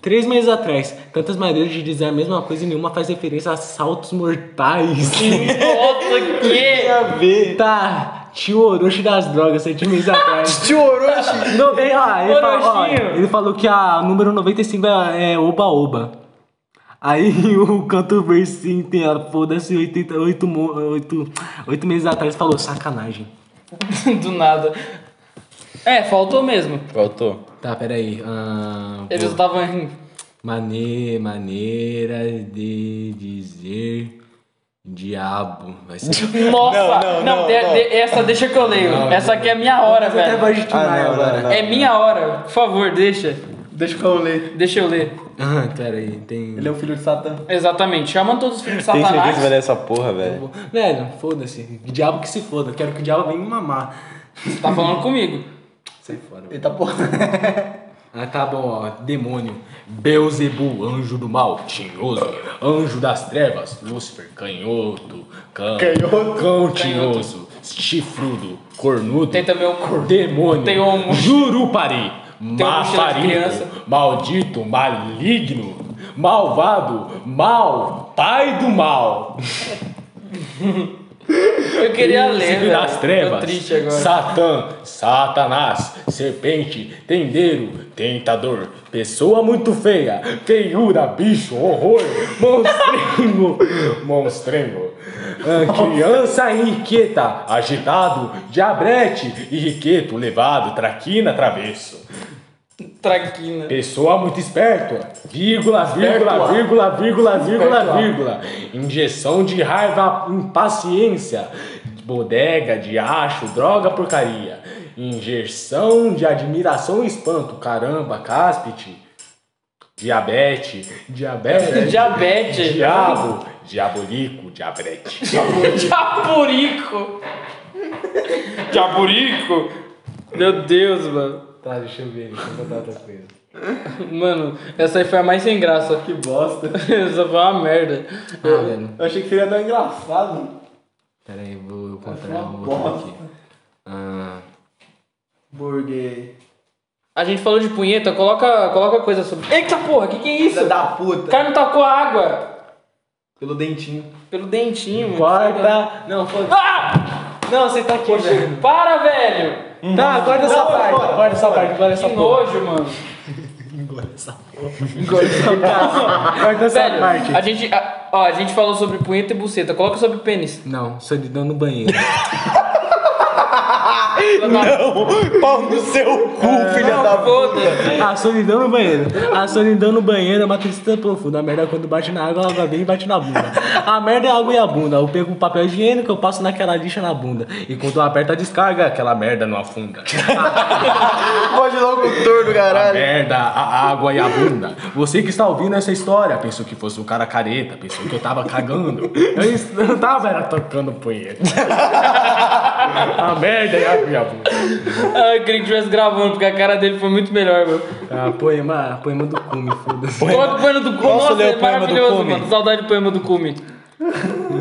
Speaker 5: Três meses atrás, tantas maneiras de dizer a mesma coisa e nenhuma faz referência a saltos mortais.
Speaker 3: Nossa, que... é?
Speaker 5: Tá, tio Orochi das drogas, sete meses atrás. tio Orochi? Não, bem, ó, ele, falou, ó,
Speaker 3: Orochinho.
Speaker 5: ele falou que a número 95 é é Oba Oba. Aí o canto versinho tem a foda-se 88 mo- oito- oito meses atrás falou sacanagem.
Speaker 3: Do nada. É, faltou mesmo.
Speaker 2: Voltou.
Speaker 5: Tá, peraí. ahn,
Speaker 3: Eles
Speaker 5: pô,
Speaker 3: estavam rindo.
Speaker 5: mane, maneira de dizer diabo. Vai ser.
Speaker 3: Nossa!
Speaker 2: Não, não, não,
Speaker 3: de-
Speaker 2: não.
Speaker 3: de- essa deixa que eu leio. essa aqui é a minha hora,
Speaker 5: Até
Speaker 3: velho.
Speaker 5: voz de
Speaker 4: Ah,
Speaker 5: Timaya
Speaker 2: não, não,
Speaker 5: agora.
Speaker 2: não.
Speaker 3: É minha hora. Por favor, deixa.
Speaker 4: Deixa que eu ler.
Speaker 3: Deixa eu ler.
Speaker 5: Ah, peraí, tem.
Speaker 4: Ele é o filho de Satã.
Speaker 3: Exatamente. Chamando todos os filhos de
Speaker 2: Tem certeza que vai
Speaker 3: Satanás.
Speaker 2: ler essa porra, velho?
Speaker 5: Velho, foda-se. Diabo que se foda. Quero que o diabo venha me mamar.
Speaker 3: Tá falando comigo.
Speaker 5: Sai fora.
Speaker 4: Eita porra.
Speaker 5: Ah, tá bom, ó. Demônio. Beuzebu, anjo do mal, tinhoso. Anjo das trevas, Lúcifer, canhoto. Cão, canhoto. Cão tinhoso, chifrudo, cornudo.
Speaker 3: Tem também o cor-
Speaker 5: Demônio.
Speaker 3: tem o-
Speaker 5: Jurupari.
Speaker 3: Tem o mochila de
Speaker 5: Mafarico.
Speaker 3: criança.
Speaker 5: Maldito, maligno. Malvado, mal, pai do mal.
Speaker 3: Eu queria ler.
Speaker 5: Príncipe
Speaker 3: velho.
Speaker 5: das trevas.
Speaker 3: Tô triste agora.
Speaker 5: Satã, Satanás, serpente, tendeiro, tentador, pessoa muito feia, feiura, bicho, horror, monstrengo, monstrengo, Ah, criança inquieta, agitado, diabrete, irriqueto, levado, traquina, travesso.
Speaker 3: Traquina.
Speaker 5: Pessoa muito esperta. Vírgula, vírgula, vírgula, vírgula, vírgula, vírgula. Injeção de raiva, impaciência. Bodega, de acho, droga, porcaria. Injeção de admiração e espanto. Caramba, cáspite. Diabete, diabetes.
Speaker 3: Diabete.
Speaker 5: Diabo, diabolico, diabrete.
Speaker 3: Japurico. Japurico. Meu Deus, mano.
Speaker 5: Tá, deixa eu ver, deixa eu botar outra coisa.
Speaker 3: Mano, essa aí foi a mais sem graça.
Speaker 4: Que bosta.
Speaker 3: Essa foi uma merda.
Speaker 5: Ah, velho.
Speaker 4: Eu achei que seria tão engraçado.
Speaker 5: Pera aí, vou encontrar
Speaker 4: Uma
Speaker 5: um outro aqui.
Speaker 4: bosta.
Speaker 5: Ah,
Speaker 4: Burger.
Speaker 3: A gente falou de punheta, coloca, coloca coisa sobre. Eita porra, que que é isso?
Speaker 4: Filha da
Speaker 3: O
Speaker 4: puta.
Speaker 3: cara me tacou água
Speaker 4: Pelo dentinho.
Speaker 3: pelo dentinho, mano.
Speaker 5: Guarda. Não, foda
Speaker 3: Ah!
Speaker 5: Não, você tá aqui, velho.
Speaker 3: Para, velho!
Speaker 5: Tá, guarda essa parte. Guarda essa parte, guarda essa
Speaker 3: Que
Speaker 5: porra.
Speaker 3: nojo, mano.
Speaker 5: Guarda essa
Speaker 3: Velho, a
Speaker 5: parte.
Speaker 3: gente, a- ó, a gente falou sobre punheta e buceta. Coloca sobre pênis.
Speaker 5: Não, solidão no banheiro.
Speaker 2: Não! Pau no seu cu, filha da puta!
Speaker 5: A solidão no banheiro. A solidão no banheiro é uma tristeza profunda. A merda é quando bate na água, ela vai bem e bate na bunda. A merda é a água e a bunda. Eu pego um papel higiênico, eu passo naquela lixa na bunda. E quando eu aperto a descarga, aquela merda não afunda.
Speaker 2: Pode logo o touro,
Speaker 5: A
Speaker 2: caralho!
Speaker 5: merda, a água e a bunda. Você que está ouvindo essa história, pensou que fosse um cara careta, pensou que eu tava cagando. Eu est- eu tava era tocando punheta. A merda e a água e a bunda.
Speaker 3: Ah, eu queria que tivesse gravando, porque a cara dele foi muito melhor, meu.
Speaker 5: Ah, poema, poema do cume, foda-se.
Speaker 3: Coloca o poema do Cume.
Speaker 2: Posso
Speaker 3: Nossa,
Speaker 2: ler o
Speaker 3: é
Speaker 2: poema do
Speaker 3: maravilhoso,
Speaker 2: Cume?
Speaker 3: mano. Saudade do poema do Cume.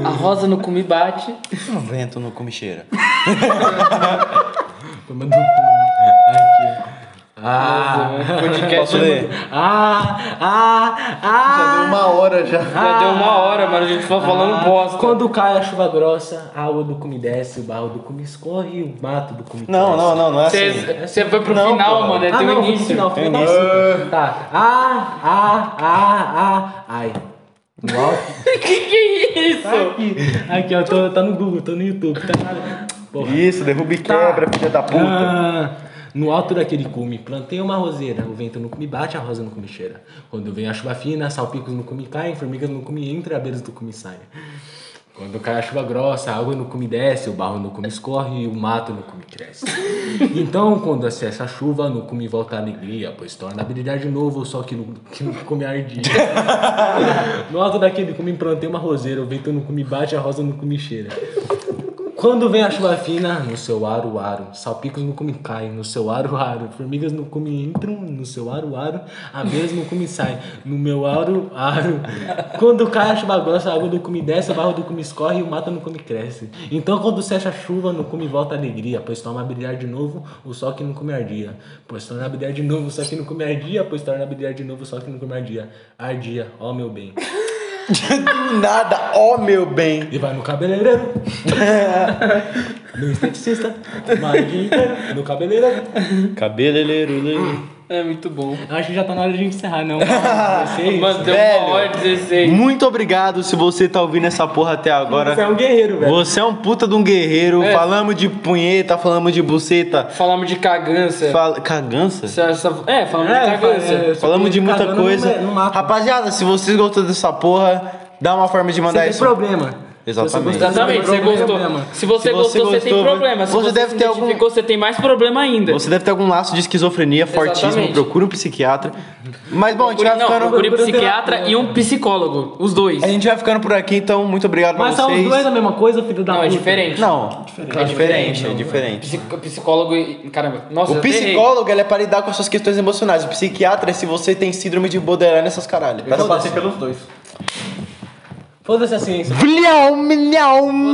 Speaker 3: A rosa no cume bate.
Speaker 2: Um vento no comicheira.
Speaker 5: Toma do cu. Aqui. Ah,
Speaker 2: Posso ler?
Speaker 5: ah, ah, ah.
Speaker 4: Uma hora já.
Speaker 3: Já deu uma hora, mano. A gente foi falando bosta.
Speaker 5: Quando cai a chuva grossa, a água do cume desce, o barro do cume escorre e o mato do cume
Speaker 2: Não,
Speaker 5: cresce.
Speaker 2: não, não, não é assim.
Speaker 3: Você foi pro
Speaker 2: Não,
Speaker 3: final,
Speaker 2: porra.
Speaker 3: mano. É
Speaker 5: Ah,
Speaker 3: teu
Speaker 5: não, foi pro
Speaker 3: início.
Speaker 5: final, foi final. sim. Tá. Ah, ah, ah, ah, ai. No alto.
Speaker 3: que que é isso?
Speaker 5: Tá aqui. Aqui, ó, tô, tá no Google, tô no YouTube, tá nada. Porra.
Speaker 2: Isso, derruba e
Speaker 5: Tá.
Speaker 2: quebra, filha da puta.
Speaker 5: Ah, no alto daquele cume, plantei uma roseira. O vento no cume bate, a rosa no cume cheira. Quando vem a chuva fina, salpicos no cume caem, formigas no cume entram, abelhas do cume saem. Quando cai a chuva grossa, a água no cume desce, o barro no cume escorre e o mato no cume cresce. Então, quando acessa a chuva, no cume volta a alegria, pois torna a brilhar de novo o sol que no, que no cume ardia. No alto daquele cume plantei uma roseira, o vento no cume bate, a rosa no cume cheira. Quando vem a chuva fina, no seu aro, aro, salpicos no cume caem, no seu aro, aro, formigas no cume entram, no seu aro, aro, abelhas no cume saem, no meu aro, aro. Quando cai a chuva grossa, a água do cume desce, o barro do cume escorre e o mato no cume cresce. Então quando cessa a chuva, no cume volta a alegria, pois torna a brilhar de novo o sol que no cume ardia. Pois torna a brilhar de novo o sol que no cume ardia, pois torna a brilhar de novo o sol que no cume ardia. Ardia, ó meu bem.
Speaker 2: Do nada, ó meu bem.
Speaker 5: E vai no cabeleireiro. no esteticista. Vai o dia inteiro no cabeleireiro.
Speaker 2: Cabeleireiro,
Speaker 3: É muito bom.
Speaker 5: Acho que já tá na hora de encerrar, não. Vocês,
Speaker 3: Mano, deu
Speaker 2: Velho.
Speaker 3: uma hora e 16.
Speaker 2: Muito obrigado se você tá ouvindo essa porra até
Speaker 5: Você é
Speaker 2: agora.
Speaker 5: um guerreiro, velho. É.
Speaker 2: Você é um puta de um guerreiro. Falamos de punheta, falamos de buceta.
Speaker 3: Falamos de cagança.
Speaker 2: Fala... Cagança?
Speaker 3: Essa- essa- É, falamos de
Speaker 5: É,
Speaker 3: cagança.
Speaker 5: é,
Speaker 2: Falamos de muita
Speaker 5: cagando no
Speaker 2: coisa.
Speaker 5: me- No mato.
Speaker 2: Rapaziada, se vocês gostam dessa porra, dá uma forma de
Speaker 5: Você
Speaker 2: mandar
Speaker 5: tem
Speaker 2: isso.
Speaker 5: problema.
Speaker 2: Exatamente.
Speaker 3: Exatamente, você gostou. Se você, gostou, você tem problema. Se
Speaker 2: você
Speaker 3: você,
Speaker 2: deve
Speaker 3: se
Speaker 2: ter algum-
Speaker 3: identificou, você tem mais problema ainda.
Speaker 2: Você deve ter algum laço de esquizofrenia fortíssimo,
Speaker 3: Exatamente.
Speaker 2: procura um psiquiatra. Mas bom, a gente vai
Speaker 3: Procure, não,
Speaker 2: tá ficando. É,
Speaker 3: procure um
Speaker 5: Procura
Speaker 3: psiquiatra
Speaker 5: terapia.
Speaker 3: e um psicólogo. Os dois.
Speaker 2: A gente vai ficando por aqui, então muito obrigado
Speaker 5: Mas
Speaker 2: pra
Speaker 5: são os
Speaker 2: vocês.
Speaker 5: dois a mesma coisa, filho da
Speaker 3: Não,
Speaker 5: puta.
Speaker 3: é diferente.
Speaker 2: Não, é diferente, é diferente.
Speaker 3: Psico- Psicólogo e. Caramba. Nossa,
Speaker 2: O
Speaker 3: eu errei.
Speaker 2: psicólogo ele é pra lidar com as suas questões emocionais. O psiquiatra é se você tem síndrome de Borderline essas caralho.
Speaker 4: Eu já passei pelos dois.
Speaker 5: Foda-se a ciência.
Speaker 2: Vliau, milhau,